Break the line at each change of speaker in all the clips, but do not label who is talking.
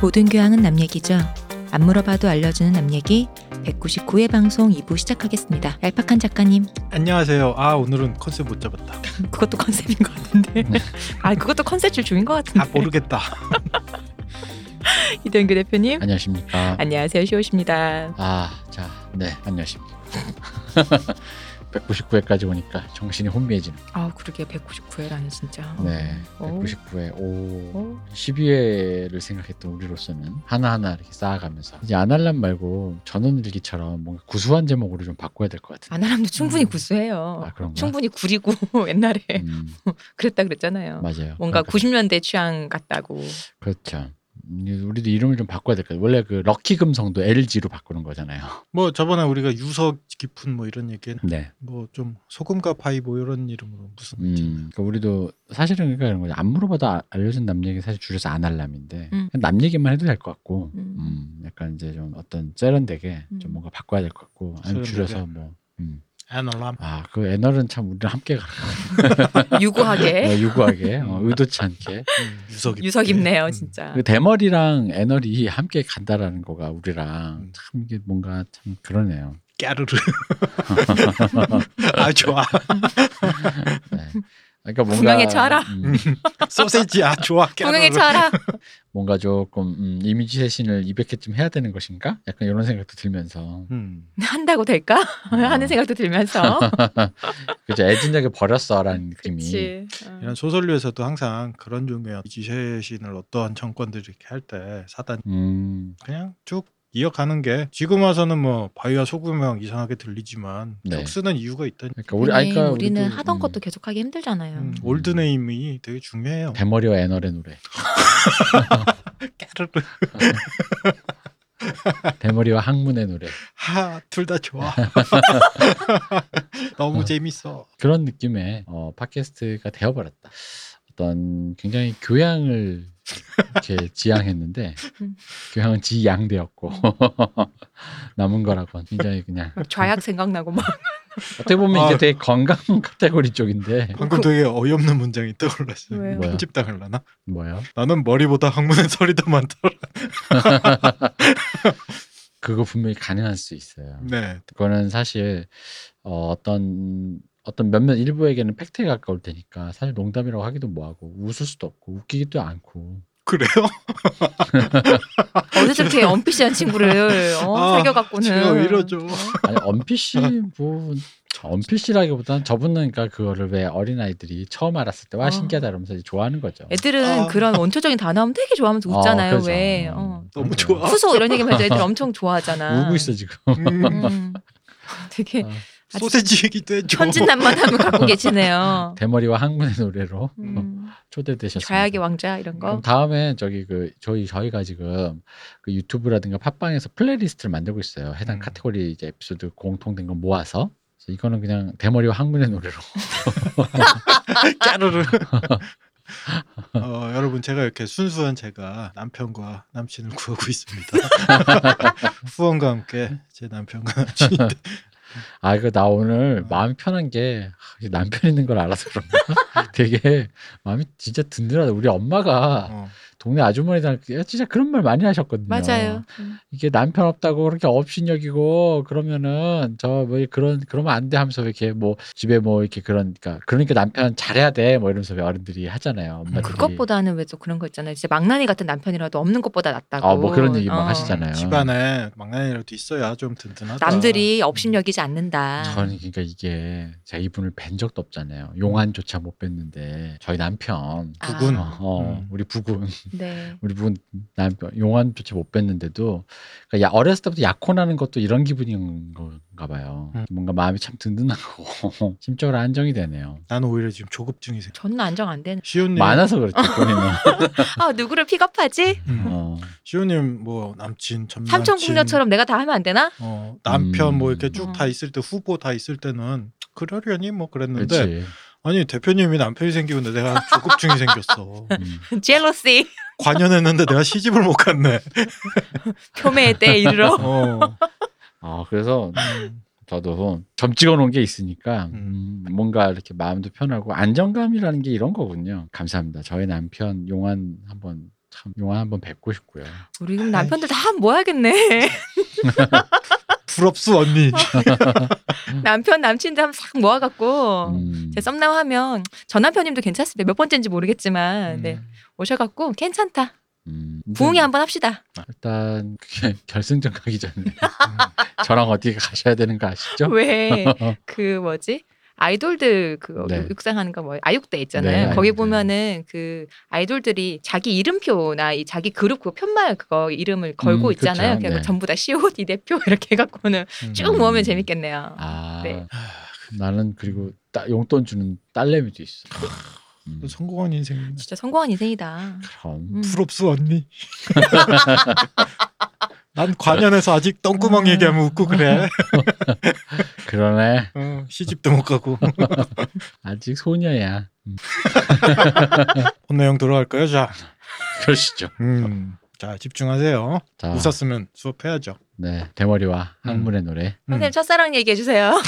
모든 교양은 남 얘기죠. 안 물어봐도 알려주는 남 얘기 199회 방송 2부 시작하겠습니다. 얄팍한 작가님
안녕하세요. 아 오늘은 컨셉 못 잡았다. 아,
그것도 컨셉인 것 같은데 아 그것도 컨셉줄 중인 것 같은데
아 모르겠다.
이동규
아.
대표님
안녕하십니까.
안녕하세요 시오십니다.
아, 자, 네, 안녕하십니까. 199회까지 오니까 정신이 혼미해지는.
아 그러게 199회라는 진짜
네,
오.
199회. 오.
어?
12회를 생각했던 우리로서는 하나하나 이렇게 쌓아가면서 이제 아날람 말고 전원일기처럼 뭔가 구수한 제목으로 좀 바꿔야 될 것 같은데.
아나람도 충분히 구수해요.
아, 그런가?
충분히 구리고 옛날에
음,
그랬다 그랬잖아요.
맞아요.
뭔가
그러니까
90년대 취향 같다고.
그렇죠. 음, 우리도 이름을 좀 바꿔야 될 것 같아요. 원래 그 럭키 금성도 LG로 바꾸는 거잖아요.
뭐 저번에 우리가 유서 깊은 뭐 이런 얘기는
네.
뭐 좀 소금과 파이 뭐 이런 이름으로 무슨
음, 그러니까 우리도 사실은 그러니까 이런 거죠. 안 물어봐도 알려준 남 얘기 사실 줄여서 안 할람인데
음.
그냥 남 얘기만 해도 될 것 같고,
음.
음. 약간 이제 좀 어떤 세련되게
음.
좀 뭔가 바꿔야 될 것 같고, 아니면
세련되게.
줄여서 뭐. 음.
애널람
아, 그 애널은 참 우리랑 함께 가
음. 유구하게
어, 유구하게, 어, 의도치 않게.
음, 유서 깊
유서
음.
깊네요 진짜.
그 대머리랑 애널이 함께 간다라는 거가 우리랑
음.
참 이게 뭔가 참 그러네요.
까르르. 아 좋아.
네. 그러니까 뭔가.
분명히 차라.
음,
소세지 아 좋아. 까르르.
분명히 차라.
뭔가 조금 음, 이미지 쇄신을 200회쯤 해야 되는 것인가? 약간 이런 생각도 들면서
음.
한다고 될까 아,
음.
하는 생각도 들면서.
그죠 애진작에 버렸어라는 느낌이
그렇지.
이런 소설류에서도 항상 그런 종류의 지쇄신을 어떠한 정권들이 이렇게 할 때 사단
음,
그냥 쭉 이어가는 게 지금 와서는 뭐 바위와 소금이랑 이상하게 들리지만
네.
쭉 쓰는 이유가 있다니
그러니까 우리 아니, 그러니까
우리는
우리도,
하던
음,
것도 계속하기 힘들잖아요.
음, 올드네임이 되게 중요해요.
대머리와 애널의 노래
까르르.
대머리와 학문의 노래
하, 둘 다 좋아. 너무 재밌어.
그런 느낌의 어, 팟캐스트가 되어버렸다 어떤 굉장히 교양을 이렇게 지향했는데
음.
교양은 지양되었고 남은 거라고 굉장히 그냥
막 좌약 생각나고 막
어떻게 보면 이게
아.
되게 건강 카테고리 쪽인데
방금 되게 어이없는 문장이
그
떠올랐어요.
왜요?
뭐야?
편집당할라나?
뭐요?
나는 머리보다 항문에 설이 더 많더라.
그거 분명히 가능할 수 있어요.
네.
그거는 사실 어, 어떤 어떤 몇몇 일부에게는 팩트에 가까울 테니까 사실 농담이라고 하기도 뭐하고 웃을 수도 없고 웃기기도 않고
그래요?
어느새 제 엄피시한 친구를 어,
아, 제가
사겨갖고는.
왜 이러죠?
아니 언피씨 뭐 언피씨라기보다는 저분은 그러니까 그거를 왜 어린 아이들이 처음 알았을 때 와
어.
신기하다 이러면서 이제 좋아하는 거죠.
애들은
아.
그런 원초적인 단어 하면 되게 좋아하면서
어,
웃잖아요.
그렇죠.
왜?
음,
어.
너무
그러니까.
좋아.
수소 이런 얘기만 해도 애들 엄청 좋아하잖아.
울고 있어 지금.
음,
음. 되게
어,
아주
소세지 얘기도 해줘.
천진난만함을 갖고 계시네요.
대머리와 항문의 노래로
음,
초대되셨습니다.
좌약의 왕자 이런
어, 그럼
거.
다음에 저기 그 저희 저희가 지금 그 유튜브라든가 팟빵에서 플레이리스트를 만들고 있어요. 해당
음.
카테고리 이제 에피소드 공통된 거 모아서 그래서 이거는 그냥 대머리와 항문의 노래로
아.
까르르. 어, 여러분 제가 이렇게 순수한 제가 남편과 남친을 구하고 있습니다. 후원과 함께 제 남편과 남친인데
아 이거 나 오늘
아.
마음이 편한 게 아, 이게 남편 있는 걸 알아서 그런가 되게 마음이 진짜 든든하다. 우리 엄마가
어,
동네 아주머니들 진짜 그런 말 많이 하셨거든요.
맞아요. 음.
이게 남편 없다고 그렇게 업신여기고 그러면은 저 뭐 그런 그러면 안 돼 하면서 왜 이렇게 뭐 집에 뭐 이렇게 그런 그러니까 그러니까 남편 잘해야 돼 뭐 이러면서 왜 어른들이 하잖아요. 엄마들이.
음, 그것보다는 왜 또 그런 거 있잖아요. 진짜 망나니 같은 남편이라도 없는 것보다 낫다고.
아, 뭐 그런 얘기 막
어.
하시잖아요.
집안에 막내라도 있어야 좀 든든하다.
남들이 업신여기지 않는다.
저는 그러니까 이게 제가 이분을 뵌 적도 없잖아요. 용안조차 못 뵀는데 저희 남편
아.
부군.
어, 어,
음.
우리 부군
네.
우리 부군 남편 용안조차 못 뵀는데도 그러니까 야, 어렸을 때부터 약혼하는 것도 이런 기분인 건가 봐요.
음.
뭔가 마음이 참 든든하고 심적으로 안정이 되네요.
난 오히려 지금 조급증이 생.
저는 안정 안 되는.
시온님,
많아서 그렇죠. 본인은.
아 누구를 픽업하지?
음,
어,
시온님 뭐 남친,
음,
전 남친,
삼천국녀처럼 내가 다 하면 안 되나?
어, 남편 뭐 이렇게 쭉
음.
다 있을 때 후보 다 있을 때는 그러려니 뭐 그랬는데
그렇지.
아니 대표님이 남편이 생기는데 내가 조급증이 생겼어.
음.
젤러시
관연했는데 내가 시집을 못 갔네.
표매의 때에 이르러.
어,
아 그래서
음,
저도 점 찍어놓은 게 있으니까
음.
음, 뭔가 이렇게 마음도 편하고 안정감이라는 게 이런 거군요. 감사합니다. 저희 남편 용환 한번 참 용화 한번 뵙고 싶고요.
우리 그럼 남편들 다 모아야겠네.
부럽수 언니.
남편 남친들 한번 싹 모아갖고
음.
제 썸남 하면 전 남편님도 괜찮습니다. 몇 번째인지 모르겠지만 네
음,
오셔갖고 괜찮다.
음. 아,
부흥이 한번 합시다.
일단 그게 결승전 가기 전에 저랑 어디 가셔야 되는 거 아시죠?
왜 그 뭐지? 아이돌들 그
네.
육상하는 거 뭐 아육대 있잖아요.
네,
거기
아육대.
보면은 그 아이돌들이 자기 이름표나 이 자기 그룹 그 편말 그거 이름을 걸고
음,
있잖아요.
그쵸.
그래고
네.
전부 다 COD 대표 이렇게 해갖고는 쭉
음.
모으면 재밌겠네요.
아
네.
나는 그리고 따- 용돈 주는 딸내미도 있어.
아,
음,
성공한 인생.
진짜 성공한 인생이다.
그럼
음.
부럽수 언니. 난 관현에서 아직 똥구멍
음.
얘기하면 웃고 그래.
그러네
음.
어, 시집도 못 가고.
아직 소녀야. 음,
혼내용 들어갈까요? 자,
그러시죠.
음, 자 집중하세요.
아.
자,
웃었으면 수업해야죠.
네 대머리와 항문의 노래.
음.
선생님 첫사랑 얘기해 주세요.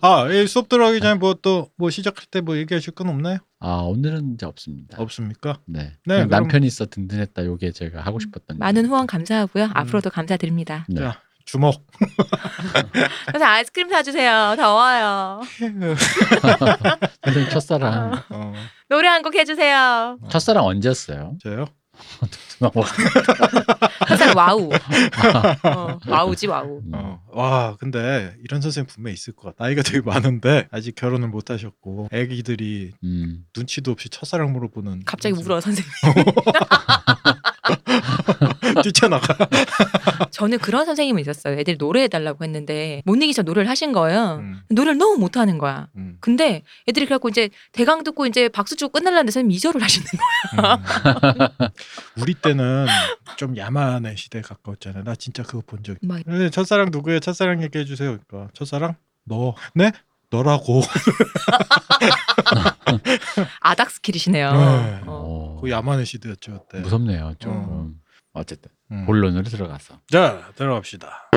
아, 예, 수업 들어가기 전에 뭐 또 뭐 시작할 때 뭐 얘기하실 건 없나요?
아 오늘은 이제 없습니다.
없습니까?
네.
네,
그냥
그럼-
남편이 있어 든든했다. 요게 제가 하고 싶었던.
많은
얘기입니다.
후원 감사하고요.
음.
앞으로도 감사드립니다.
네.
자, 주먹.
선생님 아이스크림 사주세요. 더워요.
선생님 첫사랑.
아.
어,
노래 한 곡 해주세요.
첫사랑 언제였어요?
저요? 어.
첫사랑 와우. 어, 와우지 와우.
음,
어, 와, 근데 이런 선생님 분명 히 있을 것 같아. 나이가 되게 많은데 아직 결혼을 못 하셨고 애기들이
음.
눈치도 없이 첫사랑 물어보는
갑자기 울어 선생님.
뛰쳐나가.
저는 그런 선생님이 있었어요. 애들이 노래해달라고 했는데 못 이기셔 노래를 하신 거예요.
음,
노래를 너무 못하는 거야.
음,
근데 애들이 그래갖고 이제 대강 듣고 이제 박수 치고 끝날라는데 선생님 이절을 하시는 거예요.
음. 우리 때는 좀 야만의 시대에 가까웠잖아. 나 진짜 그거 본 적.
막
근데 첫사랑 누구예요? 첫사랑 얘기해 주세요. 그러니까 첫사랑 너. 네? 너라고.
아닥 스킬이시네요.
네.
어.
어,
그 야만의 시대였죠 그때.
무섭네요. 조금. 어. 쨌든
음.
본론으로 들어가서.
자 들어갑시다.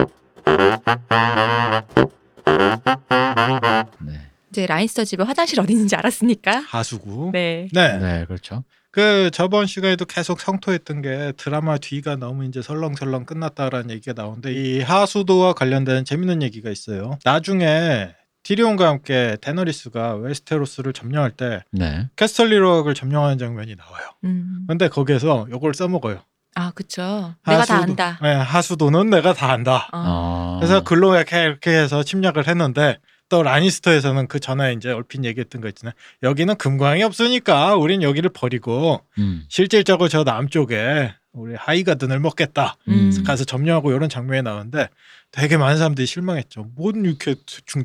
네.
이제 라인스터 집에 화장실 어디 있는지 알았으니까.
하수구.
네.
네.
네, 그렇죠.
그 저번 시간에도 계속 성토했던 게 드라마 뒤가 너무 이제 설렁설렁 끝났다라는 얘기가 나오는데 이 하수도와 관련된 재밌는 얘기가 있어요. 나중에 티리온과 함께 데너리스가 웨스테로스를 점령할 때
네.
캐스털리로학을 점령하는 장면이 나와요.
음.
근데 거기에서 요걸 써먹어요.
아 그쵸. 내가 다
하수도- 아,
안다.
네, 하수도는 내가 다 안다.
어.
어.
그래서 글로 이렇게 이렇게 해서 침략을 했는데 또 라니스터에서는 그 전에 이제 얼핏 얘기했던 거 있잖아요. 여기는 금광이 없으니까 우린 여기를 버리고
음.
실질적으로 저 남쪽에 우리 하이가든을 먹겠다
음.
음.
가서 점령하고 이런 장면이 나오는데 되게 많은 사람들이 실망했죠. 뭔 이렇게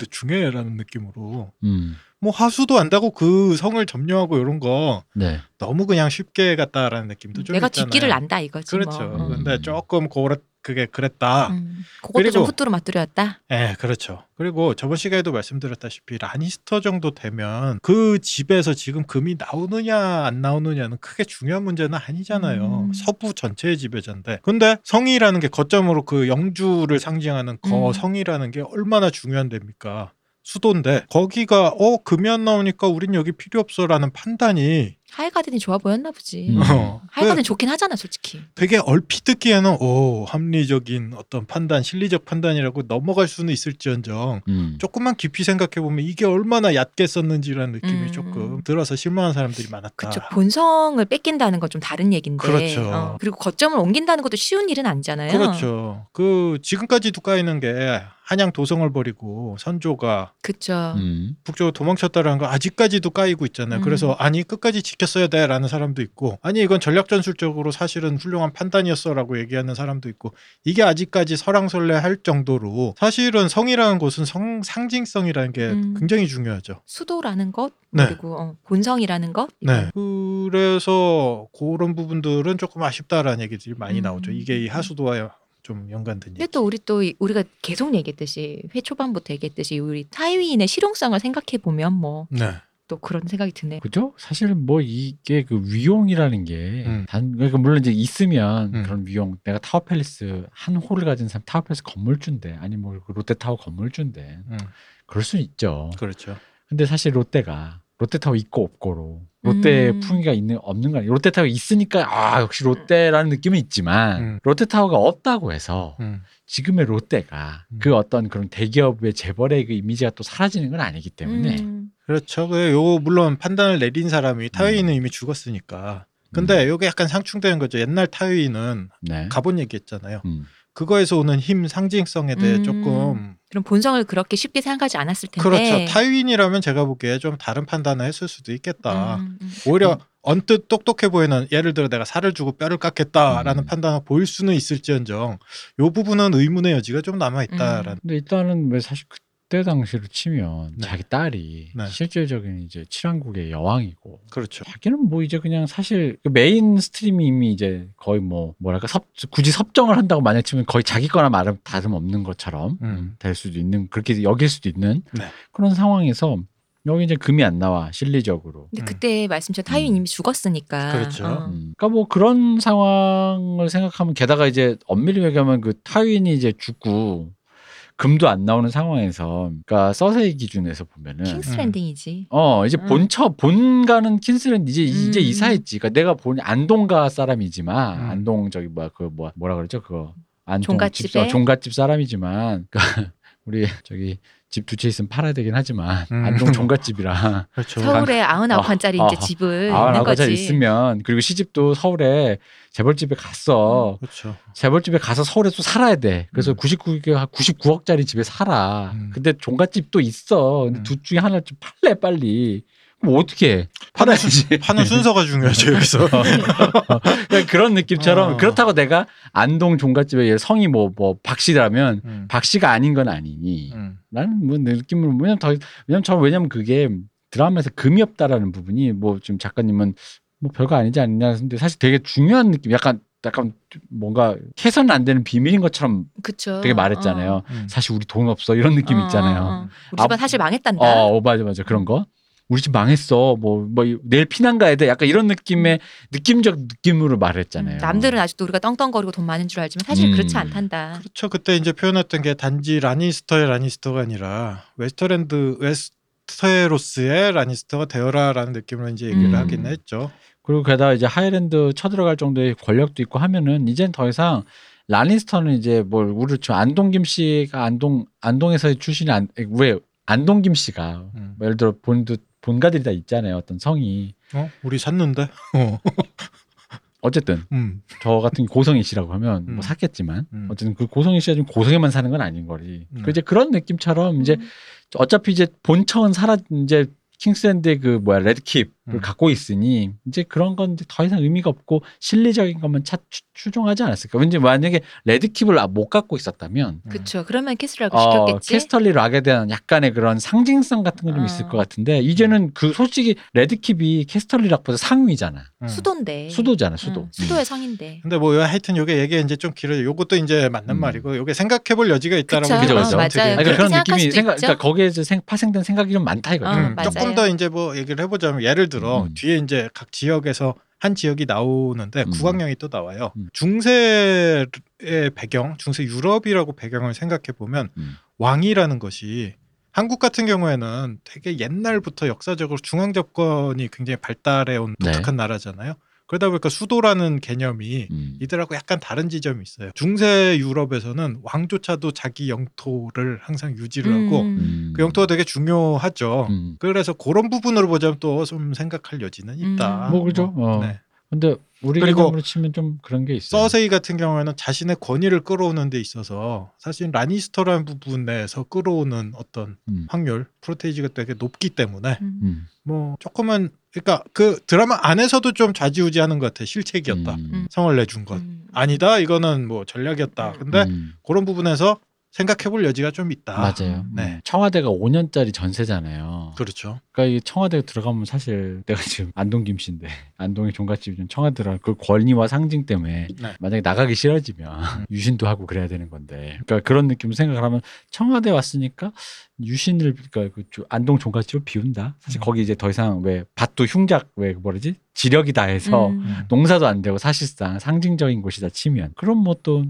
대충대충해라는 느낌으로
음.
뭐 하수도 안다고 그 성을 점령하고 이런 거
네.
너무 그냥 쉽게 갔다라는 느낌도 좀
내가
있잖아요.
뒷길을 안다 이거지.
그렇죠.
뭐. 음.
근데 조금 고래 그게 그랬다.
음. 그것도 좀
그리고-
후뚜루 맞뚜루였다.
예, 그렇죠. 그리고 저번 시간에도 말씀드렸다시피 라니스터 정도 되면 그 집에서 지금 금이 나오느냐 안 나오느냐는 크게 중요한 문제는 아니잖아요.
음.
서부 전체의 지배자인데. 근데 성이라는 게 거점으로 그 영주를 상징하는
음.
거성이라는 게 얼마나 중요한 데입니까? 수도인데 거기가 어 금이 안 나오니까 우린 여기 필요 없어라는 판단이
하이가든이 좋아 보였나 보지.
음.
어,
하이가든 좋긴 하잖아 솔직히.
되게 얼핏 듣기에는 오 합리적인 어떤 판단 실리적 판단이라고 넘어갈 수는 있을지언정
음.
조금만 깊이 생각해 보면 이게 얼마나 얕게 썼는지라는 느낌이
음.
조금 들어서 실망한 사람들이 많았다.
그쵸. 본성을 뺏긴다는 건 좀 다른 얘기인데.
아. 그렇죠.
어, 그리고 거점을 옮긴다는 것도 쉬운 일은 아니잖아요.
그렇죠. 그 지금까지도 까이는 게 한양 도성을 버리고 선조가
그쵸.
음.
북쪽으로 도망쳤다라는 거 아직까지도 까이고 있잖아요.
음.
그래서 아니 끝까지 지켰어야 돼라는 사람도 있고 아니 이건 전략 전술적으로 사실은 훌륭한 판단이었어라고 얘기하는 사람도 있고 이게 아직까지 설왕설래할 정도로 사실은 성이라는 곳은 성 상징성이라는 게
음.
굉장히 중요하죠.
수도라는 것
네.
그리고 어, 본성이라는 것.
네. 그래서 그런 부분들은 조금 아쉽다라는 얘기들이 많이
음.
나오죠. 이게 이 하수도와 좀 연관된
근데
얘기.
또 우리 또 이- 우리가 계속 얘기했듯이 회 초반부터 얘기했듯이 우리 타이윈의 실용성을 생각해 보면 뭐 또
네.
그런 생각이 드네.
그죠? 사실은 뭐 이게 그 위용이라는 게
음.
단 그러니까 물론 이제 있으면
음.
그런 위용 내가 타워 팰리스 한 홀을 가진 사람 타워 팰리스 건물주인데 아니 뭐 뭐그 롯데 타워 건물주인데
음,
그럴 수 있죠.
그렇죠.
근데 사실 롯데가 롯데타워 있고 없고로 롯데
음.
풍이가 있는 없는 거 아니에요. 롯데타워 있으니까 아 역시 롯데라는 느낌은 있지만
음.
롯데타워가 없다고 해서
음.
지금의 롯데가
음.
그 어떤 그런 대기업의 재벌의 그 이미지가 또 사라지는 건 아니기 때문에
음.
그렇죠. 그 요 물론 판단을 내린 사람이 타이는 이미 죽었으니까. 근데 요게 약간 상충되는 거죠. 옛날 타이는
네.
가본 얘기했잖아요.
음.
그거에서 오는 힘 상징성에 대해
음.
조금
그럼 본성을 그렇게 쉽게 생각하지 않았을 텐데.
그렇죠. 타이인이라면 제가 보기에 좀 다른 판단을 했을 수도 있겠다.
음, 음.
오히려
음.
언뜻 똑똑해 보이는 예를 들어 내가 살을 주고 뼈를 깎겠다라는
음.
판단을 보일 수는 있을지언정 요 부분은 의문의 여지가 좀 남아
음.
있다라는.
근데 일단은 왜 사실 그때 당시로 치면
네.
자기 딸이
네.
실질적인 이제 칠한국의 여왕이고
그렇죠.
자기는 뭐 이제 그냥 사실 그 메인 스트림이 이미 이제 거의 뭐 뭐랄까 섭- 굳이 섭정을 한다고 만약 치면 거의 자기 거나 말은 다름없는 것처럼
음.
될 수도 있는 그렇게 여길 수도 있는
네.
그런 상황에서 여기 이제 금이 안 나와 실리적으로
근데
음.
그때 말씀처럼 타이윈
음.
이미 죽었으니까.
그렇죠.
어.
음. 그러니까 뭐 그런 상황을 생각하면 게다가 이제 엄밀히 얘기하면 그 타윈이 이제 죽고 금도 안 나오는 상황에서 그러니까 서세이 기준에서 보면은
킹스랜딩이지.
어 이제
음.
본처 본가는 킨슬랜드 이제 이제
음.
이사했지. 그러니까 내가 본 안동가 사람이지만
음.
안동 저기 뭐야 그 뭐, 뭐라 그랬죠 그거 안동
종갓집에?
집, 어, 종갓집 사람이지만 그러니까 우리 저기 집 두 채 있으면 팔아야 되긴 하지만
음.
안동 종갓집이라
그렇죠.
서울에 아흔아홉 칸짜리
아,
이제 집을
아
네, 있는
나가
거지.
잘 있으면 그리고 시집도 서울에 재벌집에 갔어
그렇죠.
재벌집에 가서 서울에 또 살아야 돼. 그래서
음.
99개, 99억짜리 집에 살아.
음.
근데 종갓집도 있어. 근데
음.
둘 중에 하나를 좀 팔래, 빨리. 뭐 어떻게 해?
파는, 네.
팔아야지.
순- 파는 순서가 중요하죠 여기서.
그러니까 그런 느낌처럼
어.
그렇다고 내가 안동 종갓집에 얘 성이 뭐, 뭐, 박씨라면
음.
박씨가 아닌 건 아니니.
음.
나는 뭐 내 느낌으로, 왜냐면 더, 왜냐면 저는 왜냐면 그게 드라마에서 금이 없다라는 부분이 뭐 지금 작가님은 뭐 별거 아니지 않느냐 했는데 사실 되게 중요한 느낌. 약간, 약간 뭔가 해서는 안 되는 비밀인 것처럼
그쵸.
되게 말했잖아요.
음.
사실 우리 돈 없어 이런 느낌
어, 어,
있잖아요.
어. 우리 집안
아,
사실 망했단다.
어, 어, 맞아 맞아 그런 거. 우리 집 망했어. 뭐 뭐 내일 피난 가야 돼. 약간 이런 느낌의 느낌적 느낌으로
음,
말했잖아요.
남들은 아직도 우리가 떵떵거리고 돈 많은 줄 알지만 사실
음.
그렇지 않단다.
그렇죠. 그때 이제 표현했던 게 단지 라니스터의 라니스터가 아니라 웨스터랜드 웨스테로스의 라니스터가 되어라라는 느낌으로 이제 얘기를
음.
하긴 했죠.
그리고 게다가 이제 하이랜드 쳐들어갈 정도의 권력도 있고 하면은 이젠 더 이상 라니스터는 이제 뭘 우리 지금 안동 김 씨가 안동 안동에서 출신이 안, 왜 안동 김 씨가 뭐
음.
예를 들어 본도 본가들이 다 있잖아요. 어떤 성이
어? 우리 샀는데. 어.
어쨌든
음.
저 같은 고성희 씨라고 하면
음.
뭐 샀겠지만
음.
어쨌든 그 고성희 씨가 지금 고성에만 사는 건 아닌 거지.
음.
그 이제 그런 느낌처럼 이제
음.
어차피 이제 본청은 사라 이제 킹스랜드의 그 뭐야 레드킵을
음.
갖고 있으니 이제 그런 건 더 이상 의미가 없고 실리적인 것만 차, 추, 추종하지 않았을까. 왠지 만약에 레드킵을 아- 못 갖고 있었다면
음. 그쵸. 그러면 캐슬하고
어,
시켰겠지.
캐스털리 락에 대한 약간의 그런 상징성 같은 건 좀 있을
어.
것 같은데 이제는 그 솔직히 레드킵이 캐스털리 락보다 상위잖아.
음.
수도인데.
수도잖아 음. 수도.
응, 네. 음. 수도의 성인데.
근데 뭐 요- 하여튼 요게 얘기 이제 좀 길어요. 요것도 이제 맞는
음.
말이고 요게 생각해 볼 여지가 있다라고
그쵸. 어,
그죠,
얘기를
그죠.
드리-
맞아요.
아니,
그렇게
그러니까 그런
생각할
느낌이
수도
생각,
있죠.
그러니까 거기에서 생- 파생된 생각이 좀 많다 이거.
어,
음,
맞아요.
조금 더 이제 뭐 얘기를 해보자면 예를 들어
음.
뒤에 이제 각 지역에서 한 지역이 나오는데
음.
국왕령이 또 나와요.
음.
중세의 배경, 중세 유럽이라고 배경을 생각해 보면
음.
왕이라는 것이 한국 같은 경우에는 되게 옛날부터 역사적으로 중앙 정권이 굉장히 발달해 온
네.
독특한 나라잖아요. 그러다 보니까 수도라는 개념이
음.
이들하고 약간 다른 지점이 있어요. 중세 유럽에서는 왕조차도 자기 영토를 항상 유지를 하고
음.
그 영토가 되게 중요하죠.
음.
그래서 그런 부분으로 보자면 또 좀 생각할 여지는
음.
있다.
뭐 그죠. 어.
네.
근데 우리
그리고
개념으로 치면 좀 그런 게 있어요.
서세이 같은 경우에는 자신의 권위를 끌어오는 데 있어서 사실 라니스터라는 부분에서 끌어오는 어떤
음.
확률 프로테이지가 되게 높기 때문에
음.
음.
뭐 조금은 그러니까 그 드라마 안에서도 좀 좌지우지하는 것 같아 실책이었다
음.
성을 내준 것
음.
아니다 이거는 뭐 전략이었다 근데
음.
그런 부분에서 생각해볼 여지가 좀 있다
맞아요. 음.
네.
청와대가 5년짜리 전세잖아요.
그렇죠
그러니까 이 청와대 들어가면 사실 내가 지금 안동 김씨인데 안동의 종갓집이 좀 청와대라 그 권위와 상징 때문에
네.
만약에 나가기 싫어지면 유신도 하고 그래야 되는 건데 그러니까 그런 느낌으로 생각을 하면 청와대 왔으니까 유신을 그러니까 그 조- 안동 종갓집을 비운다 사실
음.
거기 이제 더 이상 왜 밭도 흉작 왜그 뭐라지 지력이 다해서
음.
농사도 안 되고 사실상 상징적인 곳이다 치면 그럼 뭐 또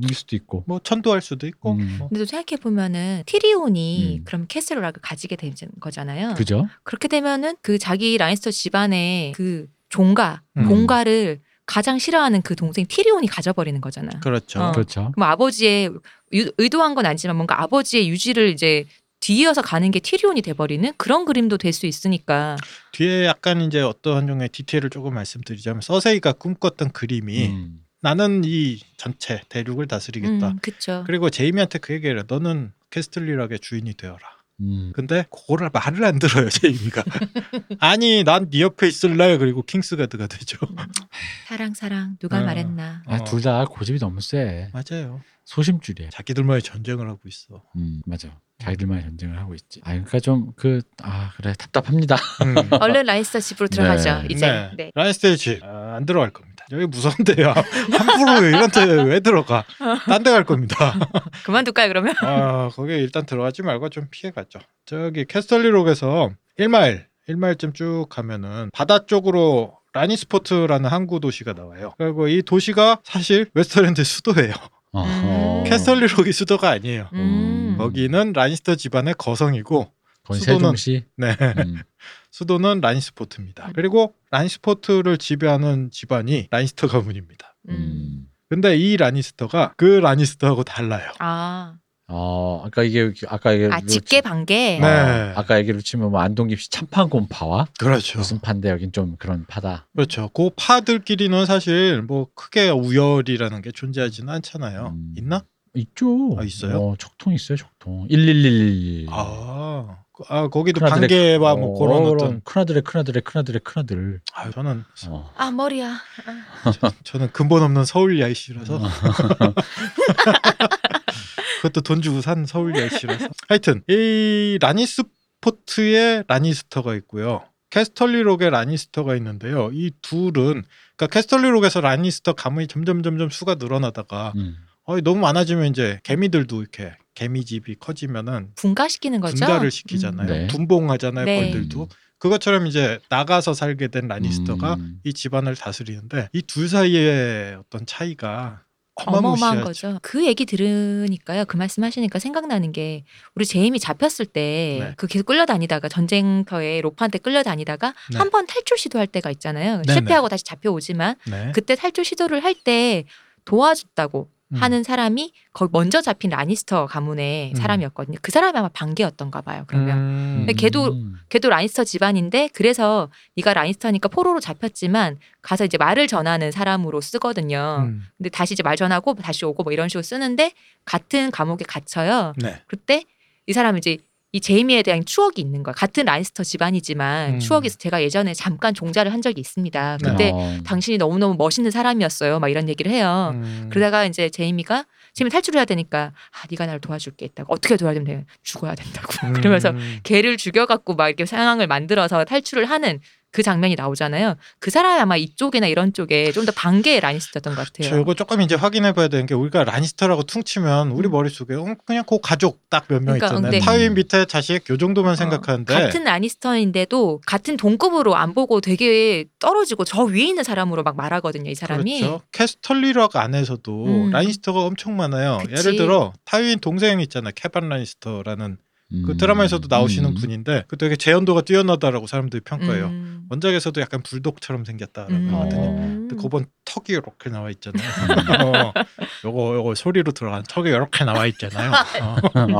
옮길 수도 있고.
뭐 천도할 수도 있고
음.
뭐.
근데 또 생각해 보면은 티리온이
음.
그럼 캐슬락을 가지게 되는 거잖아요. 그...
그죠?
렇게 되면은 그 자기 라니스터 집안의 그 종가,
음.
공가를 가장 싫어하는 그 동생 티리온이 가져버리는 거잖아.
그렇죠.
어.
그렇죠.
그럼 아버지의 유- 의도한 건 아니지만 뭔가 아버지의 유지를 이제 뒤이어서 가는 게 티리온이 돼버리는 그런 그림도 될 수 있으니까
뒤에 약간 이제 어떠한 종의 디테일을 조금 말씀드리자면 서세이가 꿈꿨던 그림이
음.
나는 이 전체 대륙을 다스리겠다.
음, 그쵸
그리고 제이미한테 그 얘기를 해. 너는 캐스틀리락의 주인이 되어라.
음.
근데 그걸 말을 안 들어요 제이미가. 아니 난 네 옆에 있을래. 그리고 킹스가드가 되죠.
사랑 사랑 누가
음.
말했나
아,
어.
둘 다 고집이 너무 세.
맞아요.
소심줄이야.
자기들만의 전쟁을 하고 있어.
음, 맞아. 자기들만의 전쟁을 하고 있지. 아, 그러니까 좀 그, 아, 그래. 답답합니다.
음.
얼른 라이스터 집으로 들어가죠
네.
이제
네.
네.
라인스테이 집. 아, 안 들어갈 겁니다. 여기 무서운데요. 함부로 이런 데왜 들어가. 딴 데 갈 겁니다.
그만둘까요 그러면
아, 거기 일단 들어가지 말고 좀 피해 갔죠. 저기 캐스털리록에서 1마일, 1마일쯤 쭉 가면은 바다 쪽으로 라니스포트라는 항구 도시가 나와요. 그리고 이 도시가 사실 웨스터랜드 의 수도예요.
어.
음.
캐스털리록이 수도가 아니에요.
음.
음.
거기는 라니스터 집안의 거성이고
본
수도는-
세종시.
네.
음.
수도는 라니스포트입니다. 그리고 라니스포트를 지배하는 집안이 라니스터 가문입니다.
음.
음.
근데 이 라니스터가 그 라니스터하고 달라요.
아,
어, 아까 이게 아까 이게 어,
아 직계 반계
네.
아까 얘기로 치면 뭐 안동김씨 참판곰파와
그렇죠.
무슨 판데 여긴 좀 그런 파다.
그렇죠. 그 파들끼리는 사실 뭐 크게 우열이라는 게 존재하지는 않잖아요.
음.
있나?
있죠.
아, 있어요?
어, 촉통 있어요, 촉통. 11111.
아, 그- 아 거기도
예. 큰아들의
관계와 뭐 그런 어떤
큰아들의 큰아들의 큰아들의 큰아들.
아, 저는
어.
아 머리야
저는 근본 없는 서울
음.
야이씨라서 그것도 돈 주고 산 서울 야이씨라서 하여튼 이 라니스포트에 라니스터가 있고요. 캐스털리록에 라니스터가 있는데요. 이 둘은 그러니까 캐스털리록에서 라니스터 가문이 점점 점점 수가 늘어나다가
음.
어, 너무 많아지면 이제 개미들도 이렇게 개미집이 커지면은
분가시키는 거죠
분가를 시키잖아요.
음. 네.
분봉하잖아요.
네.
벌들도 그것처럼 이제 나가서 살게 된 라니스터가
음.
이 집안을 다스리는데 이 둘 사이의 어떤 차이가
어마어마한
어마무시하죠.
거죠. 그 얘기 들으니까요. 그 말씀 하시니까 생각나는 게 우리 제임이 잡혔을 때
네.
그 계속 끌려다니다가 전쟁터에 로프한테 끌려다니다가
네.
한 번 탈출 시도할 때가 있잖아요.
네네.
실패하고 다시 잡혀오지만
네.
그때 탈출 시도를 할 때 도와줬다고
음.
하는 사람이 거기 먼저 잡힌 라니스터 가문의
음.
사람이었거든요. 그 사람이 아마 반개였던가 봐요. 그러면
음.
근데 걔도
음.
걔도 라니스터 집안인데 그래서 네가 라니스터니까 포로로 잡혔지만 가서 이제 말을 전하는 사람으로 쓰거든요.
음.
근데 다시 이제 말 전하고 다시 오고 뭐 이런 식으로 쓰는데 같은 감옥에 갇혀요.
네.
그때 이 사람 이제 이 제이미에 대한 추억이 있는 거야. 같은 라니스터 집안이지만
음. 네.
추억이 있어. 제가 예전에 잠깐 종자를 한 적이 있습니다. 근데
어.
당신이 너무너무 멋있는 사람이었어요. 막 이런 얘기를 해요.
음.
그러다가 이제 제이미가 제이미 탈출해야 되니까 아 네가 나를 도와줄 게 있다고 어떻게 도와주면 돼? 죽어야 된다고
음.
그러면서 걔를 죽여갖고 막 이렇게 상황을 만들어서 탈출을 하는 그 장면이 나오잖아요. 그 사람이 아마 이쪽이나 이런 쪽에 좀 더 반개의 라니스터였던 것 같아요.
저 이거 조금 이제 확인해 봐야 되는 게 우리가 라니스터라고 퉁치면 우리
음.
머릿속에 어, 그냥 그 가족 딱 몇 명
그러니까,
있잖아요.
근데-
타인 밑에 자식 요 정도만 생각하는데
어, 같은 라니스터인데도 같은 동급으로 안 보고 되게 떨어지고 저 위에 있는 사람으로 막 말하거든요. 이 사람이
그렇죠. 캐스털리락 안에서도
음.
라니스터가 엄청 많아요.
그치.
예를 들어 타윈 동생 있잖아. 케반 라니스터라는 그
음.
드라마에서도 나오시는
음.
분인데 그 되게 재현도가 뛰어나다라고 사람들이 평가해요.
음.
원작에서도 약간 불독처럼 생겼다라고
음.
하거든요.
음.
근데 그번 턱이 이렇게 나와 있잖아요. 어, 요거 요거 소리로 들어간 턱이 이렇게 나와 있잖아요.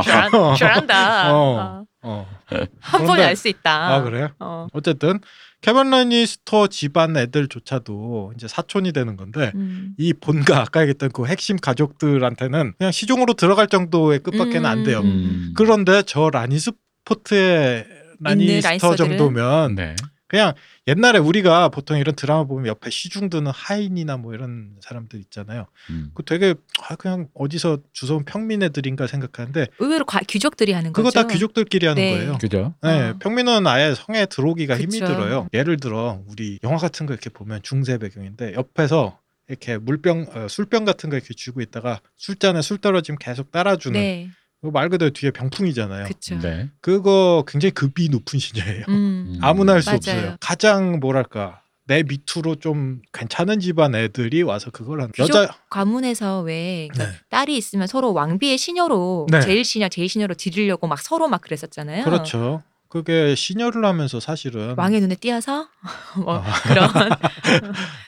잘한, 잘한다.
아. 어.
어.
어, 어.
한
그런데-
번에 알 수 있다.
아 그래요?
어.
어쨌든 케반 라니스터 집안 애들조차도 이제 사촌이 되는 건데
음.
이 본가 아까 얘기했던 그 핵심 가족들한테는 그냥 시종으로 들어갈 정도의 끝밖에는 안 돼요.
음.
그런데 저 라니스포트의 라니스터
라니스터들은?
정도면
네.
그냥 옛날에 우리가 보통 이런 드라마 보면 옆에 시중 드는 하인이나 뭐 이런 사람들 있잖아요.
음.
그 되게 아 그냥 어디서 주워온 평민 애들인가 생각하는데
의외로 과- 귀족들이 하는
그거
거죠.
다 귀족들끼리 하는
네.
거예요.
그죠?
네,
아.
평민은 아예 성에 들어오기가
그쵸.
힘이 들어요. 예를 들어 우리 영화 같은 거 이렇게 보면 중세 배경인데 옆에서 이렇게 물병 어, 술병 같은 거 이렇게 쥐고 있다가 술잔에 술 떨어지면 계속 따라주는
네,
그거 말 그대로 뒤에 병풍이잖아요.
그렇죠.
네.
그거 굉장히 급이 높은 신자예요.
음.
음.
아무나 할 수
맞아요.
없어요. 가장 뭐랄까 내 밑으로 좀 괜찮은 집안 애들이 와서 그걸 한
귀족?
여자
가문에서 왜 그러니까
네.
딸이 있으면 서로 왕비의 시녀로
네.
제일 시녀 제일 시녀로 드리려고 막 서로 막 그랬었잖아요.
그렇죠. 그게 신혈을 하면서 사실은
왕의 눈에 띄어서 뭐
아.
그런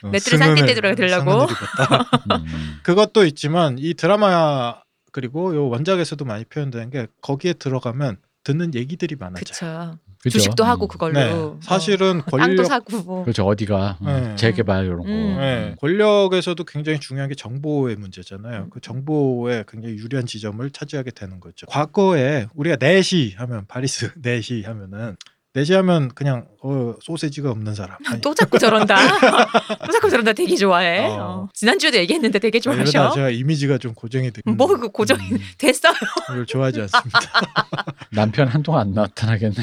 어,
매트를
승은을-
쌍띠 때 들어가려고.
승은을 입었다.
음.
그것도 있지만 이 드라마 그리고 요 원작에서도 많이 표현되는 게 거기에 들어가면 듣는 얘기들이 많아져요.
그쵸 주식도 하고 그걸로
네, 사실은
어, 땅도
권력
사고 뭐
음. 그렇죠 어디가 어,
네.
재개발 이런 거.
음. 음.
네, 권력에서도 굉장히 중요한 게 정보의 문제잖아요. 그 정보에 굉장히 유리한 지점을 차지하게 되는 거죠. 과거에 우리가 4시 하면 바리스 4시 하면은 4시 하면 그냥 어, 소세지가 없는 사람. 아니,
또 자꾸 저런다 또 자꾸 저런다 되게 좋아해
어.
어. 지난주에도 얘기했는데 되게
이러다
좋아하셔
제가 이미지가 좀 고정이 되고
뭐 그 고정
음.
됐어요
이걸 좋아하지 않습니다.
남편 한동안 안 나타나겠네.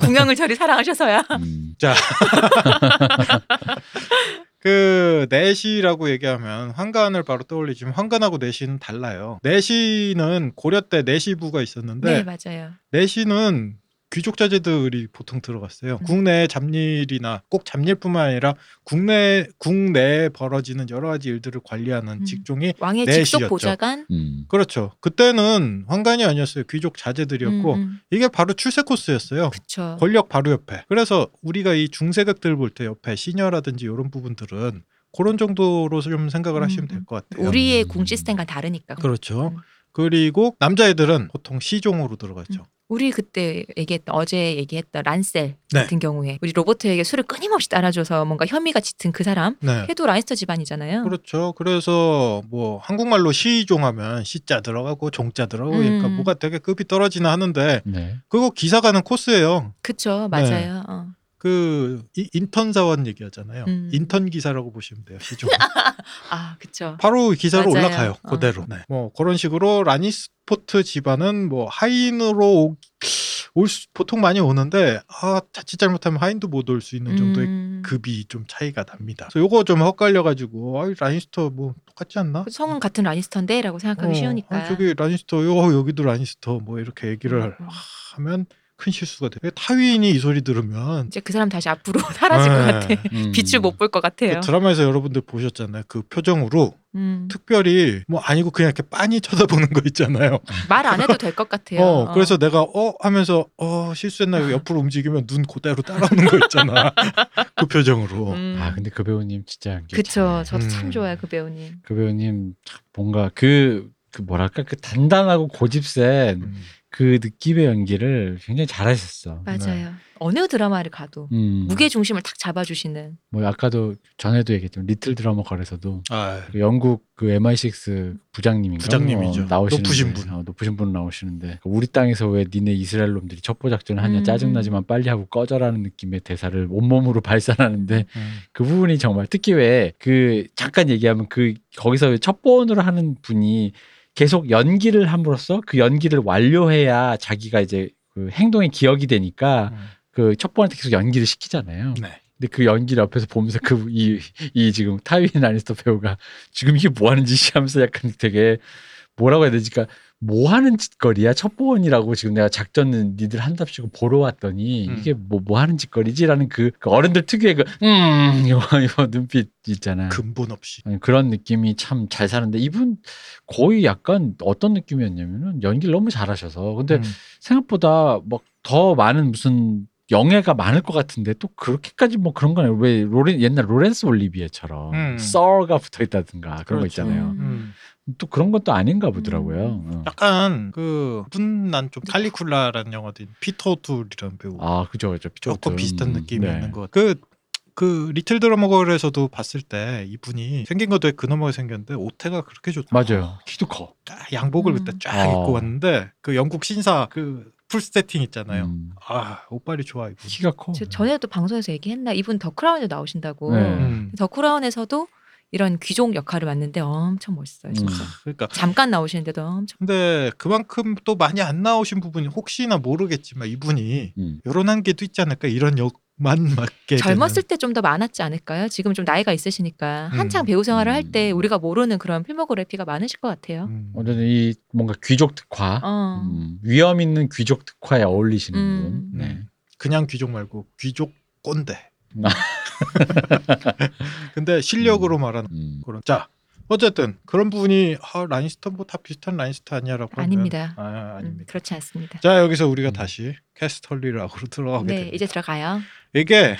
궁양을 저리 사랑하셔서야
음.
그 내시라고 얘기하면 환관을 바로 떠올리지만 환관하고 내시는 달라요. 내시는 고려 때 내시부가
네
있었는데
맞아요
내시는 귀족 자제들이 보통 들어갔어요. 국내 잡일이나 꼭 잡일뿐만 아니라 국내 국내에 벌어지는 여러 가지 일들을 관리하는
음.
직종이
왕의
네
직속
시였죠.
보좌관
음.
그렇죠. 그때는 환관이 아니었어요. 귀족 자제들이었고
음, 음.
이게 바로 출세 코스였어요.
그쵸
권력 바로 옆에. 그래서 우리가 이 중세극들 볼 때 옆에 시녀라든지 이런 부분들은 그런 정도로 좀 생각을 하시면
음, 음.
될 것 같아요.
우리의 궁 시스템과 다르니까
그렇죠.
음.
그리고 남자애들은 보통 시종으로 들어갔죠.
우리 그때 얘기했던 어제 얘기했던 란셀
네.
같은 경우에 우리 로버트에게 술을 끊임없이 따라줘서 뭔가 혐의가 짙은 그 사람
네.
해도 라인스터 집안이잖아요.
그렇죠. 그래서 뭐 한국말로 시종하면 시자 들어가고 종자 들어가고 그러니까
음.
뭐가 되게 급이 떨어지나 하는데
네.
그거 기사 가는 코스예요.
그쵸
네.
맞아요. 어.
그 이- 인턴 사원 얘기하잖아요.
음.
인턴 기사라고 보시면 돼요. 시종.
아 그쵸.
바로 기사로
맞아요.
올라가요.
어.
그대로. 네. 뭐 그런 식으로 라니스포트 집안은 뭐 하인으로 오- 올 수, 보통 많이 오는데 아 자칫 잘못하면 하인도 못 올 수 있는 네, 그 정도의
음.
급이 좀 차이가 납니다. 그래서 요거 좀 헛갈려가지고 아, 라니스터 뭐 똑같지 않나?
그 성은 같은 라니스터인데라고 생각하기
어,
쉬우니까.
아, 저기 라니스터, 요, 여기도 라니스터, 뭐 이렇게 얘기를
음.
하면 큰 실수가 돼. 타위인이 이 소리 들으면
이제 그 사람 다시 앞으로 사라질 것
네.
같아.
음.
빛을 못 볼 것 같아요.
그 드라마에서 여러분들 보셨잖아요. 그 표정으로
음.
특별히 뭐 아니고 그냥 이렇게 빤히 쳐다보는 거 있잖아요.
말안 해도 될 것 같아요.
어, 그래서 내가 어 하면서 어 실수했나 이거 옆으로 움직이면 눈 그대로 따라오는 거 있잖아. 그 표정으로.
음.
아 근데 그 배우님 진짜 이게
그쵸.
참-
저도 참
음.
좋아요 그 배우님.
그 배우님 참 뭔가 그, 그 뭐랄까 그 단단하고 고집센
음.
그 느낌의 연기를 굉장히 잘하셨어.
맞아요. 어느 드라마를 가도
네. 음.
무게 중심을 탁 잡아주시는.
뭐 아까도 전에도 얘기했지만 리틀 드라마 걸에서도
아,
그 영국 그 MI6 부장님인가
부장님이죠.
뭐 나오시는데
높으신 분.
어, 높으신 분 나오시는데 그러니까 우리 땅에서 왜 니네 이스라엘 놈들이 첩보 작전을 하냐
음.
짜증나지만 빨리 하고 꺼져라는 느낌의 대사를 온몸으로 발산하는데
음.
그 부분이 정말 특히 왜 그 잠깐 얘기하면 그 거기서 첫 번으로 하는 분이 계속 연기를 함으로써 그 연기를 완료해야 자기가 이제 그 행동에 기억이 되니까
음.
그 첫 번한테 계속 연기를 시키잖아요.
네.
근데 그 연기를 옆에서 보면서 그 이 이 지금 타윈 아니스터 배우가 지금 이게 뭐 하는 짓이 하면서 약간 되게 뭐라고 해야 되지? 그러니까 뭐 하는 짓거리야? 첩보원이라고 지금 내가 작전은 니들 한답시고 보러 왔더니
음.
이게 뭐 뭐 하는 짓거리지라는 그, 그 어른들 특유의 그음 이거 이거 눈빛 있잖아. 그,
근본 없이.
그런 느낌이 참 잘 사는데 이분 거의 약간 어떤 느낌이었냐면은 연기를 너무 잘하셔서 근데
음.
생각보다 막 더 많은 무슨 영예가 많을 것 같은데 또 그렇게까지 뭐 그런 건 아니에요. 왜 로렌 옛날 로렌스 올리비에처럼
음.
썰가 붙어 있다든가 그런 거
그렇죠.
있잖아요.
음.
또 그런 건 또 아닌가 보더라고요. 어.
약간 그분난좀 칼리쿨라라는 영화도 있는데 피터 둘이라는 배우
아 그죠 그죠.
조금 비슷한 느낌이
네.
있는 것 같아요. 그, 그 리틀 드러머걸에서도 봤을 때 이분이 생긴 것도 그놈하게 생겼는데 오태가 그렇게 좋다.
맞아요. 키도 커.
쫙 양복을
음.
그때 쫙
아.
입고 왔는데 그 영국 신사 그 풀세팅 있잖아요.
음.
아 옷발이 좋아 이분.
키가 커. 음.
저 전에도 방송에서 얘기했나 이분 더 크라운에 나오신다고.
어. 네.
음.
더 크라운에서도 이런 귀족 역할을 맡는데 엄청 멋있어요. 진짜.
음.
그러니까
잠깐 나오시는데도 엄청
근데 그만큼 또 많이 안 나오신 부분이 혹시나 모르겠지만 이분이
음.
요런 한계도 있지 않을까 이런 역만 맞게
젊었을 때 좀 더 많았지 않을까요? 지금 좀 나이가 있으시니까
음.
한창 배우 생활을 할 때
음.
우리가 모르는 그런 필모그래피가 많으실 것 같아요.
음.
어쨌든 이 뭔가 귀족 특화
어.
음. 위험 있는 귀족 특화에 어울리시는
음.
분. 네.
그냥 귀족 말고 귀족 꼰대 근데 실력으로 말하는
아. 음.
그런. 자 어쨌든 그런 부분이 아, 라니스터 뭐 다 비슷한 라니스터 아니야라고 하면
아닙니다.
아,
음,
아닙니다.
그렇지 않습니다.
자 여기서 우리가
음.
다시 캐스털리락으로 들어가게
네,
됩니다.
이제 들어가요.
이게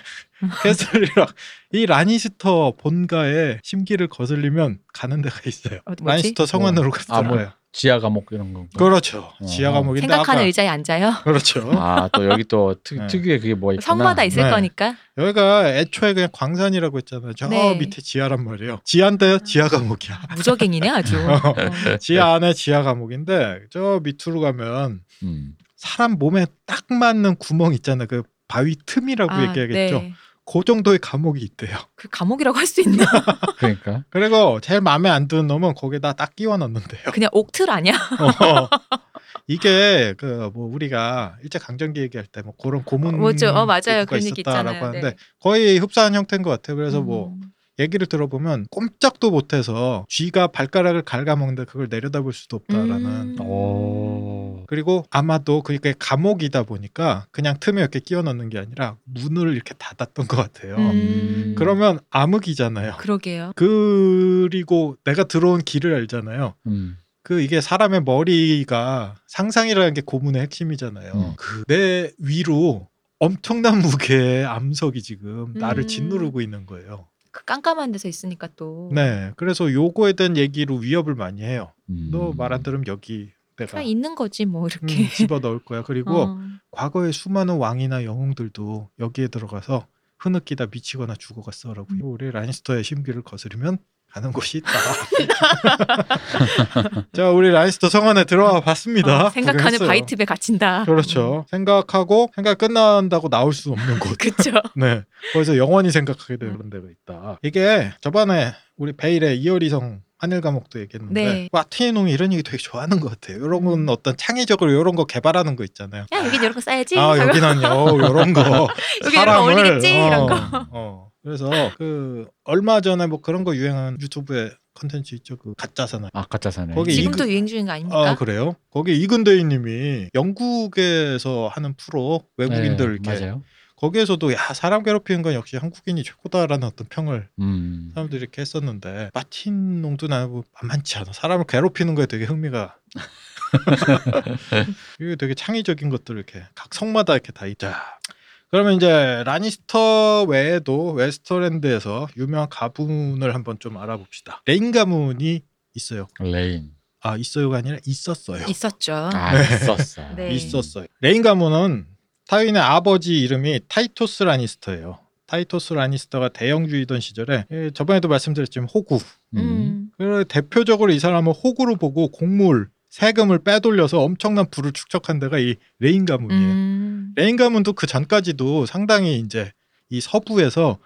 캐스털리락 이 라니스터 본가에 심기를 거슬리면 가는 데가 있어요.
어, 뭐지?
라니스터 성안으로
아,
가더라고요.
지하 감옥 이런 건가?
그렇죠.
어.
지하 감옥인데
생각하는
아까
의자에 어. 앉아요.
그렇죠.
아또 여기 또 특,
네.
특유의 그게 뭐가 있구나.
성마다 있을
네.
거니까.
여기가 애초에 그냥 광산이라고 했잖아요. 저
네.
밑에 지하란 말이에요. 지하인데 지하 감옥이야.
무적행이네 아주.
어.
어.
지하 안에 지하 감옥인데 저 밑으로 가면
음.
사람 몸에 딱 맞는 구멍 있잖아요. 그 바위 틈이라고
아,
얘기하겠죠.
네.
그 정도의 감옥이 있대요.
그 감옥이라고 할 수 있나?
그러니까
그리고 제일 마음에 안 드는 놈은 거기다 딱 끼워놨는데요.
그냥 옥틀 아니야?
어. 이게 그 뭐 우리가 일제 강점기 얘기할 때 뭐 그런 고문
뭐죠? 어, 맞아요.
가
그런 얘기
있었다라고
있잖아요.
하는데
네.
거의 흡사한 형태인 것 같아요. 그래서 뭐
음.
얘기를 들어보면 꼼짝도 못해서 쥐가 발가락을 갉아먹는데 그걸 내려다볼 수도 없다라는
음.
어,
오.
그리고 아마도 그게 감옥이다 보니까 그냥 틈에 이렇게 끼워 넣는 게 아니라 문을 이렇게 닫았던 것 같아요.
음.
어. 그러면 암흑이잖아요.
그러게요.
그리고 내가 들어온 길을 알잖아요.
음.
그 이게 사람의 머리가 상상이라는 게 고문의 핵심이잖아요.
음.
그 내 위로 엄청난 무게의 암석이 지금 나를
음.
짓누르고 있는 거예요.
그 깜깜한 데서 있으니까 또.
네, 그래서 요거에 대한 얘기로 위협을 많이 해요.
음.
너 말 안 들으면 여기 내가
그냥 있는 거지 뭐
음,
이렇게.
집어 넣을 거야. 그리고
어.
과거의 수많은 왕이나 영웅들도 여기에 들어가서 흐느끼다 미치거나 죽어갔어라고
음.
우리 라니스터의 심기를 거스르면 가는 곳이 있다. 자, 우리 라니스터 성안에 들어와 봤습니다.
어, 생각하는
구경했어요.
바이트에 음. 갇힌다.
그렇죠. 생각하고 생각 끝난다고 나올 수 없는 곳.
그렇죠.
네. 거기서 영원히 생각하게
음.
되는 데가 있다. 이게 저번에 우리 베일의 이어리성 하늘 감옥도 얘기했는데
네. 음.
와티에농이 이런 얘기 되게 좋아하는 것 같아요. 이런 건 어떤 창의적으로 이런 거 개발하는 거 있잖아요.
야 여기 이렇게 써야지.
아
하고
여기는요 이런 거
여기 이런 거 어울리겠지
어,
이런 거.
어. 그래서 그 얼마 전에 뭐 그런 거 유행한 유튜브에 컨텐츠 있죠 그 가짜 사나이
아 가짜 사네.
거기 이-
지금도 유행 중인 거 아닙니까?
아 그래요 거기 이근대인님이 영국에서 하는 프로 외국인들
네,
이렇게
맞아요.
거기에서도 야 사람 괴롭히는 건 역시 한국인이 최고다라는 어떤 평을
음.
사람들이 이렇게 했었는데 마틴 농도 나고 만만치 않아 사람을 괴롭히는 거에 되게 흥미가 이게 되게 창의적인 것들 이렇게 각 성마다 이렇게 다 있다. 그러면 이제 라니스터 외에도 웨스터랜드에서 유명한 가문을 한번 좀 알아봅시다. 레인 가문이 있어요.
레인.
아 있어요가 아니라 있었어요.
있었죠.
아 있었어.
네.
있었어요. 레인 가문은 타윈의 아버지 이름이 타이토스 라니스터예요. 타이토스 라니스터가 대영주이던 시절에 예, 저번에도 말씀드렸지만 호구.
음.
그 대표적으로 이 사람은 호구로 보고 곡물, 세금을 빼돌려서 엄청난 부를 축적한 데가 이 레인 가문이에요.
음.
레인 가문도 그 전까지도 상당히 이제 이 서부에서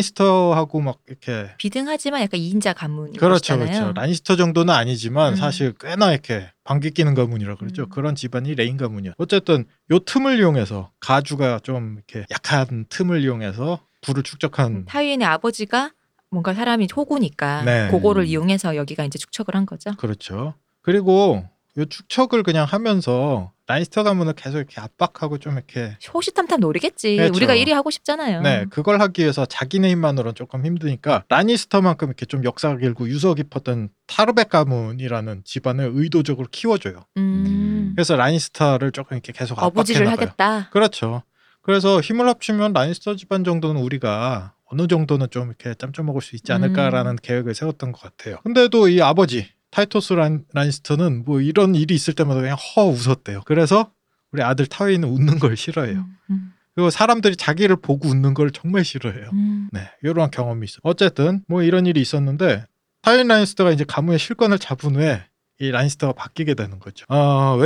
라니스터하고 막 이렇게
비등하지만 약간 2인자 가문
그렇죠,
이잖아요
그렇죠. 라니스터 정도는 아니지만
음.
사실 꽤나 이렇게 반기 끼는 가문이라 그러죠.
음.
그런 집안이 레인 가문이야. 어쨌든 요 틈을 이용해서 가주가 좀 이렇게 약한 틈을 이용해서 부를
음.
축적한
타윈의 아버지가 뭔가 사람이 호구니까
네.
그거를
음.
이용해서 여기가 이제 축척을 한 거죠.
그렇죠. 그리고 요 축척을 그냥 하면서 라니스터 가문을 계속 이렇게 압박하고 좀 이렇게
호시탐탐 노리겠지.
그렇죠.
우리가 1위 하고 싶잖아요.
네 그걸 하기 위해서 자기네 힘만으로는 조금 힘드니까 라니스터만큼 이렇게 좀 역사가 길고 유서 깊었던 타르백 가문이라는 집안을 의도적으로 키워줘요.
음.
그래서 라니스터를 조금 이렇게 계속
어부지를
압박해나가요.
하겠다.
그렇죠. 그래서 힘을 합치면 라니스터 집안 정도는 우리가 어느 정도는 좀 이렇게 짬짬 먹을 수 있지 않을까라는 계획을 세웠던 것 같아요. 근데도 이 아버지 타이토스 란, 라니스터는 뭐 이런 일이 있을 때마다 그냥 허 웃었대요. 그래서 우리 아들 타웨이는 웃는 걸 싫어해요.
음.
그리고 사람들이 자기를 보고 웃는 걸 정말 싫어해요.
음.
네, 이러한 경험이 있어. 요 어쨌든 뭐 이런 일이 있었는데 타인 라니스터가 이제 가문의 실권을 잡은 후에 이 라니스터가 바뀌게 되는 거죠. 어,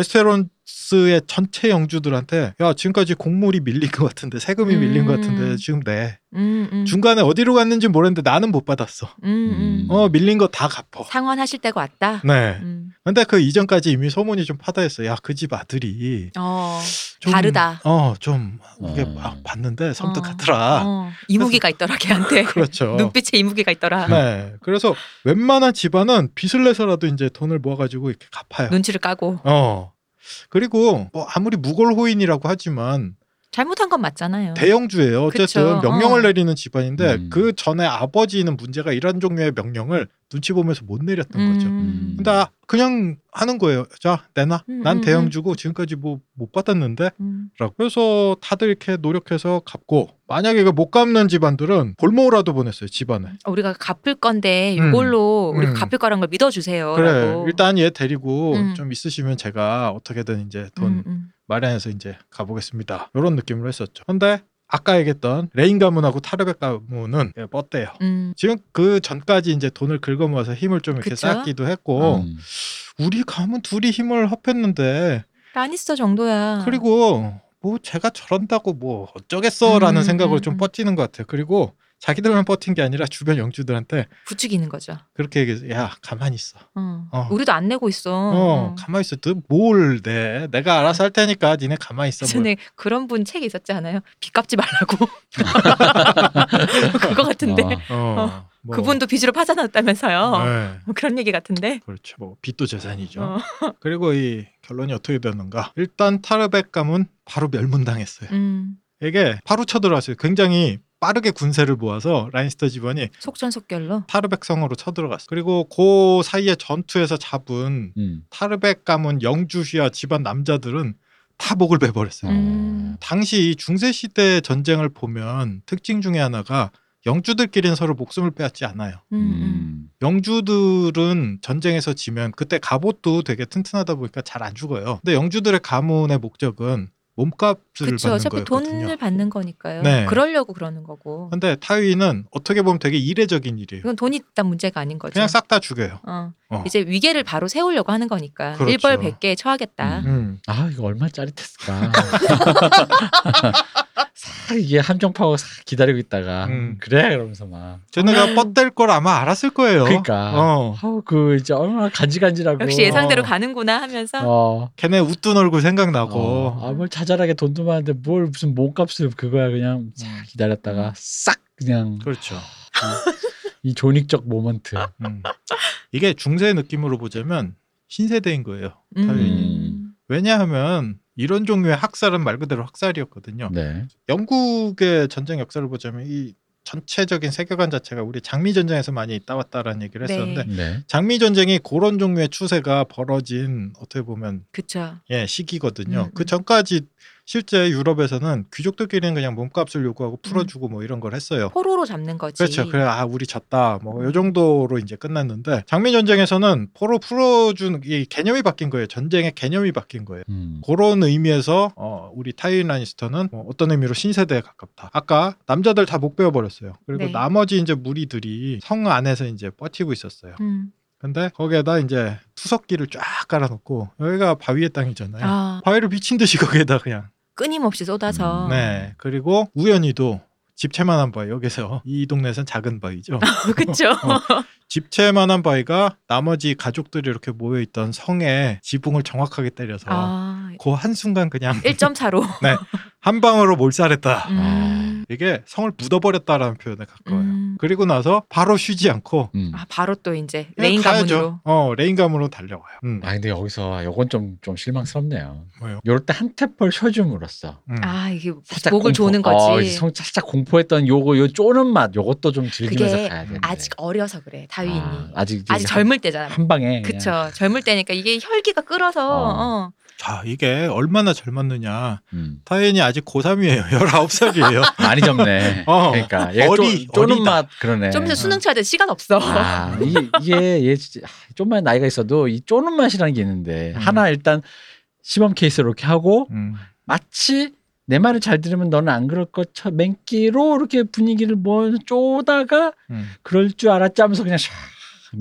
웨스테론스의 전체 영주들한테 야 지금까지 곡물이 밀린 것 같은데 세금이 밀린 것 같은데
음.
지금 내
음, 음.
중간에 어디로 갔는지 모르는데 나는 못 받았어.
음, 음.
음.
어 밀린 거 다 갚어.
상환하실 때가 왔다.
네.
음.
근데 그 이전까지 이미 소문이 좀 파다했어. 야 그 집 아들이
어.
좀,
다르다.
어, 좀 이게
음.
막 봤는데 섬뜩하더라.
어. 이무기가 있더라 걔한테.
그렇죠.
눈빛에 이무기가 있더라.
네. 그래서 웬만한 집안은 빚을 내서라도 이제 돈을 모아가지고 이렇게
네.
갚아요.
눈치를 까고.
어. 그리고 뭐 아무리 무골호인이라고 하지만
잘못한 건 맞잖아요.
대형주예요. 어쨌든
그쵸.
명령을
어.
내리는 집안인데
음.
그 전에 아버지는 문제가 이런 종류의 명령을 눈치 보면서 못 내렸던 거죠.
음.
근데 아, 그냥 하는 거예요. 자 내놔.
음,
난
음,
대형주고 지금까지 뭐 못 받았는데.
음.
라고. 그래서 다들 이렇게 노력해서 갚고 만약에 이거 못 갚는 집안들은 볼모라도 보냈어요 집안에.
우리가 갚을 건데
음.
이걸로 우리가
음.
갚을 거란 걸 믿어주세요.
그래
라고.
일단 얘 데리고
음.
좀 있으시면 제가 어떻게든 이제 돈
음, 음.
마련해서 이제 가보겠습니다. 이런 느낌으로 했었죠. 근데 아까 얘기했던 레인 가문하고 타르백 가문은 예, 뻗대요.
음.
지금 그 전까지 이제 돈을 긁어모아서 힘을 좀 이렇게
그쵸?
쌓기도 했고
음.
우리 가문 둘이 힘을 합했는데
라니스터 정도야.
그리고 뭐 제가 저런다고 뭐 어쩌겠어라는
음,
생각으로
음,
좀
음.
버티는 것 같아요. 그리고 자기들만 버틴 게 아니라 주변 영주들한테
부추기는 거죠.
그렇게 얘기해서 야 가만히 있어.
어.
어.
우리도 안 내고 있어.
어,
어.
가만히 있어. 너뭘 내? 내가 알아서 할 테니까 니네 가만히 있어. 뭐
전에 그런 분 책이 있었지 않아요? 빚 갚지 말라고. 그거 같은데.
아,
어, 뭐.
그분도 빚으로 파산했다면서요.
네.
뭐 그런 얘기 같은데.
그렇죠. 뭐 빚도 재산이죠.
어.
그리고 이 결론이 어떻게 되는가? 일단 타르백 가문 바로 멸문당했어요.
음.
이게 바로 쳐들어왔어요. 굉장히 빠르게 군세를 모아서 라인스터 집안이
속전속결로.
타르백 성으로 쳐들어갔어요. 그리고 그 사이에 전투에서 잡은
음.
타르백 가문 영주휘하 집안 남자들은 다 목을
아.
베버렸어요.
음.
당시 이 중세 시대 전쟁을 보면 특징 중에 하나가 영주들끼리는 서로 목숨을 빼앗지 않아요.
음, 음.
음.
영주들은 전쟁에서 지면 그때 갑옷도 되게 튼튼하다 보니까 잘 안 죽어요. 근데 영주들의 가문의 목적은 몸값을
그렇죠.
받는
어차피
거였거든요.
돈을 받는 거니까요.
네.
그러려고 그러는 거고.
근데 타위는 어떻게 보면 되게 이례적인 일이에요.
이건 돈이 일단 문제가 아닌 거죠.
그냥 싹 다 죽여요.
어.
어.
이제 위계를 바로 세우려고 하는 거니까
그렇죠.
일벌 백개 처하겠다.
음.
음.
아 이거 얼마나 짜릿했을까. 싹 이게 함정파고 싹 기다리고 있다가
음.
그래 이러면서 막.
음.
쟤네가 뻗댈 걸 아마 알았을 거예요.
그러니까.
어.
아우 그 이제 얼마나 간지간지라고.
역시 예상대로
어.
가는구나 하면서
어.
걔네 웃던 얼굴 생각나고.
어. 아뭘 자잘하게 돈도 많은데 뭘 무슨 몸값을 그거야 그냥 싹 기다렸다가 싹 그냥
그렇죠.
이 존익적 모먼트.
음. 이게 중세 느낌으로 보자면 신세대인 거예요.
음.
당연히.
왜냐하면 이런 종류의 학살은 말 그대로 학살이었거든요.
네.
영국의 전쟁 역사를 보자면 이 전체적인 세계관 자체가 우리 장미 전쟁에서 많이 있다 왔다라는 얘기를
네.
했었는데
네.
장미 전쟁이 그런 종류의 추세가 벌어진 어떻게 보면
그쵸.
예 시기거든요.
음, 음.
그 전까지 실제 유럽에서는 귀족들끼리는 그냥 몸값을 요구하고
음.
풀어주고 뭐 이런 걸 했어요.
포로로 잡는 거지.
그렇죠. 그래 아 우리 졌다 뭐
음.
요 정도로 이제 끝났는데 장미 전쟁에서는 포로 풀어준 이 개념이 바뀐 거예요. 전쟁의 개념이 바뀐 거예요.
음.
그런 의미에서 어, 우리 타이윈 라니스터는 뭐 어떤 의미로 신세대에 가깝다. 아까 남자들 다 목 베어 버렸어요. 그리고
네.
나머지 이제 무리들이 성 안에서 이제 버티고 있었어요.
음.
근데 거기에다 이제 투석기를 쫙 깔아놓고 여기가 바위의 땅이잖아요.
아
바위를 미친 듯이 거기에다 그냥.
끊임없이 쏟아서.
음,
네. 그리고 우연히도 집채만한 바위 여기서 이 동네에선 작은 바위죠.
그렇죠.
어, 집채만한 바위가 나머지 가족들이 이렇게 모여 있던 성에 지붕을 정확하게 때려서
아
그한 순간 그냥
1점 차로.
한 방으로 몰살했다.
음.
이게 성을 묻어버렸다라는 표현에 가까워요.
음.
아, 그리고 나서 바로 쉬지 않고
음.
아 바로 또 이제
그냥
레인
가야죠.
가문으로.
어 레인 가문으로 달려가요. 음.
아 근데 여기서 요건 좀 좀 실망스럽네요.
뭐요?
요럴 때 한 탭을 쉬어줌으로써
음.
아 이게
살짝
목을
공포.
조는
어,
거지.
성, 살짝 공포했던 요거 요 쪼는 맛 요것도 좀 즐기면서
그게
가야 돼.
아직 어려서 그래 다윈이.
아, 아직
아직 젊을 때잖아.
한
예.
방에
그쵸. 젊을 때니까 이게 혈기가 끓어서
어.
어.
자 이게 얼마나 젊었느냐.
그냥, 음.
타인이 아직 고3이에요. 19살이에요.
많이 젊네.
어,
그러니까 얘
어리-
쪼, 는
어리다.
맛 그러네.
좀 이제 수능 쳐야 돼 시간 없어.
아, 이, 이게 얘 진짜 아, 좀만 나이가 있어도 이 쪼는 맛이라는 게 있는데
음.
하나 일단 시범 케이스로 이렇게 하고
음.
마치 내 말을 잘 들으면 너는 안 그럴 것처럼 맹기로 이렇게 분위기를 뭐 쪼다가
음.
그럴 줄 알았지 하면서 그냥 샥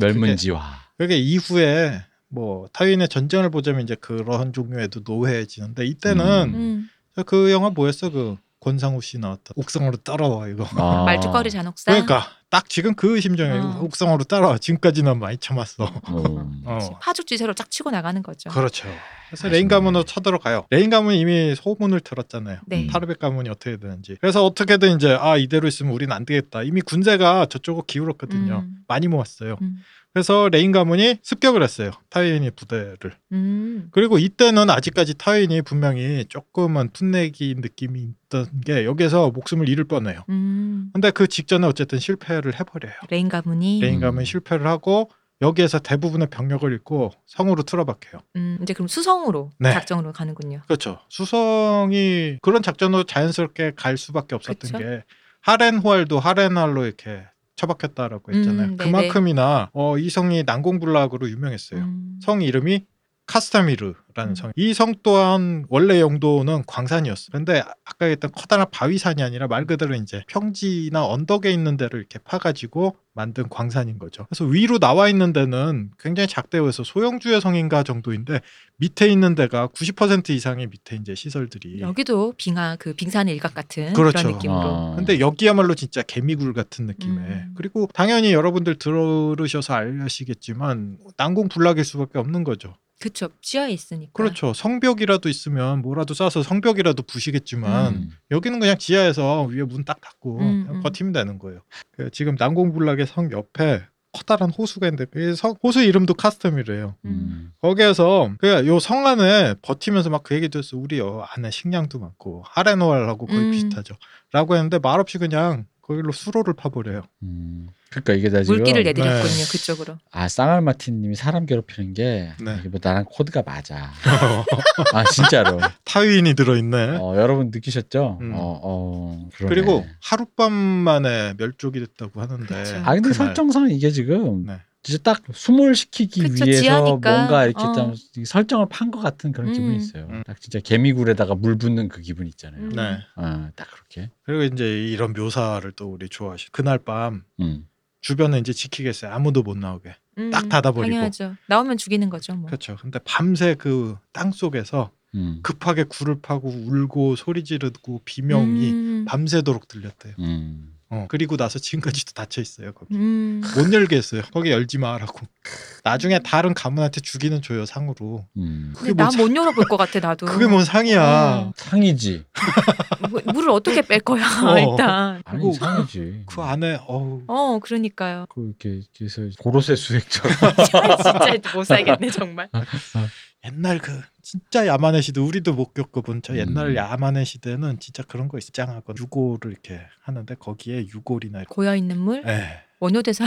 멸문지화.
그게 이후에 뭐 타인의 전쟁을 보자면 이제 그런 종류에도 노회해지는데 이때는
음.
그 영화 뭐였어 그 권상우 씨 나왔던 옥상으로 따라와 이거.
아.
말죽거리 잔혹사.
그러니까 딱 지금 그 심정이에요.
어.
옥상으로 따라와. 지금까지는 많이 참았어.
어.
어.
파죽지세로 쫙 치고 나가는 거죠.
그렇죠. 그래서
아쉽네.
레인 가문으로 쳐들어가요. 레인 가문 이미 소문을 들었잖아요.
네.
타르백 가문이 어떻게 되는지. 그래서 어떻게든 이제 아 이대로 있으면 우린 안 되겠다. 이미 군대가 저쪽으로 기울었거든요.
음.
많이 모았어요.
음.
그래서 레인 가문이 습격을 했어요. 타이인이 부대를.
음.
그리고 이때는 아직까지 타인이 분명히 조금은 풋내기 느낌이 있던 게 여기서 목숨을 잃을 뻔해요.
음.
근데 그 직전에 어쨌든 실패를 해버려요.
레인 가문이
레인 가문
음.
실패를 하고 여기에서 대부분의 병력을 잃고 성으로 틀어박혀요.
음, 이제 그럼 수성으로
네.
작정으로 가는군요.
그렇죠. 수성이 그런 작전으로 자연스럽게 갈 수밖에 없었던
그쵸.
게 하렌호알도 하렌할로 이렇게 처박혔다라고 했잖아요.
음, 네네.
그만큼이나 어, 이 성이 난공불락으로 유명했어요.
음.
성 이름이 카스타미르라는
음.
성. 이 성 또한 원래 영도는 광산이었어. 근데 아까 했던 커다란 바위산이 아니라 말 그대로 이제 평지나 언덕에 있는 데를 이렇게 파가지고 만든 광산인 거죠. 그래서 위로 나와 있는 데는 굉장히 작대요해서 소형주의 성인가 정도인데 밑에 있는 데가 90% 이상의 밑에 이제 시설들이.
여기도 빙하 그 빙산의 일각 같은 그
예. 그렇죠.
런 느낌으로.
아.
근데 여기야말로 진짜 개미굴 같은 느낌에
어. 음.
그리고 당연히 여러분들 들으셔서 알시겠지만 난공불락일 수밖에 없는 거죠.
그쵸 지하에 있으니까.
그렇죠. 성벽이라도 있으면 뭐라도 싸서 성벽이라도 부시겠지만
음.
여기는 그냥 지하에서 위에 문 딱 닫고
음,
그냥
음.
버티면 되는 거예요. 그 지금 난공불락의 성 옆에 커다란 호수가 있는데 이 성- 호수 이름도 카스텀이래요.
음.
거기에서 그요성 안에 버티면서 막 그 얘기도 했어. 우리 요 안에 식량도 많고 하레노알하고 거의
음.
비슷하죠. 라고 했는데 말없이 그냥 거기로 수로를 파버려요.
음. 그러니까 이게 다 지금
물기를 내드렸군요
네.
그쪽으로.
아 쌍알마틴님이 사람 괴롭히는 게
네.
이게 뭐 나랑 코드가 맞아. 아 진짜로.
타위인이 들어있네.
어, 여러분 느끼셨죠?
음.
어, 어, 그러네.
그리고 하룻밤 만에 멸족이 됐다고 하는데
그렇죠.
아 근데
그날
설정상 이게 지금
네.
진짜 딱 숨을 시키기
그쵸,
위해서
지하니까.
뭔가 이렇게
어.
좀 설정을 판 것 같은 그런 기분이
음.
있어요.
음.
딱 진짜 개미굴에다가 물 붓는 그 기분 있잖아요.
음.
네.
어, 딱 그렇게.
그리고 이제 이런 묘사를 또 우리 좋아하시. 그날 밤
음.
주변은 이제 지키겠어요. 아무도 못 나오게.
음,
딱 닫아버리고.
당연하죠. 나오면 죽이는 거죠 뭐.
그렇죠. 근데 밤새 그 땅 속에서
음.
급하게 굴을 파고 울고 소리 지르고 비명이
음.
밤새도록 들렸대요.
음.
어. 그리고 나서 지금까지도 닫혀 있어요. 거기.
음.
못 열게 했어요. 거기 열지 마라고. 나중에 다른 가문한테 주기는 줘요 상으로.
음.
그게
근데
뭔 상-
난못 열어볼 것 같아 나도.
그게 뭔 상이야.
어.
상이지.
뭐, 물을 어떻게 뺄 거야
어.
일단.
아니
그리고
상이지.
그 안에 어우
어 그러니까요.
그 이렇게 그래서 고로쇠 수액처럼.
진짜 못 살겠네 정말.
옛날 그 진짜 야만의 시대 우리도 못 겪어본 저 옛날
음.
야만의 시대는 진짜 그런 거 있어 짱하고 유골을 이렇게 하는데 거기에 유골이나 이렇게 예.
고여 있는 물,
에
원효대사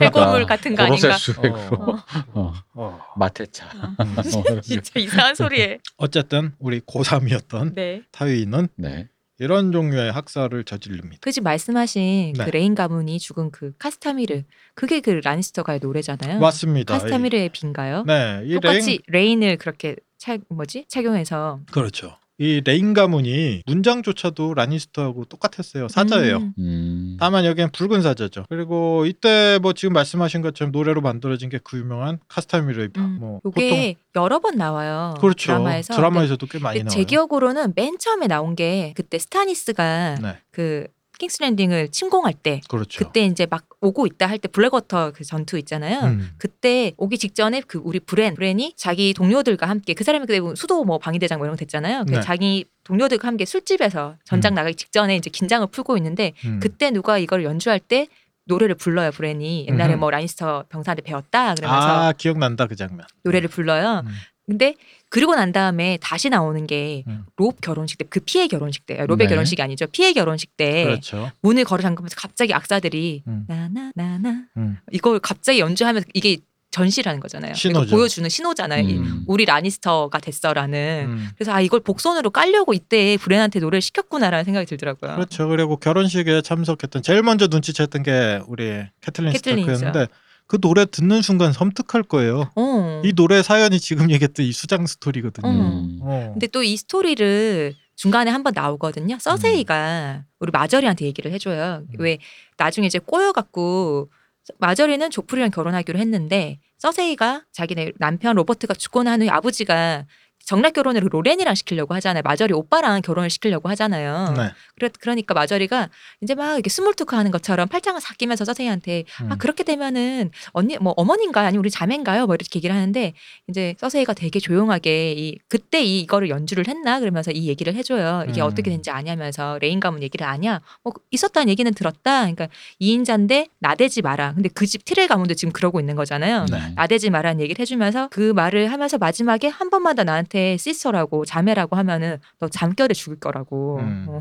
해고물 같은 거 아닌가? 아.
고로쇠 수액으로. 어.
어.
마테차.
음.
진짜 이상한 소리에.
어쨌든 우리 고3이었던
네.
타위는
네.
이런 종류의 학살을 저지릅니다.
그 지금 말씀하신
네.
그 레인 가문이 죽은 그 카스타미르 그게 그 라니스터가의 노래잖아요.
맞습니다.
카스타미르의 음. 빈가요?
이- 네, 이 레인
똑같이 레인... 을 그렇게 착 뭐지 착용해서
그렇죠. 이 레인 가문이 문장조차도 라니스터하고 똑같았어요. 사자예요.
음,
음.
다만 여기엔 붉은 사자죠. 그리고 이때 뭐 지금 말씀하신 것처럼 노래로 만들어진 게 그 유명한 카스타미르의 밤.
음.
뭐 보통
요게 여러 번 나와요.
그렇죠.
어, 드라마에서.
드라마에서도 꽤
근데
많이 아, 예, 나와요.
제 기억으로는 맨 처음에 나온 게 그때 스타니스가
네,
그 킹스랜딩을 침공할 때
그렇죠.
그때 이제 막 오고 있다 할 때 블랙워터 그 전투 있잖아요.
음.
그때 오기 직전에 그 우리 브랜 브랜이 자기 동료들과 함께 그 사람이 그때 뭐 수도 뭐 방위대장 뭐 이런 거 됐잖아요. 그
네.
자기 동료들과 함께 술집에서 전장
음.
나가기 직전에 이제 긴장을 풀고 있는데
음.
그때 누가 이걸 연주할 때 노래를 불러요 브랜이 옛날에
음흠.
뭐 라니스터 병사한테 배웠다 그러면서
아 기억난다 그 장면.
노래를 불러요.
음.
근데 그리고 난 다음에 다시 나오는 게
음.
롭 결혼식 때 그 피해 결혼식 때 롭의
네.
결혼식이 아니죠 피해 결혼식 때
그렇죠.
문을 걸어 잠그면서 갑자기 악사들이
음.
나나 나나
음.
이걸 갑자기 연주하면서 이게 전시라는 거잖아요.
신호죠.
그러니까 보여주는 신호잖아요. 이
음.
우리 라니스터가 됐어라는.
음.
그래서 아 이걸 복선으로 깔려고 이때 브랜한테 노래를 시켰구나라는 생각이 들더라고요.
그렇죠. 그리고 결혼식에 참석했던 제일 먼저 눈치챘던 게 우리 캐틀린
캐틀린이죠.
스타크였는데 그 노래 듣는 순간 섬뜩할 거예요.
어.
이 노래 사연이 지금 얘기했던 이 수장 스토리거든요.
음.
어.
근데 또 이 스토리를 중간에 한 번 나오거든요. 서세이가 우리 마저리한테 얘기를 해줘요.
음.
왜 나중에 이제 꼬여갖고 마저리는 조프리랑 결혼하기로 했는데 서세이가 자기네 남편 로버트가 죽고 난 후에 아버지가 정략 결혼을 로렌이랑 시키려고 하잖아요. 마저리 오빠랑 결혼을 시키려고 하잖아요.
네.
그러, 그러니까 마저리가 이제 막 이렇게 스몰토크 하는 것처럼 팔짱을 싹 끼면서 서세이한테 아
음.
그렇게 되면은 언니 뭐 어머니인가요 아니면 우리 자매인가요 뭐 이렇게 얘기를 하는데 이제 서세이가 되게 조용하게 이 그때 이, 이거를 연주를 했나 그러면서 이 얘기를 해줘요 이게
음.
어떻게 된지 아냐면서 레인 가문 얘기를 아냐 뭐 있었다는 얘기는 들었다 그러니까 2인자인데 나대지 마라 근데 그 집 티렐 가문도 지금 그러고 있는 거잖아요
네.
나대지 마라는 얘기를 해주면서 그 말을 하면서 마지막에 한 번만 더 나한테 시스터라고 자매라고 하면은 너 잠결에 죽을 거라고
음.
어,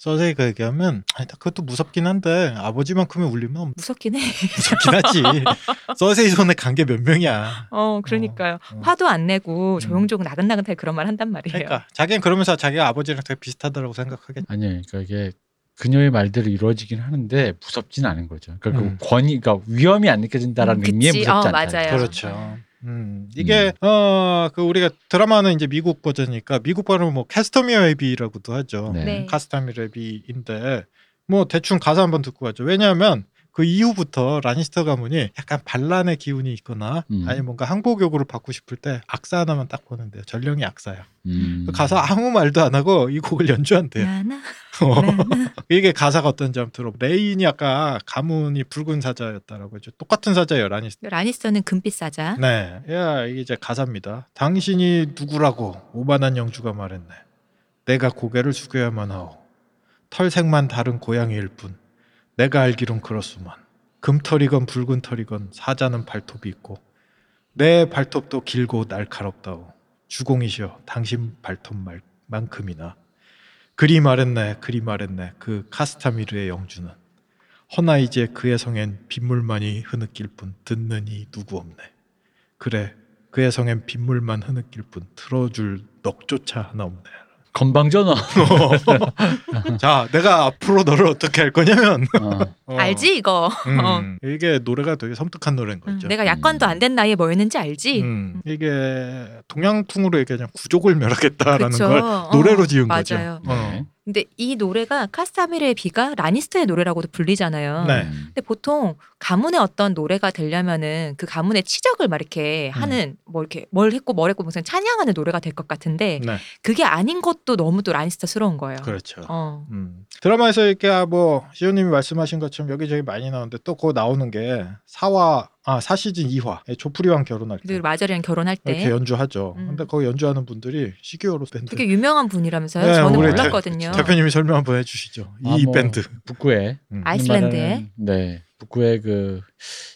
서세이가 그 얘기하면 아니, 다 그것도 무섭긴 한데 아버지만큼의 울림은
무섭긴 해.
무섭긴 하지. 서세이 손에 간 게 몇 명이야.
어 그러니까요.
어.
화도 안 내고
음.
조용조용 나긋나긋하게 그런 말 한단 말이에요.
그러니까 자기는 그러면서 자기가 아버지랑 되게 비슷하다고 생각하겠지.
아니요, 그러니까 이게 그녀의 말대로 이루어지긴 하는데 무섭진 않은 거죠. 그러니까 그
음.
권위, 그러니까 위험이 안 느껴진다라는
음,
의미의
그치.
무섭지
어,
않다.
맞아요.
그렇죠. 음, 이게 어그 우리가 드라마는 이제 미국 버전이니까 미국 발음 은뭐 캐스터미어 웨비라고도 하죠.
네.
네.
카스타미 레비인데 뭐 대충 가사 한번 듣고 가죠. 왜냐하면 그 이후부터 라니스터 가문이 약간 반란의 기운이 있거나
음.
아니 뭔가 항복욕으로 받고 싶을 때 악사 하나만 딱 보는데요. 전령이 악사야.
음.
그 가사 아무 말도 안 하고 이 곡을 연주한대요.
나나
어.
나나.
이게 가사가 어떤 점 들어. 레인이 아까 가문이 붉은 사자였다라고 했죠. 똑같은 사자예요 라니스터.
라니스터는 금빛 사자.
네, 야 이게 이제 가사입니다. 당신이 누구라고 오만한 영주가 말했네. 내가 고개를 숙여야만 하오. 털색만 다른 고양이일 뿐. 내가 알기론 그렇소만. 금털이건 붉은 털이건 사자는 발톱이 있고 내 발톱도 길고 날카롭다오. 주공이시여 당신 발톱만큼이나. 그리 말했네, 그리 말했네. 그 카스타미르의 영주는. 허나 이제 그의 성엔 빗물만이 흐느낄 뿐 듣는 이 누구 없네. 그래 그의 성엔 빗물만 흐느낄 뿐 들어줄 넉조차 하나 없네.
건방져너. 어,
자 내가 앞으로 너를 어떻게 할 거냐면
어.
어,
알지 이거.
음,
어.
이게 노래가 되게 섬뜩한 노래인
음,
거죠.
내가 약관도 안 된 나이에 뭐였는지 알지.
그렇죠. 음, 이게 동양풍으로 얘기하면 구족을 멸하겠다라는
그쵸.
걸 노래로
어,
지은
맞아요.
거죠.
음.
어.
근데 이 노래가 카스타미르의 비가 라니스터의 노래라고도 불리잖아요.
네.
음.
근데 보통 가문의 어떤 노래가 되려면은 그 가문의 치적을 막 이렇게
음.
하는 뭐 이렇게 뭘 했고 뭘 했고 무슨 찬양하는 노래가 될 것 같은데
네,
그게 아닌 것도 너무 또 라니스터스러운 거예요.
그렇죠.
어.
음. 드라마에서 이렇게 아, 뭐 시호님이 말씀하신 것처럼 여기저기 많이 나오는데 또 그거 나오는 게 사화 아사 시즌 2화 조프리왕 결혼할 때
그리고 마저리랑 결혼할 때
이렇게 연주하죠.
네, 음.
근데 거기 연주하는 분들이 시기어로 밴드
되게 유명한 분이라면서요.
네,
저는
우리
몰랐거든요.
대표님이 설명 한번 해주시죠.
아,
이
뭐.
밴드.
북구에
아이슬란드에
말하는, 네 북구의 그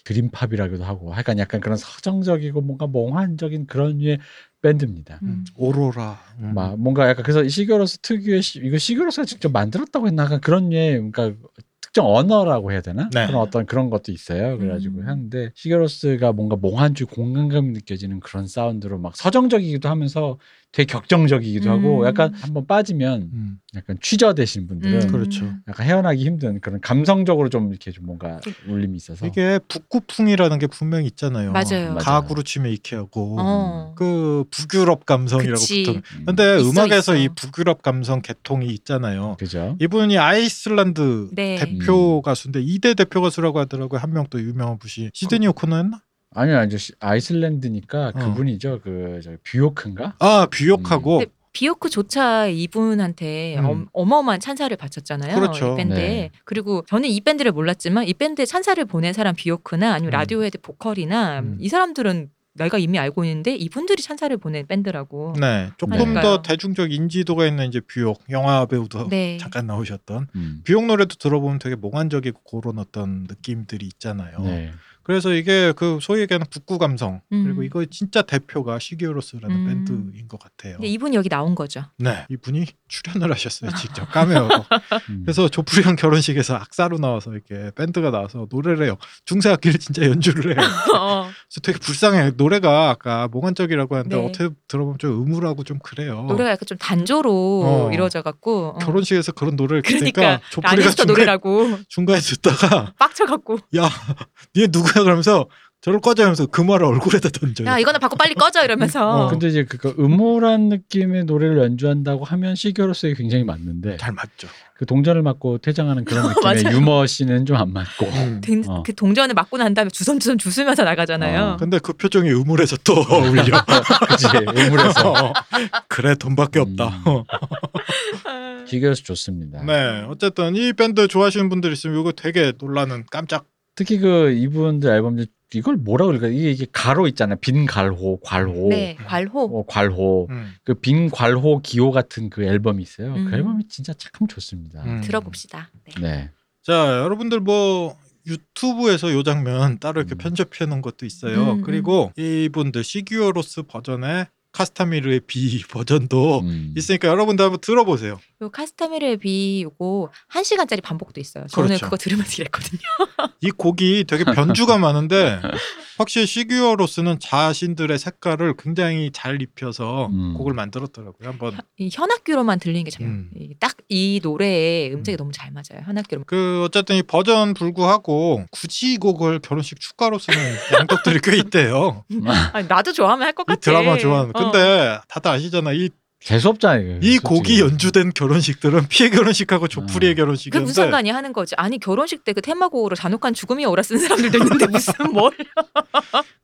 그린팝이라고도 하고 하여간 약간 그런 서정적이고 뭔가 몽환적인 그런 류의 밴드입니다.
음.
오로라. 음.
막 뭔가 약간 그래서 시교로스 특유의 시- 이거 시교로스가 직접 만들었다고 했나 약간 그런 류의 그러니까 특정 언어라고 해야 되나
네.
그런 어떤 그런 것도 있어요. 그래가지고
음.
하는데 시교로스가 뭔가 몽환주 공간감이 느껴지는 그런 사운드로 막 서정적이기도 하면서 되게 격정적이기도 하고
음.
약간 한번 빠지면
음.
약간 취저되신 분들은
음.
그렇죠.
약간 헤어나기 힘든 그런 감성적으로 좀 이렇게 좀 뭔가
그
울림이 있어서
이게 북구풍이라는 게 분명히 있잖아요.
맞아요.
가구로 치면 이케하고
어.
그 북유럽 감성이라고
그치.
붙어.
음.
근데
있어,
음악에서
있어.
이 북유럽 감성 계통이 있잖아요.
그죠
이분이 아이슬란드
네.
대표 가수인데 2대 대표 가수라고 하더라고요. 한 명 또 유명한
어.
분이 시드니 오코너였나?
아니요 아니요 아이슬란드니까
어.
그분이죠 그 저기 뷰오크인가
아 비옥하고
근데 비오크조차 이분한테
음.
엄- 어마어마한 찬사를 바쳤잖아요.
그렇죠.
이 밴드에.
네.
그리고 저는 이 밴드를 몰랐지만 이 밴드에 찬사를 보낸 사람 비오크나 아니면
음.
라디오헤드 보컬이나
음.
이 사람들은 내가 이미 알고 있는데 이분들이 찬사를 보낸 밴드라고.
네 조금
그러니까요.
더 대중적 인지도가 있는 이제 비옥 영화 배우도
네.
어, 잠깐 나오셨던
음.
비옥 노래도 들어보면 되게 몽환적이고 그런 어떤 느낌들이 있잖아요.
네.
그래서 이게 그 소위 얘기하는 북구 감성
음.
그리고 이거 진짜 대표가 시기오로스라는
음.
밴드인 것 같아요.
근데 이분이 여기 나온 거죠.
네, 이분이 출연을 하셨어요 직접 카메오로.
음.
어. 그래서 조프리랑 결혼식에서 악사로 나와서 이렇게 밴드가 나와서 노래를 해요. 중세악기를 진짜 연주를 해요.
어,
그래서 되게 불쌍해. 노래가 아까 몽환적이라고 하는데
네.
어떻게 들어보면 좀 음울하고 좀 그래요.
노래가 약간 좀 단조로
어.
이루어져 갖고 어.
결혼식에서 그런 노래를
그러니까
듣니까 조프리가
라니스터
중간에,
노래라고
중간에 듣다가
빡쳐 갖고
야, 니네 누구야? 그러면서 저를 꺼져면서 그 말을 얼굴에다 던져요.
야 아, 이거는 받고 빨리 꺼져 이러면서.
어.
근데 이제 그거 음모란 느낌의 노래를 연주한다고 하면 시교로서에 굉장히 맞는데
잘 맞죠.
그 동전을 맞고 퇴장하는 그런
맞아요.
느낌의 유머 씨는 좀 안 맞고
된-
어.
그 동전을 맞고 난 다음에 주섬주섬 주스면서 나가잖아요.
어,
근데 그 표정이 음울해서 또 어울려.
그치 우물에서
어, 그래 돈밖에 없다.
음. 시교로서 좋습니다.
네, 어쨌든 이 밴드 좋아하시는 분들 있으면 이거 되게 놀라는 깜짝.
특히 그 이분들 앨범 중 이걸 뭐라 그럴까 이게, 이게 가로 있잖아요 빈 갈호 괄호
네, 괄호.
어, 괄호
음.
그 빈 괄호 기호 같은 그 앨범이 있어요
음.
그 앨범이 진짜 참 좋습니다
음.
들어봅시다. 네.
네
자, 여러분들 뭐 유튜브에서 요 장면 따로 이렇게
음.
편집해 놓은 것도 있어요.
음,
그리고 이분들 시규어로스 버전의 카스타미르의 B 버전도
음.
어, 있으니까 여러분들 한번 들어보세요.
요 카스타메르의 비 요거 1시간짜리 반복도 있어요. 저는
그렇죠.
그거 들으면서 일했거든요.
이 곡이 되게 변주가 많은데 확실히 시규어로스는 자신들의 색깔을 굉장히 잘 입혀서
음.
곡을 만들었더라고요. 한번
이 현악기로만 들리는 게 참.
음.
딱 이 노래의 음색이
음.
너무 잘 맞아요. 현악기로.
그 어쨌든 이 버전 불구하고 굳이 이 곡을 결혼식 축가로 쓰는 양덕들이 꽤 있대요.
아니, 나도 좋아하면 할 것
이
같아.
드라마 좋아하는.
어.
근데 다들 아시잖아. 이
재수 없잖아요
이
네, 솔직히.
곡이 연주된 결혼식들은 피해 결혼식하고 조풀이의
음.
그게 무슨
결혼식인데
상관이 하는 거지. 아니 결혼식 때 그 테마곡으로 잔혹한 죽음이 오라 쓴 사람들도 있는데 무슨 뭘.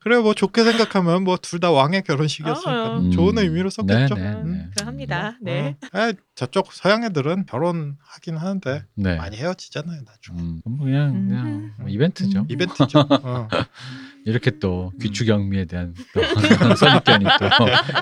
그래 뭐 좋게 생각하면 뭐 둘 다 왕의 결혼식이었으니까 뭐
어,
음.
좋은 의미로 썼겠죠.
네, 네, 네.
그럼 합니다. 네.
어. 아, 저쪽 서양 애들은 결혼하긴 하는데
네.
많이 헤어지잖아요 나중에
음, 뭐 그냥 그냥
음.
뭐 이벤트죠.
음.
이벤트죠. 어.
이렇게 또
음.
귀추경미에 대한 또 선입견이 또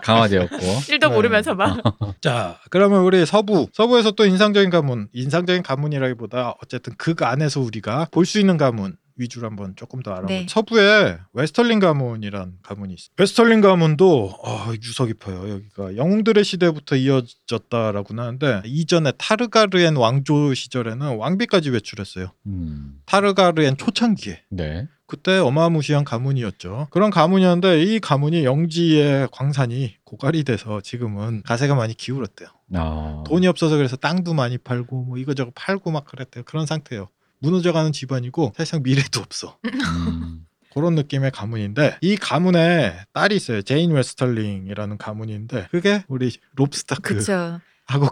강화되었고.
일도
네.
모르면서 막.
자 그러면 우리 서부 서부에서 또 인상적인 가문 인상적인 가문이라기보다 어쨌든 극 안에서 우리가 볼 수 있는 가문 위주로 한번 조금 더 알아보죠.
네.
서부에 웨스털린 가문이란 가문이 있어요. 웨스털린 가문도 아, 유서 깊어요. 여기가 영웅들의 시대부터 이어졌다라고는 하는데 이전에 타르가르엔 왕조 시절에는 왕비까지 외출했어요.
음,
타르가르엔 초창기에
네.
그때 어마무시한 가문이었죠. 그런 가문이었는데 이 가문이 영지의 광산이 고갈이 돼서 지금은 가세가 많이 기울었대요.
아.
돈이 없어서 그래서 땅도 많이 팔고 뭐 이거저거 팔고 막 그랬대요. 그런 상태예요. 무너져가는 집안이고 사실상 미래도 없어.
음,
그런 느낌의 가문인데 이 가문에 딸이 있어요. 제인 웨스털링이라는 가문인데 그게 우리 롭스타크하고
그쵸.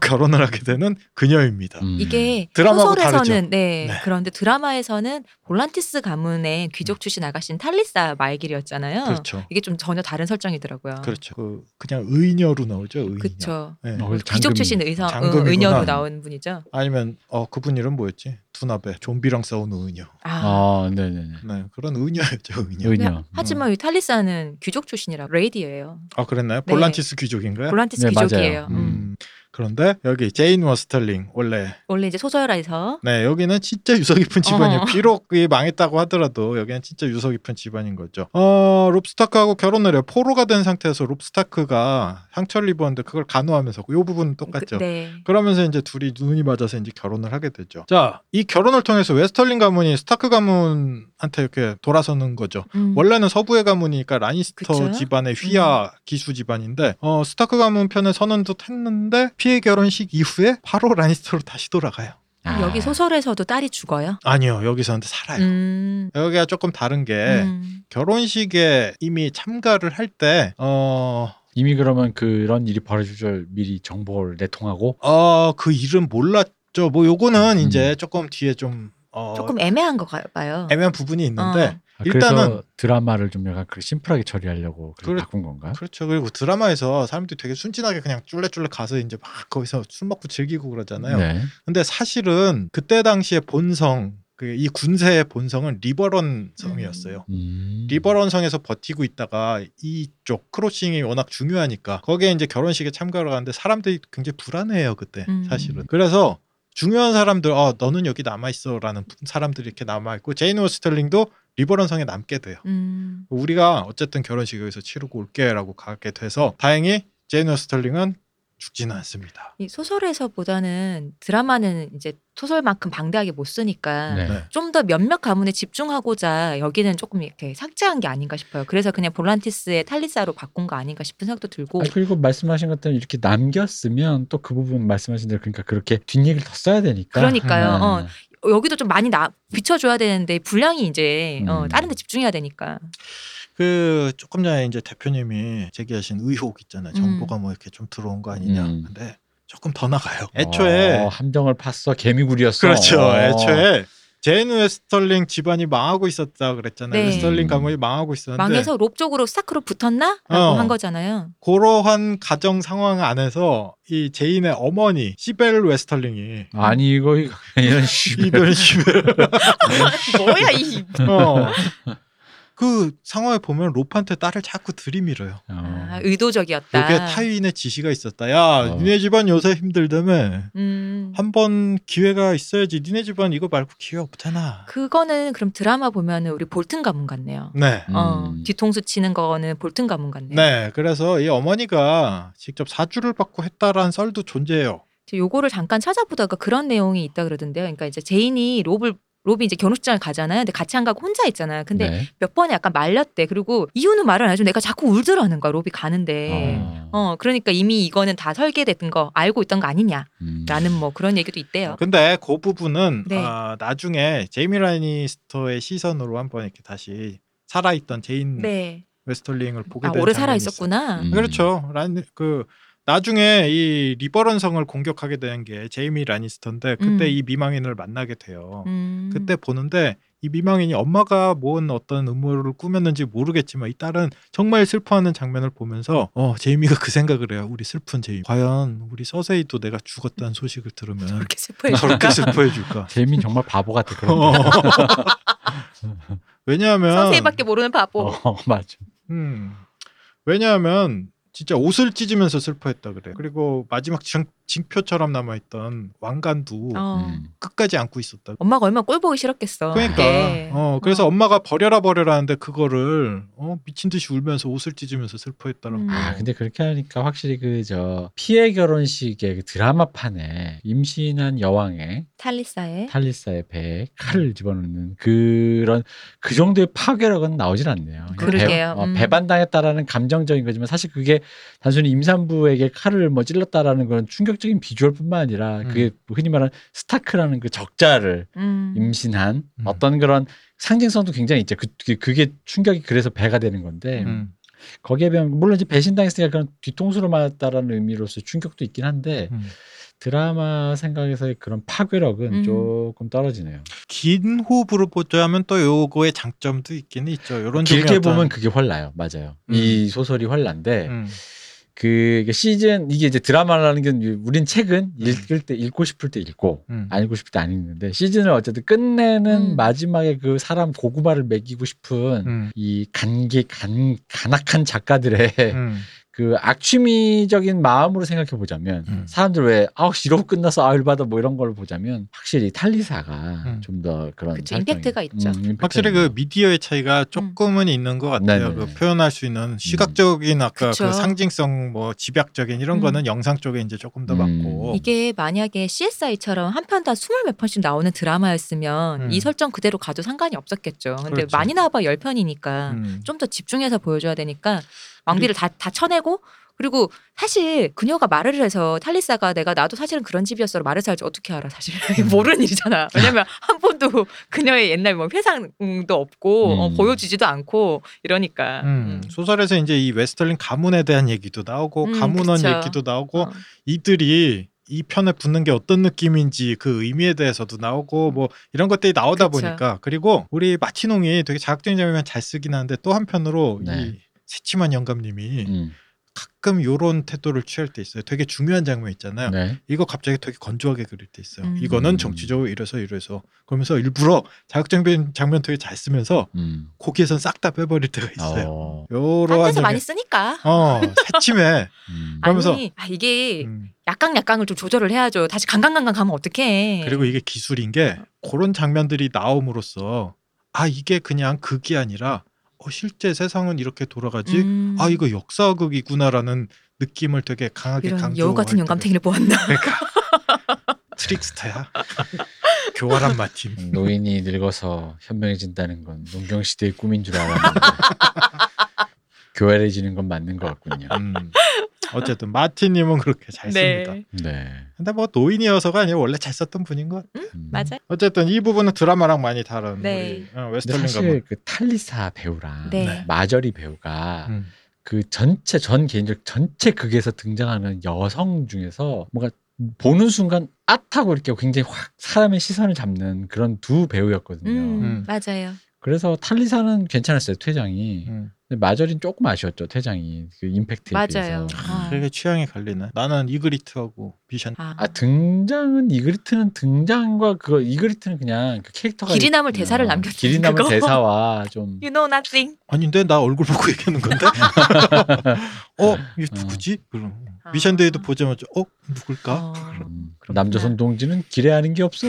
결혼을 하게 되는 그녀입니다.
음.
이게
드라마하고
소설에서는 네,
네.
그런데 드라마에서는 볼란티스 가문의 귀족 출신 아가씨인 탈리사 마이길이었잖아요.
그렇죠.
이게 좀 전혀 다른 설정이더라고요.
그렇죠. 그 그냥 의녀로 나오죠. 의녀.
아. 그렇죠.
예.
어, 그래서
귀족
장금이-
출신 의성 응,
장금이구나.
의녀로 나온 분이죠.
아니면 어 그분 이름 뭐였지? 두나베 좀비랑 싸우는 의녀.
아.
아, 네네네.
네 그런 의녀였죠
근데
의녀.
의녀.
음.
하지만 이 탈리사는 귀족 출신이라 레이디예요.
아 그랬나요?
네.
볼란티스 귀족인가요?
볼란티스
네, 맞아요.
귀족이에요.
음.
음. 그런데 여기 제인 워스털링 원래
원래 이제 소설에서
네 여기는 진짜 유서 깊은 집안이에요.
어허.
비록 이 망했다고 하더라도 여기는 진짜 유서 깊은 집안인 거죠. 어 롭스타크하고 결혼을 해요. 포로가 된 상태에서 롭스타크가 상처를 입었는데 그걸 간호하면서 이 부분은 똑같죠.
그, 네.
그러면서 이제 둘이 눈이 맞아서 이제 결혼을 하게 되죠. 자, 이 결혼을 통해서 웨스털링 가문이 스타크 가문한테 이렇게 돌아서는 거죠.
음.
원래는 서부의 가문이니까 라니스터
그쵸? 음.
집안의 휘하 기수 집안인데 어, 스타크 가문 편에 선언도 했는데 피해 결혼식 이후에 바로 라니스터로 다시 돌아가요. 네.
아.
음, 여기 소설에서도 딸이 죽어요.
아니요, 여기서는 살아요.
음.
여기가 조금 다른 게
음.
결혼식에 이미 참가를 할 때 어,
이미 그러면 그런 일이 벌어질 줄 미리 정보를 내통하고.
어, 그 이름 몰랐죠. 뭐 요거는
음.
이제 조금 뒤에 좀 어,
조금 애매한 거 봐요.
애매한 부분이 있는데
어.
아,
일단은-
그래서 드라마를 좀 약간 그 심플하게 처리하려고 그렇게
그렇-
바꾼
어.
건가?
그렇죠. 그리고 드라마에서 사람들이 되게 순진하게 그냥 쫄래쫄래 가서 이제 막 거기서 술 먹고 즐기고 그러잖아요.
네.
근데 사실은 그때 당시의 본성, 그 이 군세의 본성은 리버런 성이었어요.
음.
리버런 성에서 버티고 있다가 이쪽 크로싱이 워낙 중요하니까 거기에 이제 결혼식에 참가를 하는데 사람들이 굉장히 불안해요 그때
음.
사실은. 그래서 중요한 사람들, 어 너는 여기 남아 있어라는 사람들이 이렇게 남아 있고 제인 오스털링도 리버런 성에 남게 돼요.
음.
우리가 어쨌든 결혼식 여기서 치르고 올게라고 가게 돼서 다행히 제이너 스털링은 죽지는 않습니다.
이 소설에서보다는 드라마는 이제 소설만큼 방대하게 못 쓰니까
네.
네.
좀 더 몇몇 가문에 집중하고자 여기는 조금 이렇게 삭제한 게 아닌가 싶어요. 그래서 그냥 볼란티스의 탈리사로 바꾼 거 아닌가 싶은 생각도 들고
아, 그리고 말씀하신 것처럼 이렇게 남겼으면 또 그 부분 말씀하신 대로 그러니까 그렇게 뒷얘기를 더 써야 되니까.
그러니까요.
아,
어, 여기도 좀 많이 나 비춰줘야 되는데 분량이 이제 어,
음.
다른 데 집중해야 되니까
그 조금 전에 이제 대표님이 제기하신 의혹
음.
있잖아요. 정보가 뭐 이렇게 좀 들어온 거 아니냐.
음.
근데 조금 더 나가요. 애초에
어, 함정을 팠어 개미굴이었어.
그렇죠.
어.
애초에 제인 웨스털링 집안이 망하고 있었다 그랬잖아요.
네.
음.
웨스털링 가문이 망하고 있었는데
망해서 롭 쪽으로 스타크로 붙었나라고
어.
한 거잖아요.
그러한 가정 상황 안에서 이 제인의 어머니 시벨 웨스털링이
아니 이거 이거 이런 씨.
이별 시벨
뭐야 이
어. 그 상황에 보면 롭한테 딸을 자꾸 들이밀어요.
어.
아, 의도적이었다.
요게 타인의 지시가 있었다. 야,
어.
니네 집안 요새 힘들다며.
음.
한 번 기회가 있어야지. 니네 집안 이거 말고 기회 없잖아.
그거는 그럼 드라마 보면은 우리 볼튼 가문 같네요.
네.
어,
음.
뒤통수 치는 거는 볼튼 가문 같네요.
네, 그래서 이 어머니가 직접 사주를 받고 했다라는 썰도 존재해요.
저 요거를 잠깐 찾아보다가 그런 내용이 있다 그러던데요. 그러니까 이제 제인이 롭을 롭이 이제 결혼식장을 가잖아요. 근데 같이 안 가고 혼자 있잖아요. 근데
네.
몇 번에 약간 말렸대. 그리고 이유는 말을 안 해줘. 내가 자꾸 울더라는 거야. 롭이 가는데.
어.
어, 그러니까 이미 이거는 다 설계됐던 거 알고 있던 거 아니냐라는
음.
뭐 그런 얘기도 있대요.
근데 그 부분은
네.
아, 나중에 제이미 라니스터의 시선으로 한번 이렇게 다시 살아있던 제인
네.
웨스털링을 보게
아,
되는
오래
음. 장면이
살아
있어요.
있었구나.
음.
그렇죠. 란, 그 나중에 이 리버런성을 공격하게 되는 게 제이미 라니스터인데 그때
음.
이 미망인을 만나게 돼요.
음.
그때 뭐 보는데 이 미망인이 엄마가 모은 어떤 음모를 꾸몄는지 모르겠지만 이 딸은 정말 슬퍼하는 장면을 보면서 어 제이미가 그 생각을 해요. 우리 슬픈 제이미. 과연 우리 서세이도 내가 죽었다는 소식을 들으면
그렇게 슬퍼해.
저렇게 슬퍼해 줄까?
재민 정말 바보 같아 그런. 거.
어. 왜냐하면
선생님밖에 모르는 바보.
어, 맞아.
음. 왜냐하면 진짜 옷을 찢으면서 슬퍼했다 그래. 그리고 마지막 징, 징표처럼 남아있던 왕관도
어.
음.
끝까지 안고 있었다.
엄마가 얼마나 꼴 보기 네. 싫었겠어.
그러니까
그때.
어 그래서 엄마가 버려라 버려라 하는데 그거를 어 미친 듯이 울면서 옷을 찢으면서 슬퍼했다라고.
음.
아 근데 그렇게 하니까 확실히 그 저 피해 결혼식의 그 드라마판에 임신한 여왕의
탈리사의
탈리사의 배에 칼을 집어넣는 그런 그 정도의 파괴력은 나오질 않네요.
그러게요.
배- 어,
음.
배반당했다라는 감정적인 거지만 사실 그게 단순히 임산부에게 칼을 뭐 찔렀다라는 그런 충격적인 비주얼뿐만 아니라
음.
그게 흔히 말하는 스타크라는 그 적자를
음.
임신한
음.
어떤 그런 상징성도 굉장히 있죠. 그, 그게- 그게 충격이 그래서 배가 되는 건데
음.
거기에 비하면 물론 이제 배신당했으니까 그런 뒤통수를 맞았다라는 의미로서 의 충격도 있긴 한데
음.
드라마 생각에서의 그런 파괴력은
음.
조금 떨어지네요.
긴 호흡으로 보자면 또 요거의 장점도 있기는 있죠. 요런
길게
종의 어떤-
보면 그게 훨나요, 맞아요.
음.
이 소설이 훨난데
음.
그 이게 시즌 이게 이제 드라마라는 게 우린 책은 읽을 때 읽고 싶을 때 읽고
음.
안 읽고 싶을 때 안 읽는데 시즌을 어쨌든 끝내는
음.
마지막에 그 사람 고구마를 먹이고 싶은
음.
이 간기 간 간악한 작가들의
음.
그 악취미적인 마음으로 생각해 보자면
음.
사람들 왜 아우 이러고 끝나서 아유 받아 뭐 이런 걸 보자면 확실히 탈리사가
음.
좀 더 그런
그쵸,
활동이- 음,
임팩트가 있죠.
임팩트가
확실히
있는
그 미디어의
음.
차이가 조금은 있는 것 같아요.
네네네. 음.
그 표현할 수 있는 시각적인 아까 그
그쵸.
상징성 뭐 집약적인 이런
음.
거는 영상 쪽에 이제 조금 더
음.
맞고
이게 만약에 CSI처럼 한 편당 스물 몇 편씩 나오는 드라마였으면
음.
이 설정 그대로 가도 상관이 없었겠죠. 근데
그렇죠.
많이 나와봐 열 편이니까
음.
좀 더 집중해서 보여줘야 되니까 왕비를 다, 다 쳐내고 그리고 사실 그녀가 말을 해서 탈리사가 내가 나도 사실은 그런 집이었어 말을 살지 어떻게 알아 사실 모르는 일이잖아 왜냐면 한 번도 그녀의 옛날 뭐 회상도 없고 어,
음.
보여주지도 않고 이러니까
음. 소설에서 이제 이 웨스털링 가문에 대한 얘기도 나오고
음,
가문원
그쵸.
얘기도 나오고
어.
이들이 이 편에 붙는 게 어떤 느낌인지 그 의미에 대해서도 나오고 뭐 이런 것들이 나오다
그쵸.
보니까 그리고 우리 마티농이 되게 자극적인 장면 잘 쓰긴 하는데 또 한편으로
네.
이 새침한 영감님이
음.
가끔 요런 태도를 취할 때 있어요. 되게 중요한 장면 있잖아요.
네.
이거 갑자기 되게 건조하게 그릴 때 있어요.
음.
이거는 정치적으로 이래서 이래서 그러면서 일부러 자극적인 장면 되게 잘 쓰면서
음.
거기에선 싹 다 빼버릴 때가 있어요.
어.
딴
요러한
데서
장면.
많이 쓰니까
어, 새침해.
음.
그러면서-
아니 아, 이게
음.
약강 약강을 좀 조절을 해야죠. 다시 강강강강 가면 어떡해.
그리고 이게 기술인 게 그런 장면들이 나옴으로써 아 이게 그냥 극이 아니라 어, 실제 세상은 이렇게 돌아가지.
음,
아 이거 역사극이구나라는 느낌을 되게 강하게
이런
강조.
여우 같은 영감탱이를 보았나.
트릭스타야. 교활한 마틴.
음, 노인이 늙어서 현명해진다는 건 농경 시대의 꿈인 줄 알았는데 교활해지는 건 맞는 것 같군요.
음. 어쨌든 마티님은 그렇게 잘 씁니다.
네.
네.
근데 뭐 노인이어서가 아니라 원래 잘 썼던 분인 것. 같아요.
음.
맞아요.
어쨌든 이 부분은 드라마랑 많이 다른
네.
우리 어,
근데
웨스털링
사실
가문.
그 탈리사 배우랑
네.
마저리 배우가
음.
그 전체 전 개인적 전체 극에서 등장하는 여성 중에서 뭔가 보는 순간 앗하고 이렇게 굉장히 확 사람의 시선을 잡는 그런 두 배우였거든요.
음,
음.
맞아요.
그래서 탈리사는 괜찮았어요 퇴장이.
음.
근데 마저린 조금 아쉬웠죠 퇴장이 그 임팩트에
맞아요.
비해서.
아.
되게 취향이 갈리네. 나는 이그리트하고 미션.
아.
아 등장은 이그리트는 등장과 그거 이그리트는 그냥 그 캐릭터가
길이 남을 대사를 남겼던
길이 남을
그거.
대사와 좀
You know nothing.
아닌데 나 얼굴 보고 얘기하는 건데. 어, 이게 누구지? 그럼
아.
미션 데이도 보자마자 어, 누굴까?
어.
음,
그렇구나.
남조선 동지는 기대하는 게 없어.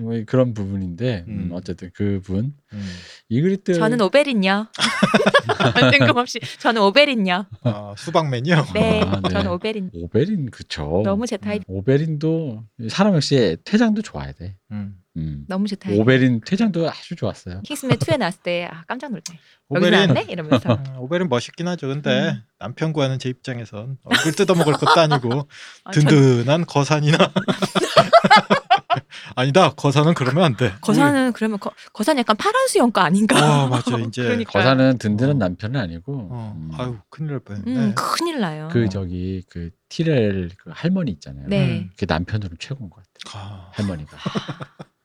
뭐 그런 부분인데 음,
음.
어쨌든 그분
음.
이그리트
저는 오베린요. 뜬금없이 저는 오베린요.
아, 수박맨이요.
네,
아, 네.
저는 오베린.
오베린 그쵸.
너무 제
어.
타입.
오베린도 사람 역시 퇴장도 좋아야 돼.
음.
음.
너무 제 타입.
오베린 퇴장도 아주 좋았어요.
킹스맨 2에 나왔을 때 아, 깜짝 놀랐네. 여기
오베린
나왔네? 음. 이러면서.
음, 오베린 멋있긴 하죠. 근데 남편 구하는 제 입장에선 얼굴 뜯어먹을 것도 아니고
아, 전
든든한 거산이나 아니다 거산은 그러면 안 돼.
거산은 그러면 거, 거산 약간 파란 수염가 아닌가?
어, 맞아요. 이제
그러니까.
거사는 든든한
어.
남편은 아니고
어,
음,
아유 큰일 날 뻔했네.
음, 큰일 나요.
그 저기 그 티렐 그 할머니 있잖아요.
음.
네.
그 남편으로 최고인 것 같아. 요
아,
할머니가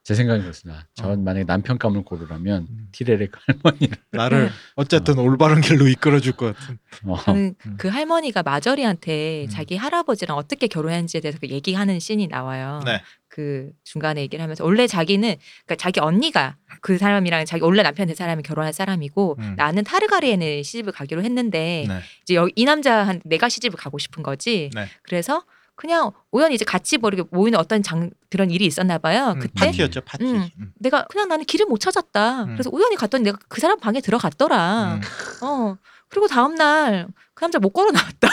제 생각은 그렇습니다.
어.
전 만약에 남편감을 고르라면
음.
티레레 할머니를
네.
나를 어쨌든 올바른 길로 이끌어줄 것 같은.
어,
저는
음.
그 할머니가 마저리한테
음.
자기 할아버지랑 어떻게 결혼했는지에 대해서 그 얘기하는 씬이 나와요.
네.
그 중간에 얘기를 하면서 원래 자기는 그러니까 자기 언니가 그 사람이랑 자기 원래 남편 된 사람이 결혼할 사람이고
음.
나는 타르가리엔을 시집을 가기로 했는데
네.
이제 여기 이 남자한 내가 시집을 가고 싶은 거지.
네.
그래서 그냥 우연히 이제 같이 뭐 이렇게 모이는 어떤 장 그런 일이 있었나 봐요.
음,
아, 그때
파티였죠 파티.
음.
음.
내가 그냥 나는 길을 못 찾았다.
음.
그래서 우연히 갔더니 내가 그 사람 방에 들어갔더라.
음.
어. 그리고 다음 날 그 남자 못 걸어 나왔다.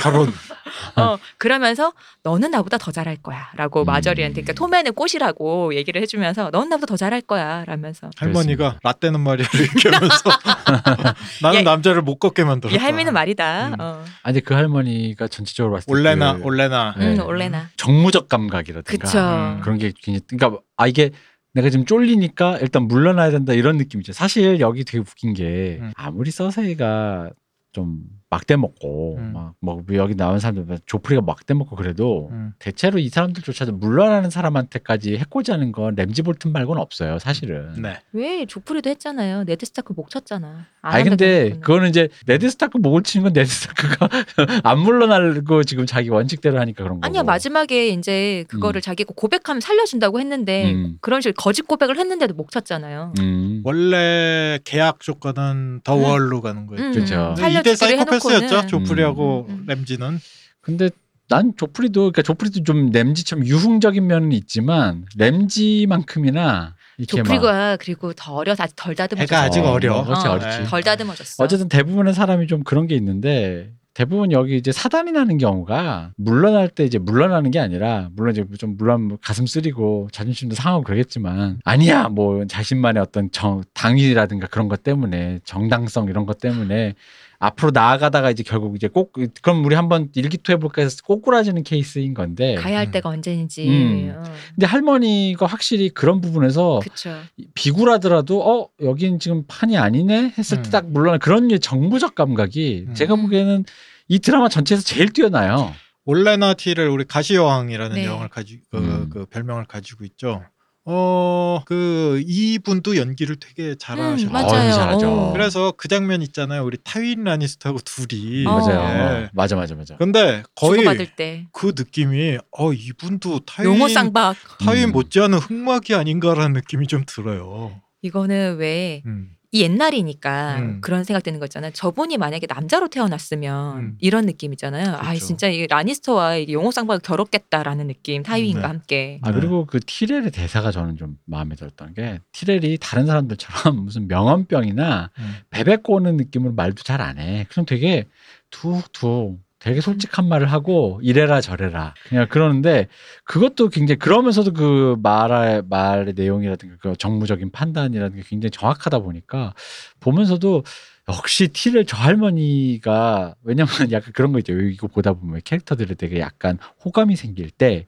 결혼.
어. 그러면서 너는 나보다 더 잘할 거야라고
아. 음.
마저리한테 그러니까 토맨의 꽃이라고 얘기를 해 주면서 너는 나보다 더 잘할 거야라면서
할머니가 라떼는 말이야 이렇게 하면서 나는
예.
남자를 못 걷게 만들었다.
이 할미는 말이다.
음.
어.
아니 근데 그 할머니가 전체적으로 봤을 때
올레나
그
올레나.
네.
음, 올레나.
정무적 감각이라든가
그쵸.
음,
런게 굉장히 그러니까 아 이게 내가 지금 쫄리니까 일단 물러나야 된다 이런 느낌이죠. 사실 여기 되게 웃긴 게
음.
아무리 서세이가 좀 막대 먹고
음.
막뭐 여기 나온 사람들 조프리가 막대 먹고 그래도
음.
대체로 이 사람들조차도 물러나는 사람한테까지 해코지하는 건 램지 볼튼 말고는 없어요. 사실은.
음.
네.
왜 조프리도 했잖아요. 네드 스타크 목 쳤잖아. 안
아니
한다고
근데
했잖아.
그거는 이제 네드 스타크 목을 치는 건 네드 스타크가 안 물러나고 지금 자기 원칙대로 하니까 그런 거고.
아니야 마지막에 이제 그거를
음.
자기가 고백하면 살려준다고 했는데
음.
그런 식으로 거짓 고백을 했는데도 목 쳤잖아요.
음.
원래 계약 조건은 더
음.
월로 가는 거예요.
음,
그렇죠.
살려주기로
이대 사이코패스였죠
해놓고는.
조프리하고
음.
램지는
근데 난 조프리도 그러니까 조프리도 좀 램지처럼 유흥적인 면은 있지만 램지만큼이나 이렇게 막
조프리가 그리고 더 어려서 아직 덜
애가
다듬어졌어.
아직
어,
어려. 네. 음.
그렇지,
어,
어리지.
그렇죠. 덜 다듬어졌어.
어쨌든 대부분의 사람이 좀 그런 게 있는데 대부분 여기 이제 사단이 나는 경우가 물러날 때 이제 물러나는 게 아니라 물론 이제 좀 물론 뭐 가슴 쓰리고 자존심도 상하고 그러겠지만 아니야 뭐 자신만의 어떤 정 당위라든가 그런 것 때문에 정당성 이런 것 때문에 앞으로 나아가다가 이제 결국 이제 꼭 그럼 우리 한번 일기토해 볼까 해서 꼬꾸라지는 케이스인 건데
가야 할
음.
때가 언제인지. 어.
음. 근데 할머니가 확실히 그런 부분에서
그렇죠.
비굴하더라도 어 여긴 지금 판이 아니네 했을
음.
때 딱 물론 그런 류의 정보적 감각이
음.
제가 보기에는 이 드라마 전체에서 제일 뛰어나요.
올레나 티를 우리 가시 여왕이라는
네.
영화를 가지 그,
음.
그 별명을 가지고 있죠. 어, 그 이분도 연기를 되게 잘하셨어요.
음, 맞아요.
어우, 잘하죠.
어.
그래서 그 장면 있잖아요. 우리 타윈 라니스터하고 둘이
어.
맞아요.
예.
맞아 맞아 맞아.
근데 거의
주고받을 때
그 느낌이 어 이분도 타윈
용어 쌍박
타윈
음.
못지않은 흑막이 아닌가라는 느낌이 좀 들어요.
이거는 왜 이
음.
옛날이니까
음.
그런 생각 드는 거 있잖아요. 저분이 만약에 남자로 태어났으면
음.
이런 느낌 있잖아요. 아
그렇죠.
진짜 이 라니스터와 이 용호 쌍박 결었겠다라는 느낌 타이윈과
네.
함께.
아 그리고 그 티렐의 대사가 저는 좀 마음에 들었던 게 티렐이 다른 사람들처럼 무슨 명언병이나
음.
베베 꼬는 느낌으로 말도 잘 안 해. 그냥 되게 툭툭
음.
되게 솔직한 말을 하고 이래라 저래라 그냥 그러는데 그것도 굉장히 그러면서도 그 말의 말의 내용이라든가 그 정무적인 판단이라든가 굉장히 정확하다 보니까 보면서도 역시 티를 저 할머니가 왜냐면 약간 그런 거 있죠. 이거 보다 보면 캐릭터들이 되게 약간 호감이 생길 때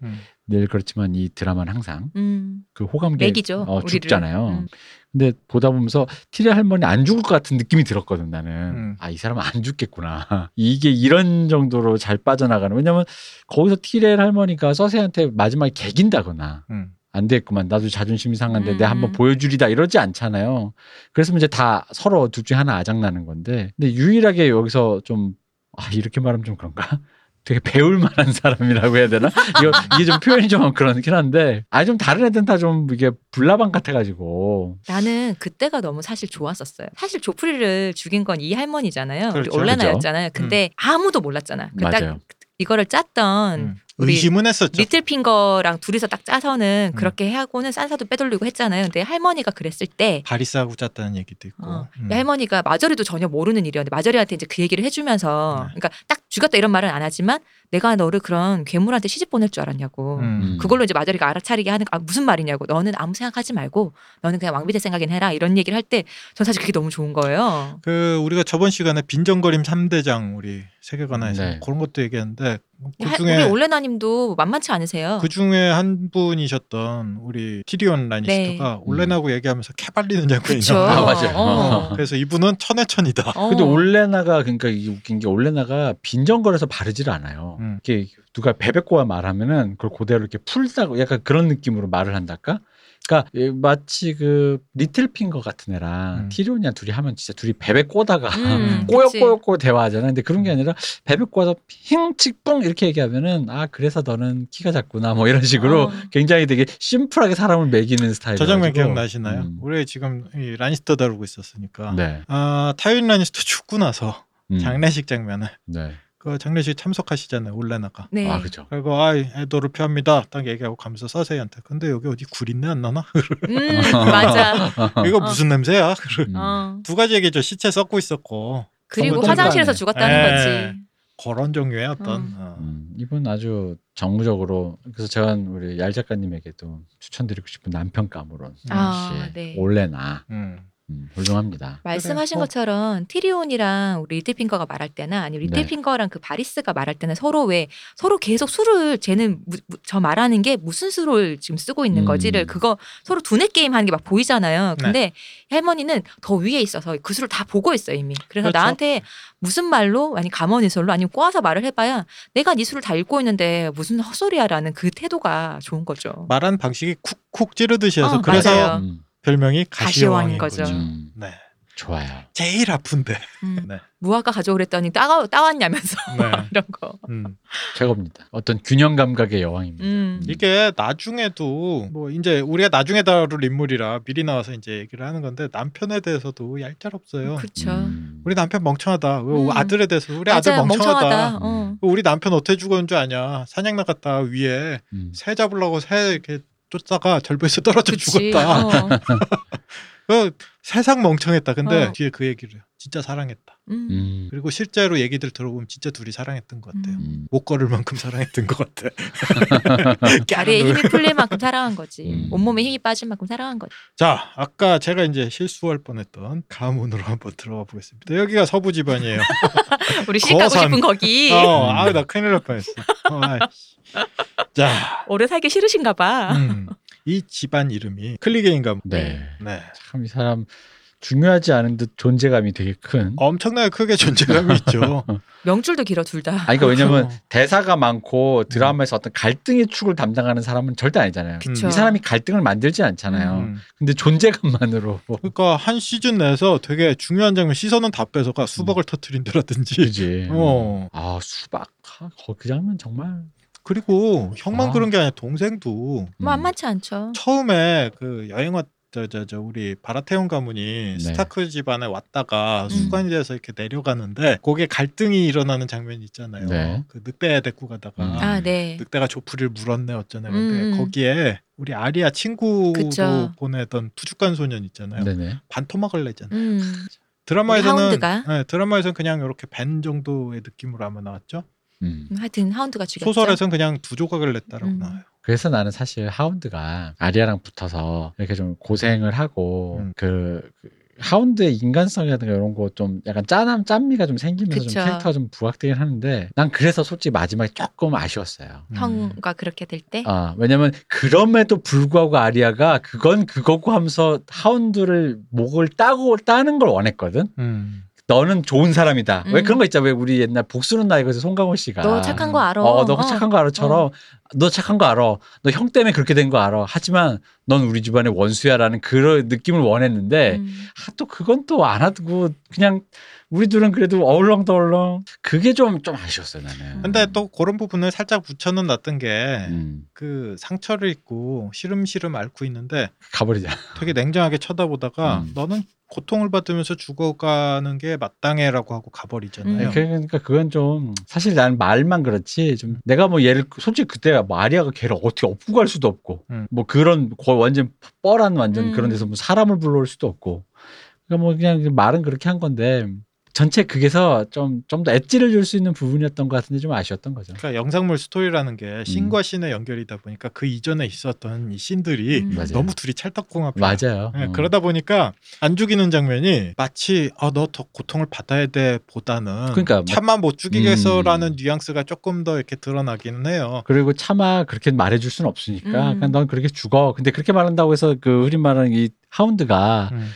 늘
음.
그렇지만 이 드라마는 항상
음.
그 호감계
맥이죠,
어,
우리를.
죽잖아요.
음.
근데 보다 보면서 티레 할머니 안 죽을 것 같은 느낌이 들었거든 나는.
음.
아 이 사람은 안 죽겠구나. 이게 이런 정도로 잘 빠져나가는. 왜냐면 거기서 티레 할머니가 서세한테 마지막에 개긴다거나
음.
안 되겠구만. 나도 자존심이 상한데 내가 한번
음.
보여주리다 이러지 않잖아요. 그래서 이제 다 서로 둘 중에 하나 아장나는 건데. 근데 유일하게 여기서 좀, 아, 이렇게 말하면 좀 그런가? 되게 배울 만한 사람이라고 해야 되나? 이거, 이게 좀 표현이 좀 그렇긴 한데. 아, 좀 다른 애들은 다 좀 이게 불나방 같아가지고.
나는 그때가 너무 사실 좋았었어요. 사실 조프리를 죽인 건 이 할머니잖아요.
그렇죠.
우리 올라나였잖아요. 근데 아무도 몰랐잖아. 그
맞아요.
딱 이거를 짰던
음.
우리
의심은 했었죠.
리틀핑거랑 둘이서 딱 짜서는
음.
그렇게 하고는 산사도 빼돌리고 했잖아요. 근데 할머니가 그랬을 때
발이 싸고 짰다는 얘기도 있고.
어, 이
음.
할머니가 마저리도 전혀 모르는 일이었는데 마저리한테 이제 그 얘기를 해주면서
네.
그러니까 딱 죽였다 이런 말은 안 하지만 내가 너를 그런 괴물한테 시집 보낼 줄 알았냐고
음.
그걸로 이제 마저리가 알아차리게 하는 거, 아, 무슨 말이냐고 너는 아무 생각하지 말고 너는 그냥 왕비 될 생각이나 해라 이런 얘기를 할 때 전 사실 그게 너무 좋은 거예요.
그 우리가 저번 시간에 빈정거림 3대장 우리 세계관에서
네.
그런 것도 얘기했는데 그
뭐 하- 우리
중에
올레나님도 만만치 않으세요.
그 중에 한 분이셨던 우리 티리온 라니스터가 올레나고 얘기하면서 캐발리는 장면이
네. 그쵸.
나와요.
아, 맞아요.
어.
그래서 이분은 천해천이다.
어.
근데 올레나가 그러니까 이게 웃긴 게 올레나가 빈정거려서 바르질 않아요.
음.
이게 누가 베베꼬와 말하면은 그걸 그대로 이렇게 풀다고 약간 그런 느낌으로 말을 한달까? 그러니까 예, 마치 그 리틀핑거 같은 애랑
음.
티리온이랑 둘이 하면 진짜 둘이 베베꼬다가
음, 그치.
꼬역꼬역꼬 대화하잖아. 근데 그런
음.
게 아니라 베베꼬아서 핑치뿡 이렇게 얘기하면은 아 그래서 너는 키가 작구나 뭐 이런 식으로
어.
굉장히 되게 심플하게 사람을 매기는 스타일.
저 장면 기억나시나요?
음.
우리 지금 이 라니스터 다루고 있었으니까.
네.
아 타윈 라니스터 죽고 나서
음.
장례식 장면을
네.
그 장례식 참석하시잖아요 올레나가.
네.
아 그죠.
그리고 아 애도를 표합니다. 딱 얘기하고 가면서 서세이한테 근데 여기 어디 굴인내 안 나나?
음, 맞아.
이거
어.
무슨 냄새야?
음.
어.
두 가지 얘기죠. 시체 썩고 있었고
그리고
정말
화장실에서
똥간에.
죽었다는
예.
거지.
그런 종류의 어떤
음.
어.
음, 이분 아주 정무적으로 그래서 제가 우리 얄 작가님에게도 추천드리고 싶은 남편 까무론
아,
씨
네.
올레나
음.
음, 훌륭합니다.
말씀하신
그래,
어.
뭐.
것처럼 티리온이랑 우리 리틀핑거가 말할 때나 아니면
네.
리틀핑거랑 그 바리스가 말할 때는 서로 왜 서로 계속 술을 쟤는 무- 무- 저 말하는 게 무슨 술을 지금 쓰고 있는
음.
거지를 그거 서로 두뇌 게임 하는 게 막 보이잖아요. 근데 할머니는 더 위에 있어서 그 술을 다 보고 있어 이미. 그래서
그렇죠.
나한테 무슨 말로 아니 감언이설로 아니면 꼬아서 말을 해봐야 내가 네 술을 다 읽고 있는데 무슨 헛소리야라는 그 태도가 좋은 거죠.
말한 방식이 쿡쿡 찌르듯이 해서
어,
그래서
맞아요.
음,
별명이
가시왕인
가시왕인 거죠.
거죠.
음,
네.
좋아요.
제일 아픈데.
음.
네.
무화과 가져오랬더니 따가 따왔냐면서
네.
이런 거.
음.
최고입니다. 어떤 균형 감각의 여왕입니다.
음.
이게 나중에도 뭐 이제 우리가 나중에 다룰 인물이라 미리 나와서 이제 얘기를 하는 건데 남편에 대해서도 얄짤없어요.
그렇죠.
음.
우리 남편 멍청하다. 우리
음.
아들에 대해서 우리 아들
맞아요.
멍청하다. 그
어.
우리 남편 어떻게 죽었는 줄 아냐? 사냥 나갔다 위에
음.
새 잡으려고 새 이렇게 쫓다가 절벽에서 떨어져
그치.
죽었다.
어.
그 세상 멍청했다. 근데
어.
뒤에 그 얘기를 해요. 진짜 사랑했다.
음.
음.
그리고 실제로 얘기들 들어보면 진짜 둘이 사랑했던 것 같아요.
음.
음.
못 걸을 만큼 사랑했던 것 같아.
다리에 힘이 풀릴 만큼 사랑한 거지.
음.
온몸에 힘이 빠질 만큼 사랑한 거지.
자, 아까 제가 이제 실수할 뻔했던 가문으로 한번 들어가 보겠습니다. 여기가 서부 집안이에요.
우리 시집 가고
거산.
싶은 거기
어, 아유 나 큰일 날 뻔했어. 어, 아이씨. 자,
오래 살기 싫으신가 봐.
음, 이 집안 이름이 클리게인가?
네.
네.
참 이 사람 중요하지 않은 듯 존재감이 되게 큰.
어. 엄청나게 크게 존재감이 있죠.
명줄도 길어 둘 다.
아니, 그러니까 왜냐면
그렇죠.
대사가 많고
음.
드라마에서 어떤 갈등의 축을 담당하는 사람은 절대 아니잖아요.
그쵸.
이 사람이 갈등을 만들지 않잖아요.
음.
근데 존재감만으로
그러니까 한 시즌 내에서 되게 중요한 장면 시선은 다 뺏어가 수박을 터트린다라든지
그지.
어.
아 수박. 아, 거- 그 장면 정말.
그리고 형만
아.
그런 게 아니라 동생도
뭐
음.
만만치 않죠.
처음에 그 여행 왔저 저, 저 우리 바라테온 가문이
네.
스타크 집안에 왔다가
음.
수관이 돼서 이렇게 내려가는데 거기에 갈등이 일어나는 장면이 있잖아요.
네.
그 늑대 데리고 가다가
음.
아 네.
늑대가 조프리를 물었네 어쩌네 근데
음.
거기에 우리 아리아 친구로
그쵸.
보내던 투죽간 소년 있잖아요.
네네.
반토막을 내잖아요.
음. 우리
드라마에서는
하운드가?
네, 드라마에서는 그냥 이렇게 밴 정도의 느낌으로 아마 나왔죠.
음.
하여튼 하운드가 죽였죠.
소설에서는 그냥 두 조각을 냈다라고
음.
나와요.
그래서 나는 사실 하운드가 아리아랑 붙어서 이렇게 좀 고생을 하고
음.
그, 그 하운드의 인간성이라든가 이런 거 좀 약간 짠함 짠미가 좀 생기면서
그쵸.
좀 캐릭터가 좀 부각되긴 하는데 난 그래서 솔직히 마지막에 조금 아쉬웠어요.
음.
형과 그렇게 될 때.
아 왜냐면 그럼에도 불구하고 아리아가 그건 그거고 하면서 하운드를 목을 따고 따는 걸 원했거든.
음.
너는 좋은 사람이다. 왜
음.
그런 거 있잖아. 왜 우리 옛날 복수는 나이거에서 송강호 씨가
너 착한 거 알아.
어, 너
어.
착한 거 알아처럼 너 착한 거 알아. 너 형 때문에 그렇게 된 거 알아. 하지만 넌 우리 집안의 원수야라는 그런 느낌을 원했는데
음.
아, 또 그건 또 안 하고 그냥 우리 둘은 그래도 어울렁더울렁 그게 좀 좀 아쉬웠어요 나는.
근데 또 그런 부분을 살짝 붙여는 놨던 게 그
음,
상처를 입고 시름시름 앓고 있는데
가버리자.
되게 냉정하게 쳐다보다가
음.
너는 고통을 받으면서 죽어가는 게 마땅해라고 하고 가버리잖아요.
음.
그러니까 그건 좀 사실 나는 말만 그렇지 좀 내가 뭐 얘를 솔직히 그때 마리아가 걔를 어떻게 업고 갈 수도 없고
음.
뭐 그런 거의 완전 뻘한 완전
음.
그런 데서 뭐 사람을 불러올 수도 없고 그러니까 뭐 그냥 말은 그렇게 한 건데 전체 그게서 좀 좀 더 엣지를 줄 수 있는 부분이었던 것 같은데 좀 아쉬웠던 거죠.
그러니까 영상물 스토리라는
음.
게 신과 신의 연결이다 보니까 그 이전에 있었던 이 신들이
음.
맞아요.
너무 둘이 찰떡궁합이야.
맞아요.
예,
어.
그러다 보니까 안 죽이는 장면이 마치 아, 너 더 고통을 받아야 돼 보다는
그러니까
참만 못 죽이겠어라는
음.
뉘앙스가 조금 더 이렇게 드러나기는 해요.
그리고 차마 그렇게 말해줄 수는 없으니까
음.
그냥 넌 그렇게 죽어. 근데 그렇게 말한다고 해서 그 흔히 말하는 이 하운드가
음.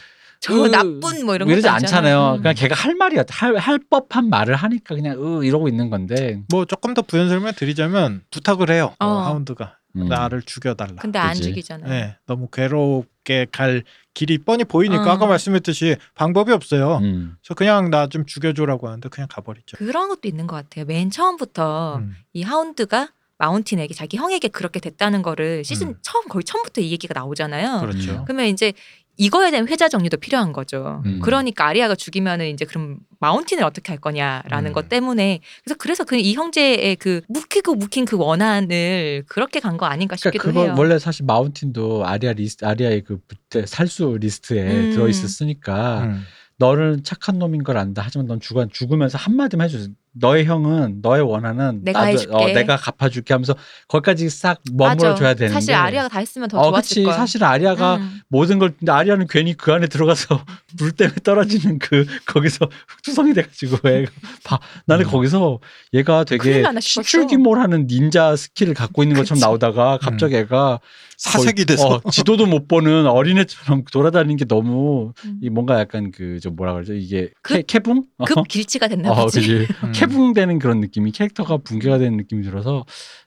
저 나쁜 뭐 이런
이러지
것도 아니잖아요.
않잖아요.
음.
그냥 걔가 할 말이야. 할, 할 법한 말을 하니까 그냥 으 이러고 있는 건데.
뭐 조금 더 부연 설명 드리자면 부탁을 해요. 어,
어.
하운드가
음.
나를 죽여달라.
근데 안
그지.
죽이잖아요.
네, 너무 괴롭게 갈 길이 뻔히 보이니까
어.
아까 말씀했듯이 방법이 없어요.
음.
그래서 그냥 나 좀 죽여줘라고 하는데 그냥 가버리죠.
그런 것도 있는 것 같아요. 맨 처음부터
음.
이 하운드가 마운틴에게 자기 형에게 그렇게 됐다는 거를 시즌
음.
처음 거의 처음부터 이 얘기가 나오잖아요.
그렇죠.
어. 그러면 이제 이거에 대한 회자 정리도 필요한 거죠.
음.
그러니까 아리아가 죽이면은 이제 그럼 마운틴을 어떻게 할 거냐라는
음.
것 때문에 그래서 그래서 그 이 형제의 그 묵히고 묵힌 그 원한을 그렇게 간 거 아닌가
그러니까
싶기도
그거
해요.
원래 사실 마운틴도 아리아 리스트, 아리아의 그 부태- 살수 리스트에
음.
들어 있었으니까
음.
너는 착한 놈인 걸 안다. 하지만 넌 죽어 죽으면서 한 마디만 해줘. 너의 형은 너의 원하는
내가 해줄게.
어, 내가 갚아줄게 하면서 거기까지 싹 머물러 줘야
맞아.
되는데
사실 아리아가 다 했으면 더
어,
좋았을
그치.
거야.
사실 아리아가
음.
모든 걸 근데 아리아는 괜히 그 안에 들어가서 불 때문에 떨어지는 그 거기서 흑투성이 돼가지고 애가 봐 나는
음.
거기서 얘가
네, 큰일
되게
나나 싶었어.
시출기몰하는 닌자 스킬을 갖고 있는 것처럼
그치.
나오다가 갑자기 애가
음. 사색이
거의-
돼서
어, 지도도 못 보는 어린애처럼 돌아다니는 게 너무
음.
이 뭔가 약간 그 저 뭐라 그러죠 이게
급-
캐, 캐붕 어,
급 길치가 됐나
어,
보지.
그지.
음.
캐붕되는 그런 느낌이 캐릭터가 붕괴가 되는 느낌이 들어서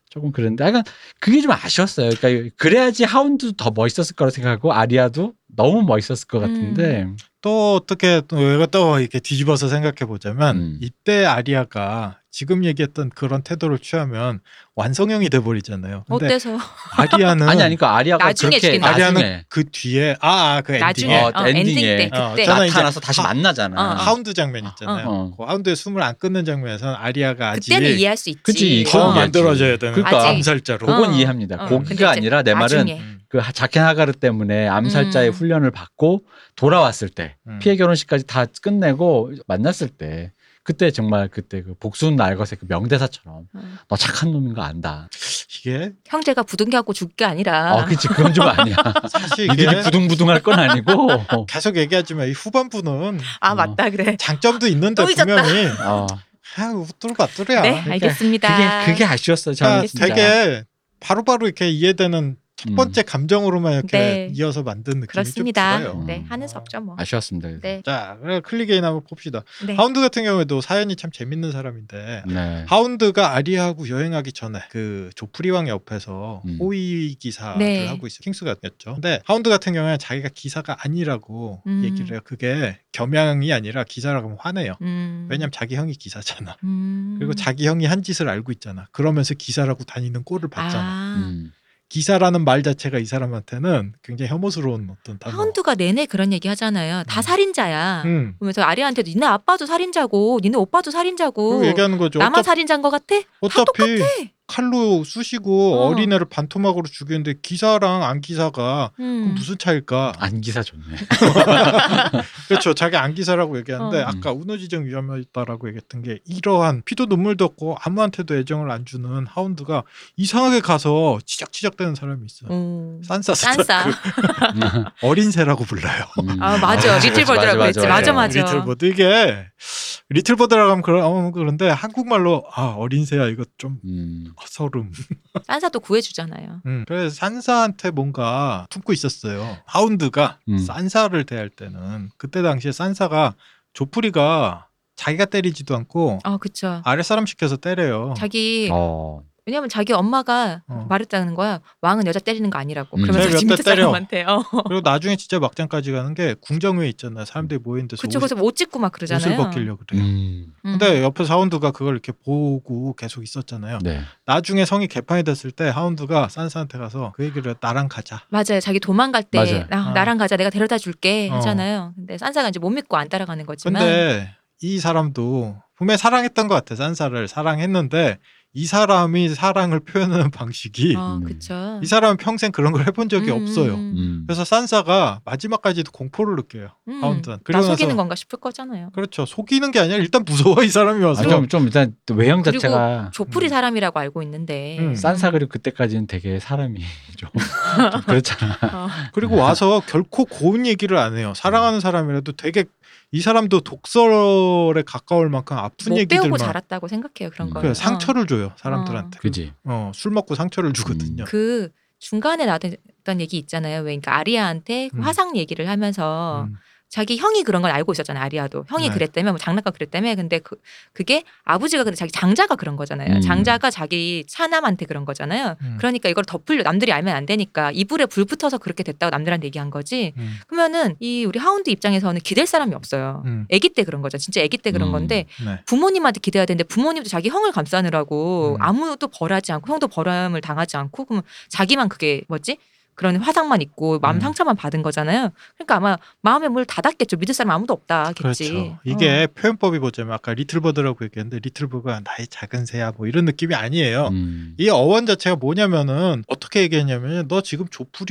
조금 그랬는데 약간 그게 좀 아쉬웠어요. 그러니까 그래야지 하운드도 더 멋있었을 거라 생각하고 아리아도 너무 멋있었을 것 같은데
음.
또 어떻게 또 외가 또 이렇게 뒤집어서 생각해 보자면
음.
이때 아리아가 지금 얘기했던 그런 태도를 취하면 완성형이 돼 버리잖아요. 근데
어때서? 네.
아리아는
아니 아니 그 아리아가
나중에
그렇게
죽인다.
아리아는
나중에
그 뒤에 아그 엔딩에
나중에
어,
어,
엔딩에.
엔딩 때
어,
그때
저는
나타나서
이제
다시
하-
만나잖아.
어.
하운드 장면 있잖아요.
어, 어.
그 하운드의 숨을 안 끊는 장면에서는 아리아가 아직
그때는 이해할 수 있지.
그치,
더
그건 이해하지.
만들어져야 되는
그러니까.
암살자로.
그건
어.
이해합니다.
어. 근데
고기가
이제
아니라 내 말은
나중에.
음,
그 하- 자켄 하가르 때문에 암살자의
음.
훈련을 받고 돌아왔을 때
음.
예. 피해 결혼식까지 다 끝내고 만났을 때 그때 정말 그때 그 복수는 날것의 그 명대사처럼
음.
너 착한 놈인 거 안다.
이게
형제가 부둥켜갖고 죽게 아니라
어, 그치 그건 좀 아니야.
사실 이게
니들이 부둥부둥할 건 아니고. 어.
계속 얘기하지만 이 후반부는
아
어.
맞다 그래.
장점도 있는데
또 잊었다.
분명히 아
어.
그러니까 우뚜루바뚜루야.
네 알겠습니다.
그게 그게 아쉬웠어요. 저는
그러니까
진짜.
되게 바로바로 이렇게 이해되는 첫
음.
번째 감정으로만 이렇게
네.
이어서 만든 느낌이 좀
그렇습니다.
들어요.
네
음.
하는 수 없죠 뭐.
아쉬웠습니다. 그래서.
네.
자, 그럼 클릭인 한번 봅시다.
네.
하운드 같은 경우에도 사연이 참 재밌는 사람인데
네.
하운드가 아리아하고 여행하기 전에 그 조프리 왕 옆에서
음.
호위 기사를
네.
하고 있어요. 킹스가였죠. 근데 하운드 같은 경우에는 자기가 기사가 아니라고
음.
얘기를 해요. 그게 겸양이 아니라 기사라고 하면 화내요.
음.
왜냐면 자기 형이 기사잖아.
음.
그리고 자기 형이 한 짓을 알고 있잖아. 그러면서 기사라고 다니는 꼴을 봤잖아.
아,
음.
기사라는 말 자체가 이 사람한테는 굉장히 혐오스러운 어떤 단어.
하운드가 내내 그런 얘기 하잖아요. 다
음.
살인자야.
음.
그러면서 아리아한테도 니네 아빠도 살인자고, 니네 오빠도 살인자고,
그리고 얘기하는 거죠.
나만
어차,
살인자인 것 같아? 음. 다
어차피
똑같아.
칼로 쑤시고
어.
어. 린애를 반토막으로 죽이는데 기사랑 안 기사가
음.
그럼 무슨 차일까?
안기사 좋네.
그렇죠. 자기 안 기사라고 얘기하는데
어.
아까 우노지정 위험했다라고 얘기했던 게 이러한 피도 눈물도 없고 아무한테도 애정을 안 주는 하운드가 이상하게 가서 치적치적대는 사람이 있어요.
음.
산사스
싼싸.
어린 새라고 불러요.
음.
아 맞아. 리틀버드라고
맞아,
그랬지. 맞아
맞아,
맞아.
리틀버드 이게 리틀버드라고 하면 그런 어, 그런데 한국말로 아 어린 새야 이거 좀
음.
허서름.
싼싸도 구해주잖아요.
음, 그래서 산사한테 뭔가 품고 있었어요. 하운드가
음.
산사를 대할 때는 그때 당시에 산사가 조프리가 자기가 때리지도 않고
아 그쵸.
아랫 사람 시켜서 때려요.
자기
어.
왜냐면 자기 엄마가
어.
말했다는 거야. 왕은 여자 때리는 거 아니라고.
음.
그러면서
제가 몇
지 밑에
대 때려.
사람한테. 어.
그리고 나중에 진짜 막장까지 가는 게 궁정회 있잖아요. 사람들이 모인 데서
그쵸.
옷,
그래서 옷 찍고 막
옷을
그러잖아요.
벗기려고 그래요.
음.
음.
근데 옆에 서 하운드가 그걸 이렇게 보고 계속 있었잖아요.
네.
나중에 성이 개판이 됐을 때 하운드가 산사한테 가서 그 얘기를 해요. 나랑 가자.
맞아요. 자기 도망갈 때
맞아요.
나,
아.
나랑 가자. 내가 데려다 줄게
어.
하잖아요. 근데 산사가 이제 못 믿고 안 따라가는 거지만
근데 이 사람도 분명히 사랑했던 것 같아. 산사를 사랑했는데 이 사람이 사랑을 표현하는 방식이
어,
음.
그쵸.
이 사람은 평생 그런 걸 해본 적이
음, 음,
없어요.
음.
음.
그래서 산사가 마지막까지도 공포를 느껴요.
음.
하운드는.
나
그리고
속이는
나서-
건가 싶을 거잖아요.
그렇죠. 속이는 게 아니라 일단 무서워 이 사람이 와서.
아, 좀, 좀 일단 또 외형
그리고
자체가
조풀이
음.
사람이라고 알고 있는데
음.
산사 그리고 그때까지는 되게 사람이 좀, 좀 그렇잖아.
어.
그리고 와서 결코 고운 얘기를 안 해요. 사랑하는 사람이라도 되게 이 사람도 독설에 가까울 만큼 아픈
못 배우고
얘기들만
자랐다고 생각해요 그런 어.
음.
거.
그 상처를 줘요 사람들한테.
그지?
어, 술 먹고 상처를 주거든요.
그 중간에 나왔던 얘기 있잖아요. 왜 그러니까 아리아한테 그
음.
화상 얘기를 하면서
음.
자기 형이 그런 건 알고 있었잖아요. 아리아도 형이
네.
그랬다며 뭐 장난감 그랬다며 근데 그 그게 아버지가 근데 자기 장자가 그런 거잖아요.
음.
장자가 자기 차남한테 그런 거잖아요.
음.
그러니까 이걸 덮으려 남들이 알면 안 되니까 이불에 불 붙어서 그렇게 됐다고 남들한테 얘기한 거지.
음.
그러면은 이 우리 하운드 입장에서는 기댈 사람이 없어요.
음.
아기 때 그런 거죠. 진짜 아기 때 그런
음.
건데
네.
부모님한테 기대야 되는데 부모님도 자기 형을 감싸느라고
음.
아무도 벌하지 않고 형도 벌함을 당하지 않고 그럼 자기만 그게 뭐지? 그런 화상만 있고 마음
음.
상처만 받은 거잖아요. 그러니까 아마 마음에 물 닫았겠죠. 믿을 사람 아무도 없다겠지. 어.
그렇죠. 이게 표현법이 보자면 아까 리틀버드라고 얘기했는데 리틀버드가 나의 작은 새야 뭐 이런 느낌이 아니에요.
음.
이 어원 자체가 뭐냐면은 어떻게 얘기했냐면 너 지금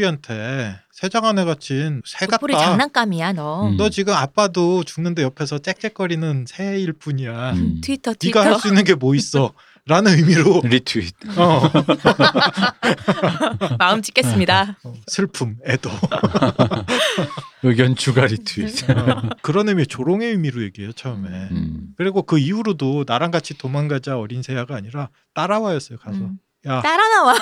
조풀이한테 새장 안에 갇힌 새 같다.
우리 장난감이야 너.
음.
너 지금 아빠도 죽는데 옆에서 짹짹거리는 새일 뿐이야.
음.
트위터 트위터.
네가 할 수 있는 게 뭐 있어? 라는 의미로
리트윗.
어,
마음
네,
짓겠습니다.
슬픔, 애도
의견 추가 리트윗.
어, 그런 의미 조롱의 의미로 얘기해요 처음에.
음.
그리고 그 이후로도 나랑 같이 도망가자 어린 새야가 아니라 따라와였어요 가서
음.
야,
따라 나와.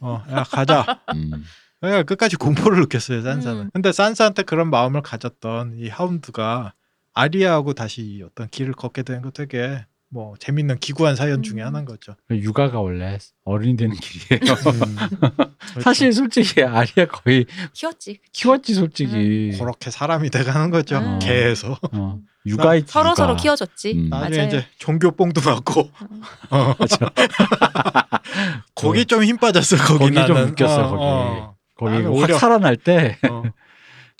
어, 야 가자.
음.
야, 끝까지 공포를 느꼈어요 산사는.
음.
근데 산사한테 그런 마음을 가졌던 이 하운드가 아리아하고 다시 어떤 길을 걷게 된 거 되게 뭐 재밌는 기구한 사연 중에
음.
하나인 거죠.
육아가 원래 어른이 되는 길이에요.
그렇죠.
사실 솔직히 아리아 거의
키웠지.
키웠지 솔직히.
그렇게 사람이 돼가는 거죠.
음.
개에서
어. 육아의
서로 서로 키워줬지.
음.
나중에
맞아요.
이제 종교뽕도 맞고 어. 거기 좀 힘 빠졌어 거기
거기 좀
나는.
웃겼어,
어,
거기.
어,
거기
나는
확
오히려-
살아날 때
어.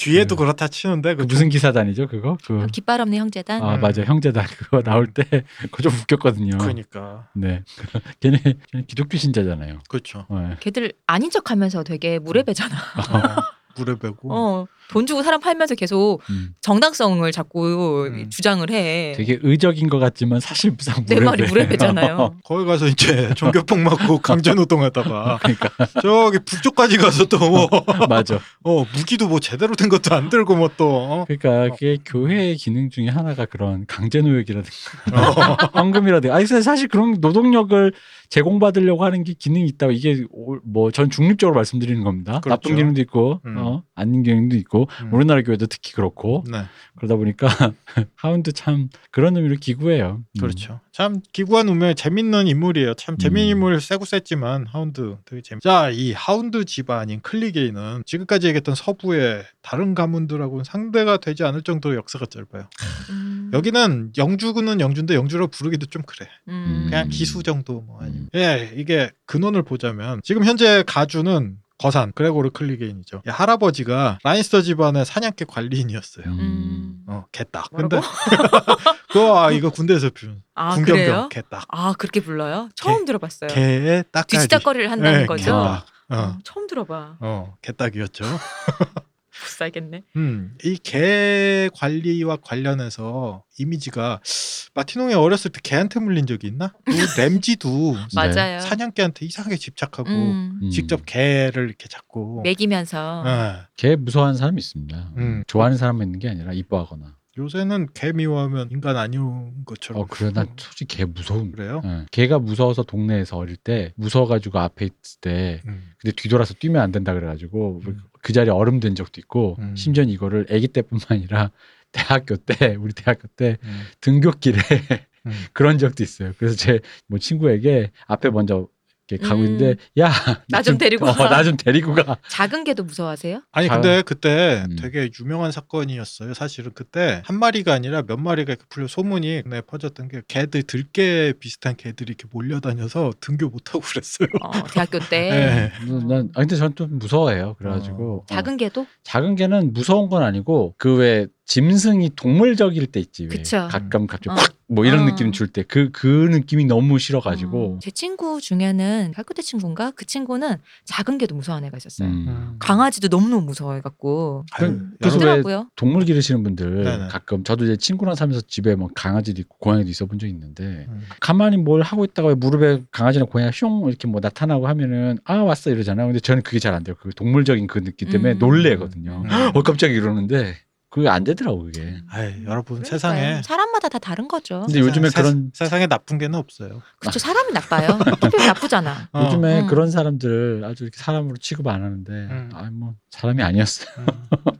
뒤에도 그렇다 치는데
그
그
무슨 기사단이죠 그거? 그
아, 깃발 없는 형제단.
아 맞아 형제단 그거 나올 때 그거 좀 웃겼거든요.
종- 그러니까
네. 걔네, 걔네 기독교 신자잖아요.
그렇죠.
네.
걔들 아닌 척하면서 되게 무례배잖아.
어, 물에 배고
어. 돈 주고 사람 팔면서 계속
음.
정당성을 자꾸
음.
주장을 해.
되게 의적인 것 같지만 사실상
네. 내 말이 무례배잖아요.
거기 가서 이제 종교폭 맞고 강제노동하다가
그러니까
저기 북쪽까지 가서 또 뭐,
맞아.
어, 무기도 뭐 제대로 된 것도 안 들고 뭐또 어?
그러니까 그게 교회의 기능 중에 하나가 그런 강제 노역이라든가
어.
황금이라든가. 아니 근데 사실 그런 노동력을 제공받으려고 하는 게 기능이 있다고 이게 뭐 전 중립적으로 말씀드리는 겁니다.
그렇죠.
나쁜 기능도 있고
음.
어, 아닌 기능도 있고
음.
우리나라 교회도 특히 그렇고
네.
그러다 보니까 하운드 참 그런 의미로 기구해요. 음.
그렇죠. 참 기구한 운명에 재밌는 인물이에요. 참 재밌는
음.
인물 세고 셌지만 하운드 되게 재밌. 자, 이 하운드 집안인 클리게이는 지금까지 얘기했던 서부의 다른 가문들하고는 상대가 되지 않을 정도로 역사가 짧아요.
음.
여기는 영주군은 영주인데 영주라고 부르기도 좀 그래.
음.
그냥
음.
기수 정도 뭐 아니면.
음.
예, 이게 근원을 보자면 지금 현재 가주는 거산 그레고르 클리게인이죠. 예, 이 할아버지가 라인스터 집안의 사냥개 관리인이었어요.
음.
음.
어, 개딱.
뭐라고?
근데 그거 아 이거 군대에서 표현.
아
군경병
그래요?
개딱.
아 그렇게 불러요? 처음 들어봤어요.
개의 딱까지.
뒤치다거리를 한다는
네,
거죠.
개딱. 어.
아, 처음 들어봐.
어, 개딱이었죠.
못 살겠네.
음, 이 개 관리와 관련해서 이미지가 마티노이 어렸을 때 개한테 물린 적이 있나? 그 램지도
맞아요.
사냥개한테 이상하게 집착하고
네. 음.
음.
직접 개를 이렇게 잡고.
먹이면서
예.
개 무서워하는 사람이 있습니다.
음.
좋아하는 사람만 있는 게 아니라 이뻐하거나.
요새는 개 미워하면 인간 아니온 것처럼.
어 그래
그렇죠.
난 솔직히 개 무서운.
그래요?
예. 개가 무서워서 동네에서 어릴 때 무서워가지고 앞에 있을 때
음.
근데 뒤돌아서 뛰면 안 된다 그래가지고
음.
그 자리에 얼음 된 적도 있고
음.
심지어 는 이거를 아기 때뿐만 아니라 대학교 때 우리 대학교 때
음.
등굣길에
음.
그런 적도 있어요. 그래서 제 뭐 친구에게 앞에 먼저 이렇게 가고
음.
있는데 야
나좀 데리고 가.
나 좀 데리고 가.
작은 개도 무서워하세요?
아니
자-
근데 그때
음.
되게 유명한 사건이었어요. 사실은 그때 한 마리가 아니라 몇 마리가 이렇게 풀려 소문이 내 퍼졌던 게 개들 들개 비슷한 개들이 이렇게 몰려다녀서 등교 못 하고 그랬어요.
어, 대학교 때
예.
난- 난 아, 근데 저는 좀 무서워해요. 그래가지고 어.
작은 개도
작은 개는 무서운 건 아니고 그 왜 짐승이 동물적일 때 있지. 왜
그쵸.
가끔 갑자기
어.
확뭐 이런
어.
느낌 줄 때 그 그 느낌이 너무 싫어가지고.
어, 제 친구 중에는 학교 때 친구인가 그 친구는 작은 개도 무서워하는 애가 있었어요.
음.
강아지도 너무너무 음, 무서워해갖고
아유,
그래서 왜-
그러더라고요.
동물 기르시는 분들
네네.
가끔 저도 이제 친구랑 살면서 집에 뭐 강아지도 있고 고양이도 있어본 적 있는데
음.
가만히 뭘 하고 있다가 무릎에 강아지나 고양이가 슝 이렇게 뭐 나타나고 하면은 아 왔어 이러잖아요. 근데 저는 그게 잘 안 돼요. 그 동물적인 그 느낌 때문에
음.
놀래거든요.
음.
어 갑자기 이러는데 그게 안 되더라고
음.
그게.
아이, 여러분
그러니까요.
세상에
사람마다 다 다른 거죠.
근데 요즘에
세-
그런
세상에 나쁜 개는 없어요.
그쵸 사람이 나빠요. 투표 나쁘잖아.
어.
요즘에
음.
그런 사람들 아주 이렇게 사람으로 취급 안 하는데
음.
아 뭐 사람이 아니었어요.
음.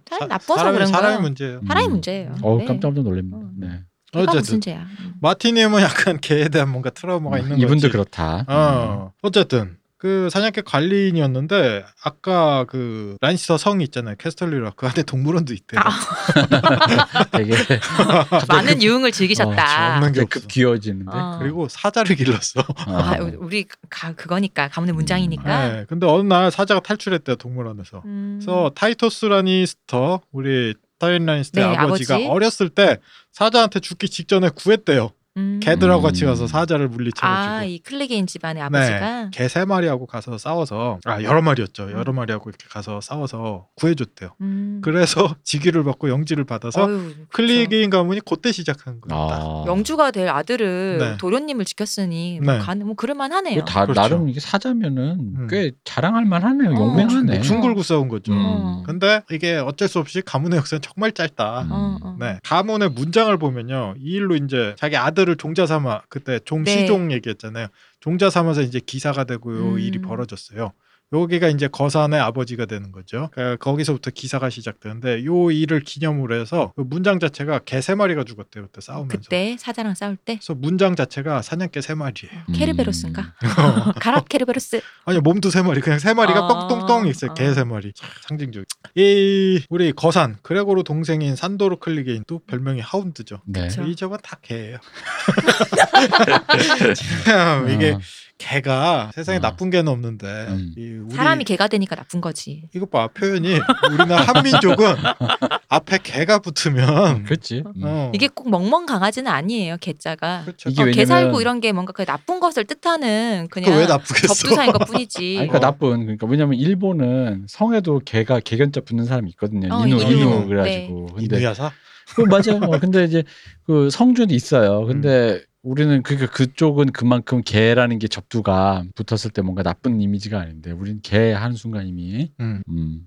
사람이
사-
나빠서
사람이-
그런 거야.
사람이 문제예요.
사람이
음.
문제예요.
어우
네.
깜짝깜짝 놀랍니다.
어.
네.
개가 무슨
어쨌든
죄야? 음.
마티님은 약간 개에 대한 뭔가 트라우마가 있는 거지.
음, 이분도 그렇다. 음.
어. 어쨌든 그 사냥개 관리인이었는데 아까 그 라니스터 성이 있잖아요. 캐스털리라 그 안에 동물원도 있대. 요
아.
음, 되게
많은 유흥을 즐기셨다.
그 어, 정말.
되게 네, 급 귀여워지는데.
어.
그리고 사자를 길렀어.
아, 우리 가, 그거니까 가문의 문장이니까.
네. 근데 어느 날 사자가 탈출했대요 동물원에서.
아. 음.
그래서 타이토스 라니스터 우리 타인 라니스터의
네,
아버지가
아버지.
어렸을 때 사자한테 죽기 직전에 구했대요.
음.
개들하고
음.
같이 가서 사자를 물리쳐가지고. 네.
아, 이 클리게인 집안의 아버지가
개 세 마리하고 가서 싸워서 아 여러 마리였죠 여러 마리하고 이렇게 가서 싸워서 구해줬대요
음.
그래서 직위를 받고 영지를 받아서
어휴, 그쵸.
클리게인 가문이 그때 시작한 거였다
아.
영주가 될 아들을
네.
도련님을 지켰으니
네.
뭐, 간- 뭐 그럴만하네요.
이거 다
그렇죠.
나름 이게 사자면은
음.
꽤 자랑할 만하네요.
어.
용맹하네.
중굴고 싸운 거죠
음.
근데 이게 어쩔 수 없이 가문의 역사는 정말 짧다
음.
어, 어.
네 가문의 문장을 보면요 이 일로 이제 자기 아들을 종자 삼아 그때
네.
종시종 얘기했잖아요 종자 삼아서 이제 기사가 되고 요
음.
일이 벌어졌어요 여기가 이제 거산의 아버지가 되는 거죠. 그러니까 거기서부터 기사가 시작되는데 요 일을 기념으로 해서 그 문장 자체가 개 세 마리가 죽었대요. 그때 싸우면서.
그때 사자랑 싸울 때
그래서 문장 자체가 사냥개 세 마리예요.
음.
케르베로스인가? 가라 케르베로스.
아니 몸도 세 마리 그냥 세 마리가
아,
뻥뚱뚱 있어요. 개 세 마리 참 상징적. 이 우리 거산 그레고르 동생인 산도르 클리게인 또 별명이 하운드죠.
네.
그쵸.
이 저건 다 개예요. 참 음, 이게
아,
개가 세상에
아.
나쁜 개는 없는데
음.
이 우리
사람이 개가 되니까 나쁜 거지.
이것 봐 표현이 우리나라 한민족은 앞에 개가 붙으면
그렇지. 음.
어,
이게 꼭 멍멍 강아지는 아니에요. 개자가.
그렇죠.
이게
어,
왜냐면-
개 살고 이런 게 뭔가 그 나쁜 것을 뜻하는
그거 왜
그냥
나쁘겠어?
접두사인 것
아니,
뿐이지.
그러니까
어.
나쁜 그러니까 왜냐면 일본은 성에도 개가 개견자 붙는 사람이 있거든요.
어, 네.
이누
이누.
이누 그래가지고 근데
이누야사
그 맞아요. 어, 근데 이제 그 성준이
음.
있어요. 근데 우리는 그러니까 그니까 그쪽은 그만큼 개라는 게 접두가 붙었을 때 뭔가 나쁜 이미지가 아닌데 우린 개 하는 순간 이미
음.
음,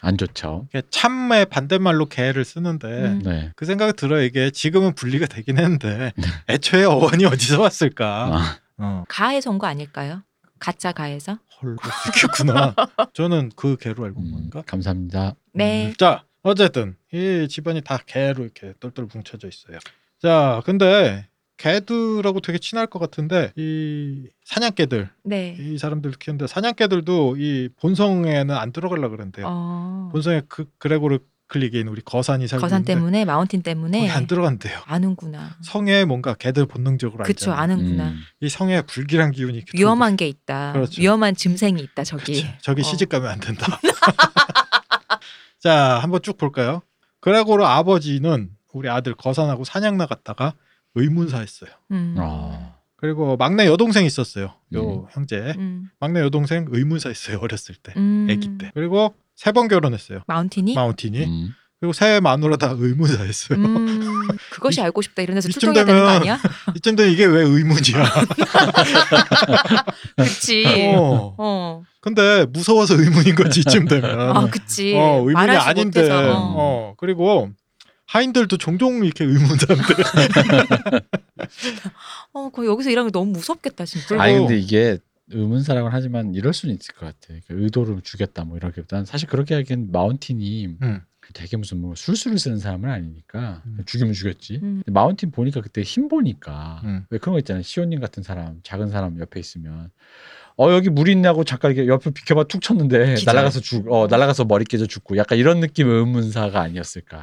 안 좋죠.
이게 참의 반대말로 개를 쓰는데
음.
네.
그 생각이 들어요. 이게 지금은 분리가 되긴 했는데 애초에 어원이 어디서 왔을까?
아,
어.
가에서 온 거 아닐까요? 가짜 가에서?
헐, 그렇구나. 저는 그 개로 알고 온
음,
건가?
감사합니다.
네.
음, 자, 어쨌든 이 집안이 다 개로 이렇게 똘똘 뭉쳐져 있어요. 자, 근데 개들하고 되게 친할 것 같은데 이 사냥개들
네.
이 사람들 키우는데 사냥개들도 이 본성에는 안 들어가려 그러는데요.
어.
본성에 그 그레고르 클릭인 우리 거산이 살고
거산
있는데
때문에 마운틴
거기
때문에
안 들어간대요.
아는구나.
성에 뭔가 개들 본능적으로
그쵸
알잖아요.
아는구나.
음.
이 성에 불길한 기운이 이렇게
위험한 게 있다.
그렇죠.
위험한 짐승이 있다
들어오고
저기.
있어요. 저기
어.
시집 가면 안 된다. 자, 한번 쭉 볼까요? 그레고르 아버지는 우리 아들 거산하고 사냥 나갔다가 의문사했어요.
음.
아.
어.
그리고 막내 여동생 있었어요. 요
음.
형제.
음.
막내 여동생 의문사했어요. 어렸을 때.
음.
아기 네. 때. 그리고 세 번 결혼했어요.
마운틴이
마운틴이.
음.
그리고 새 마누라다 의문사했어요.
음, 그것이 알고 싶다 이런 데서
이쯤
출동해야 되는 거
되면-
아니야?
이쯤 되면 이게 왜 의문이야.
그치. 어.
어. 근데 무서워서 의문인 거지 이쯤 되면.
아, 그치.
어, 의문이
말할 수
아닌데.
못해서.
어.
어.
음.
그리고 하인들도 종종 이렇게 의문사인데.
어, 그 여기서 일하는 게 너무 무섭겠다, 진짜.
그리고-
아니 근데 이게 의문사라고 하지만 이럴 수는 있을 것 같아. 그러니까 의도로 죽였다 뭐 이렇게보다는 사실 그렇게 하기엔 마운틴이
음.
되게 무슨 뭐 술술을 쓰는 사람은 아니니까
음.
죽이면 죽였지.
음.
근데 마운틴 보니까 그때 힘 보니까
음.
왜 그런 거 있잖아요. 시온님 같은 사람, 작은 사람 옆에 있으면 어 여기 물 있냐고 잠깐 이렇게 옆에 비켜봐 툭 쳤는데
기절.
날아가서 죽, 어 날아가서 머리 깨져 죽고 약간 이런 느낌의 의문사가 아니었을까.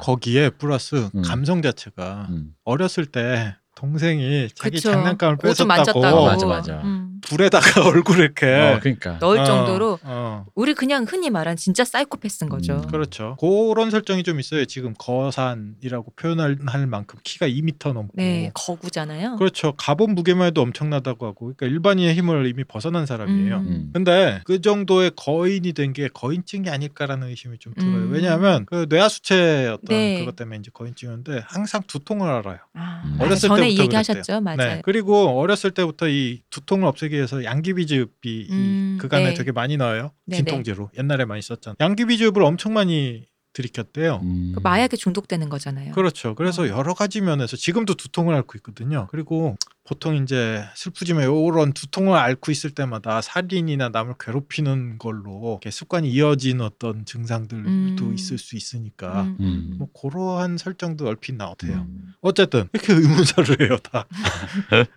거기에 플러스
음.
감성 자체가
음.
어렸을 때 동생이 자기
그쵸.
장난감을
옷좀
뺏었다고
만졌다고.
어, 맞아, 맞아.
음.
불에다가 얼굴 이렇게
어 그러니까.
넣을
어,
정도로
어.
우리 그냥 흔히 말한 진짜 사이코패스인 거죠.
음.
그렇죠. 그런 설정이 좀 있어요. 지금 거산이라고 표현할 할 만큼 키가 2미터 넘고
네, 거구잖아요.
그렇죠. 가본 무게만 해도 엄청나다고 하고 그러니까 일반인의 힘을 이미 벗어난 사람이에요.
음.
근데 그 정도의 거인이 된 게 거인증이 아닐까라는 의심이 좀 들어요.
음.
왜냐하면 그 뇌하수체 어떤
네.
그것 때문에 이제 거인증이었는데 항상 두통을 알아요.
아,
음.
맞아.
어렸을
전에 이
때부터
얘기
그랬대요.
하셨죠, 맞아요.
네. 그리고 어렸을 때부터 이 두통을 없애기 위해서 양귀비즙이 이
음,
그간에
네.
되게 많이 나와요.
네,
진통제로 옛날에 많이 썼잖아요. 양귀비즙을 엄청 많이 들이켰대요.
음.
그 마약에 중독되는 거잖아요.
그렇죠. 그래서
어.
여러 가지 면에서 지금도 두통을 앓고 있거든요. 그리고 보통 이제 슬프지만 이런 두통을 앓고 있을 때마다 살인이나 남을 괴롭히는 걸로 이렇게 습관이 이어진 어떤 증상들도
음.
있을 수 있으니까
음,
음.
뭐 그러한 설정도 얼핏 나오대요.
음.
어쨌든 이렇게 의문사를 해요 다.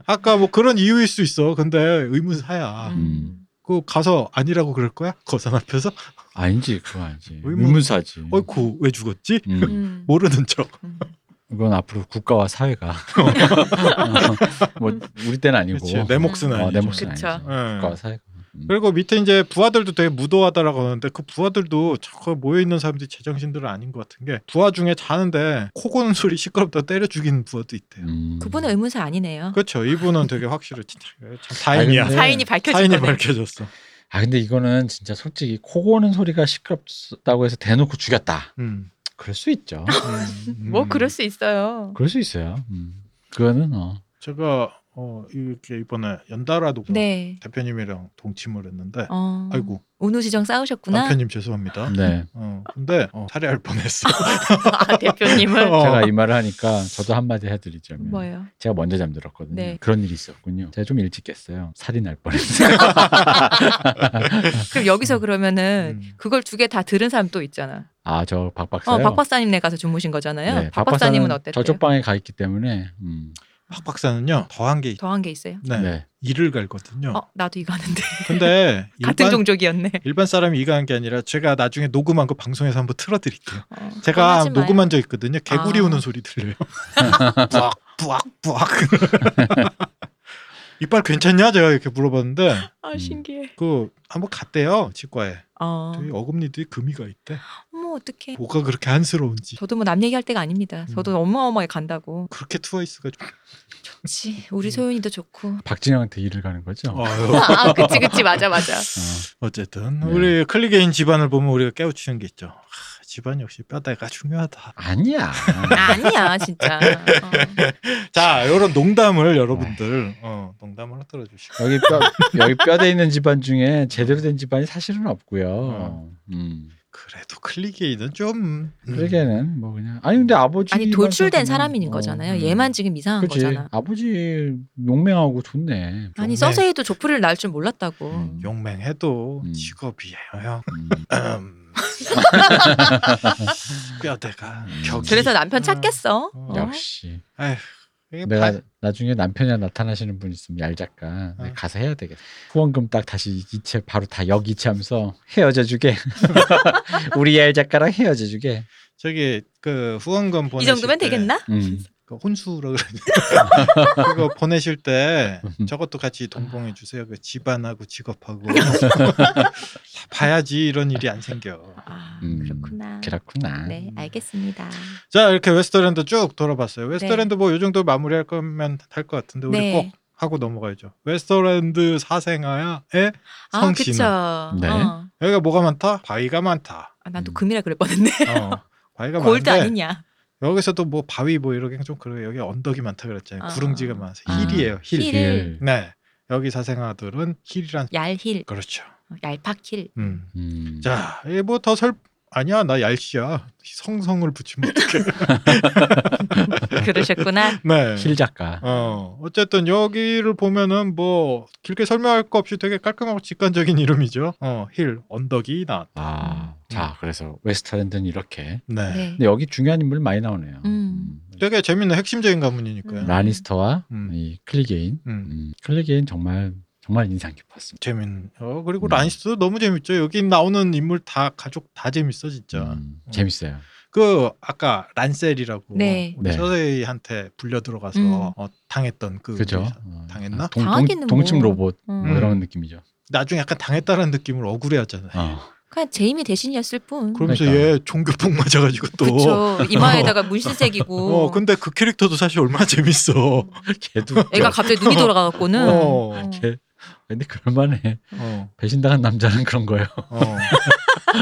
아까 뭐 그런 이유일 수 있어. 근데 의문사야.
음.
그 가서 아니라고 그럴 거야? 거산 앞에서?
아니지 그거 아니지.
의문-
의문사지.
어이쿠 왜 죽었지?
음.
음.
모르는 척.
음.
이건 앞으로 국가와 사회가 뭐 우리 때는 아니고
그치, 내
음.
몫은 아니죠.
어, 내 몫은
그쵸.
아니지.
예.
국가와 사회가. 음.
그리고 밑에 이제 부하들도 되게 무도하다라고 하는데 그 부하들도 저거 모여 있는 사람들이 제정신들은 아닌 것 같은 게 부하 중에 자는데 코 고는 소리 시끄럽다 때려 죽이는 부하도 있대요.
음.
그분은 의문사 아니네요.
그렇죠. 이분은 되게 확실해. 진짜 참 다행이야.
아, 근데-
사인이 밝혀진
사인이
거네.
밝혀졌어.
아 근데 이거는 진짜 솔직히 코 고는 소리가 시끄럽다고 해서 대놓고 죽였다.
음.
그럴 수 있죠.
음, 음.
뭐 그럴 수 있어요.
그럴 수 있어요. 음. 그거는 어.
제가 어 이렇게 이번에 연달아도 뭐
네.
대표님이랑 동침을 했는데
어.
아이고 아,
운우시정 싸우셨구나.
남편님 죄송합니다.
네.
어 근데 어, 살해할 뻔했어.
아, 대표님을
어.
제가 이 말을 하니까 저도 한마디 해드리자면
뭐예요?
제가 먼저 잠들었거든요.
네.
그런 일이 있었군요. 제가 좀 일찍 깼어요. 살이 날 뻔했어요.
그럼 여기서 그러면은
음.
그걸 두 개 다 들은 사람 또 있잖아.
아저 박박사요.
어, 박 박사님네 가서 주무신 거잖아요. 박 박사님은 어땠대요?
저쪽 방에 가 있기 때문에 음.
박 박사는요 더한 게 있-
더한 게 있어요?
네,
네.
이를 갈거든요.
어, 나도 이거 하는데
근데
같은
일반-
종족이었네.
일반 사람이 이가 한 게 아니라 제가 나중에 녹음한 거 방송에서 한번 틀어드릴게요.
어, 그건
제가
하지 마요.
녹음한 적 있거든요. 개구리
아.
우는 소리 들려요. 부악 부악 부악. 이빨 괜찮냐? 제가 이렇게 물어봤는데
아 신기해.
그 한번 갔대요 치과에.
어.
저희 어금니뒤에 금이가 있대.
어머 어떡해.
뭐가 그렇게 안쓰러운지.
저도 뭐 남 얘기할 때가 아닙니다. 저도 어마어마하게 간다고.
그렇게 트와이스가 좀.
그렇지. 우리 소윤이도 좋고.
박진영한테 일을 가는 거죠. 어.
아유.
아, 그치 그치 맞아 맞아.
어쨌든
네.
우리 클리게인 집안을 보면 우리가 깨우치는 게 있죠. 하, 집안 역시 뼈대가 중요하다.
아니야.
아니야 진짜. 어.
자, 이런 농담을
네.
여러분들 어, 농담을 떨어 주시고.
여기 뼈 여기 뼈대 있는 집안 중에 제대로 된 집안이 사실은 없고요.
어.
음.
그래도 클릭게이는 좀 음.
그러게는 뭐 그냥 아니 근데 아버지
아니 돌출된
만나서는-
사람인
어,
거잖아요.
음.
얘만 지금 이상한
그치.
거잖아.
아버지 용맹하고 좋네.
아니
용맹.
서세이도 조프리를 낳을 줄 몰랐다고.
음.
용맹해도
음.
직업이에요.
음.
음. 뼈대가 격이.
그래서 남편
음.
찾겠어.
어.
어?
역시
에휴, 이게
내가
발-
나중에 남편이 나타나시는 분 있으면 얄 작가 네,
어.
가서 해야 되겠다. 후원금 딱 다시 이체 바로 다 역이체하면서 헤어져 주게. 우리 얄 작가랑 헤어져 주게.
저기 그 후원금 보내
이 정도면 되겠나?
음.
그 그 혼수라 그러죠. 그거 보내실 때 저것도 같이 동봉해 주세요. 그 집안하고 직업하고 다 봐야지 이런 일이 안 생겨.
아,
음,
그렇구나.
그렇구나.
네, 알겠습니다.
자 이렇게 웨스터랜드 쭉 돌아봤어요. 웨스터랜드 뭐 요 정도 마무리할 거면 할 것 같은데 우리
네.
꼭 하고 넘어가야죠. 웨스터랜드 사생아의
아,
성씨는
그쵸.
네.
어.
여기가 뭐가 많다? 바위가 많다.
아, 난또
음.
금이라 그럴 뻔했네.
어, 바위가
골드
많은데
아니냐.
여기서도 뭐 바위 뭐 이런 게 좀 그래 여기 언덕이 많다 그랬잖아요.
아.
구릉지가 많아서
아.
힐이에요. 힐.
힐.
힐.
네 여기 사생아들은 힐이란
얄힐,
그렇죠.
어, 얄팍힐.
음.
음.
자, 뭐 더 설 아니야 나 얄씨야 성성을 붙이면 어떡해.
그러셨구나.
네.
힐 작가.
어 어쨌든 여기를 보면은 뭐 길게 설명할 거 없이 되게 깔끔하고 직관적인 이름이죠. 어힐 언덕이 나.
아,
음.
자 그래서 웨스터랜드는 이렇게.
네.
네.
근데 여기 중요한 인물 많이 나오네요.
음.
음.
되게 재밌는 핵심적인 가문이니까요.
음.
라니스터와
음.
이 클리게인.
음.
음. 클리게인 정말 정말 인상 깊었습니다.
재밌는. 어 그리고
음.
라니스도 너무 재밌죠. 여기 나오는 인물 다 가족 다 재밌어 진짜.
음, 재밌어요.
그 아까 란셀이라고
네.
우리
네.
서세이한테 불려 들어가서
음.
어, 당했던 그
그죠?
의사.
어,
당했나?
동,
당하기는
동, 침
뭐.
로봇
음.
뭐 이런 느낌이죠.
나중에 약간 당했다는 느낌을 억울해하잖아요.
어.
그냥 제임이 대신이었을 뿐.
그러면서
그러니까.
얘 종교폭 맞아가지고 또.
그쵸. 이마에다가 문신 새기고.
어 근데 그 캐릭터도 사실 얼마나
음.
재밌어.
걔도
애가 갑자기 눈이 돌아가갖고는.
어.
어.
걔 근데 그럴만해.
어,
배신당한 남자는 그런 거예요.
어.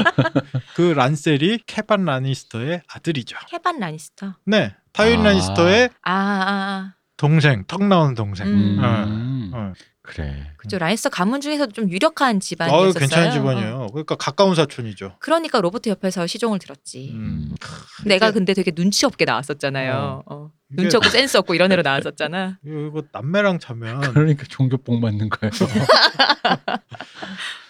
그 란셀이 케반 라니스터의 아들이죠.
해반 라니스터.
네, 타윈
아.
라니스터의
아, 아, 아.
동생, 턱 나오는 동생.
음.
음.
어.
그래.
그죠. 라니스터 가문 중에서도 좀 유력한 집안이었어요.
어우 괜찮은 집안이에요. 그러니까 가까운 사촌이죠.
그러니까 로버트 옆에서 시종을 들었지.
음.
내가
이게-
근데 되게 눈치 없게 나왔었잖아요. 어.
이게-
눈치 없고 센스 없고 이런 애로 나왔었잖아.
이거 남매랑 자면
그러니까 종교복 맞는 거예요.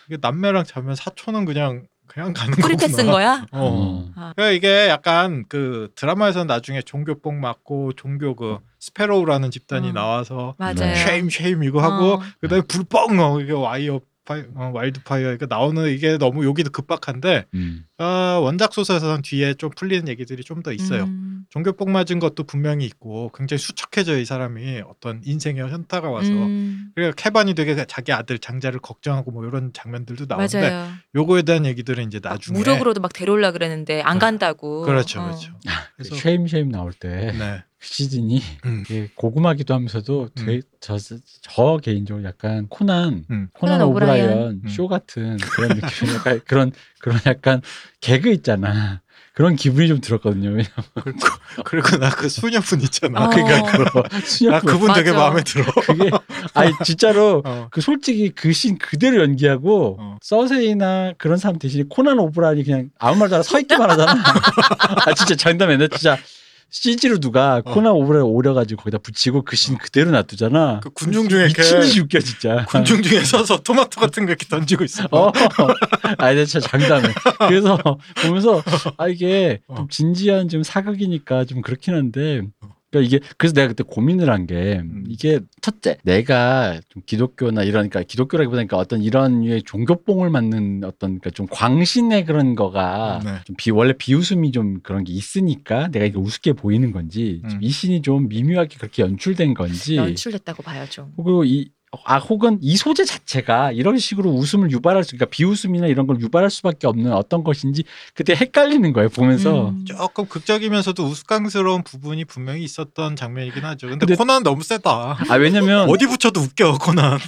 이게 남매랑 자면 사촌은 그냥 그냥 가는
프리패 쓴
거구나.
거야? 음. 아,
어. 그러니까 이게 약간 그 드라마에서 나중에 종교뽕 맞고 종교 그 스페로우라는 집단이
음.
나와서
맞아요.
네. 쉐임 쉐임 이거 하고
어.
그다음에 불뻥 어 이게 와이어 파이, 어, 와일드 파이어 이게 나오는 이게 너무 여기도 급박한데
음.
아, 원작 소설에서는 뒤에 좀 풀리는 얘기들이 좀 더 있어요.
음.
종교뽕 맞은 것도 분명히 있고 굉장히 수척해져 이 사람이 어떤 인생의 현타가 와서
음.
그래서 캐반이 되게 자기 아들 장자를 걱정하고 뭐 이런 장면들도 나오는데
맞아요.
요거에 대한 얘기들은 이제
막
나중에
무력으로도 막 데려올라 그랬는데 안
어.
간다고.
그렇죠
어.
그렇죠
그
그래서
쉐임 쉐임 나올 때그
네.
시즌이
음.
되게 고구마기도 하면서도 되게 저, 저 개인적으로 약간 코난
음.
코난
코난 오브라이언.
오브라이언
음.
쇼 같은 그런 느낌 약간 그런 그런 약간 개그 있잖아 그런 기분이 좀 들었거든요 왜냐면
그리고, 그리고 나 그 수녀분 있잖아. 그러니까
어.
나
수영
아, 그분 되게
맞아.
마음에 들어.
그게 아니 진짜로
어.
그 솔직히 그 신 그대로 연기하고
어.
서세이나 그런 사람 대신에 코난 오브라이언이 그냥 아무 말도 안 하고 서 있기만 하잖아. 아 진짜 장담했네 진짜 CG로 누가 코난 오브라이언 오려가지고 거기다 붙이고 그 신 그대로 놔두잖아.
그 군중 중에 걔
미친 듯이 웃겨 진짜.
군중 중에 서서 토마토 같은 거 이렇게 던지고 있어.
어, 아, 근데 진짜 장담해. 그래서 보면서 아 이게
어.
좀 진지한 좀 사극이니까 좀 그렇긴 한데. 그러니까 이게 그래서 내가 그때 고민을 한 게
음.
이게 첫째 내가 좀 기독교나 이러니까 기독교라기보다니까 어떤 이런 유의 종교뽕을 맞는 어떤 그러니까 좀 광신의 그런 거가
네.
좀 비, 원래 비웃음이 좀 그런 게 있으니까 내가 이게 우습게 보이는 건지
음.
좀이 신이 좀 미묘하게 그렇게 연출된 건지
연출됐다고 봐요 좀.
그리고 이, 아, 혹은 이 소재 자체가 이런 식으로 웃음을 유발할 수, 그러니까 비웃음이나 이런 걸 유발할 수밖에 없는 어떤 것인지 그때 헷갈리는 거예요, 보면서.
음.
조금 극적이면서도 우스꽝스러운 부분이 분명히 있었던 장면이긴 하죠. 근데,
근데-
코난 너무 세다.
아, 왜냐면
어디 붙여도 웃겨 코난.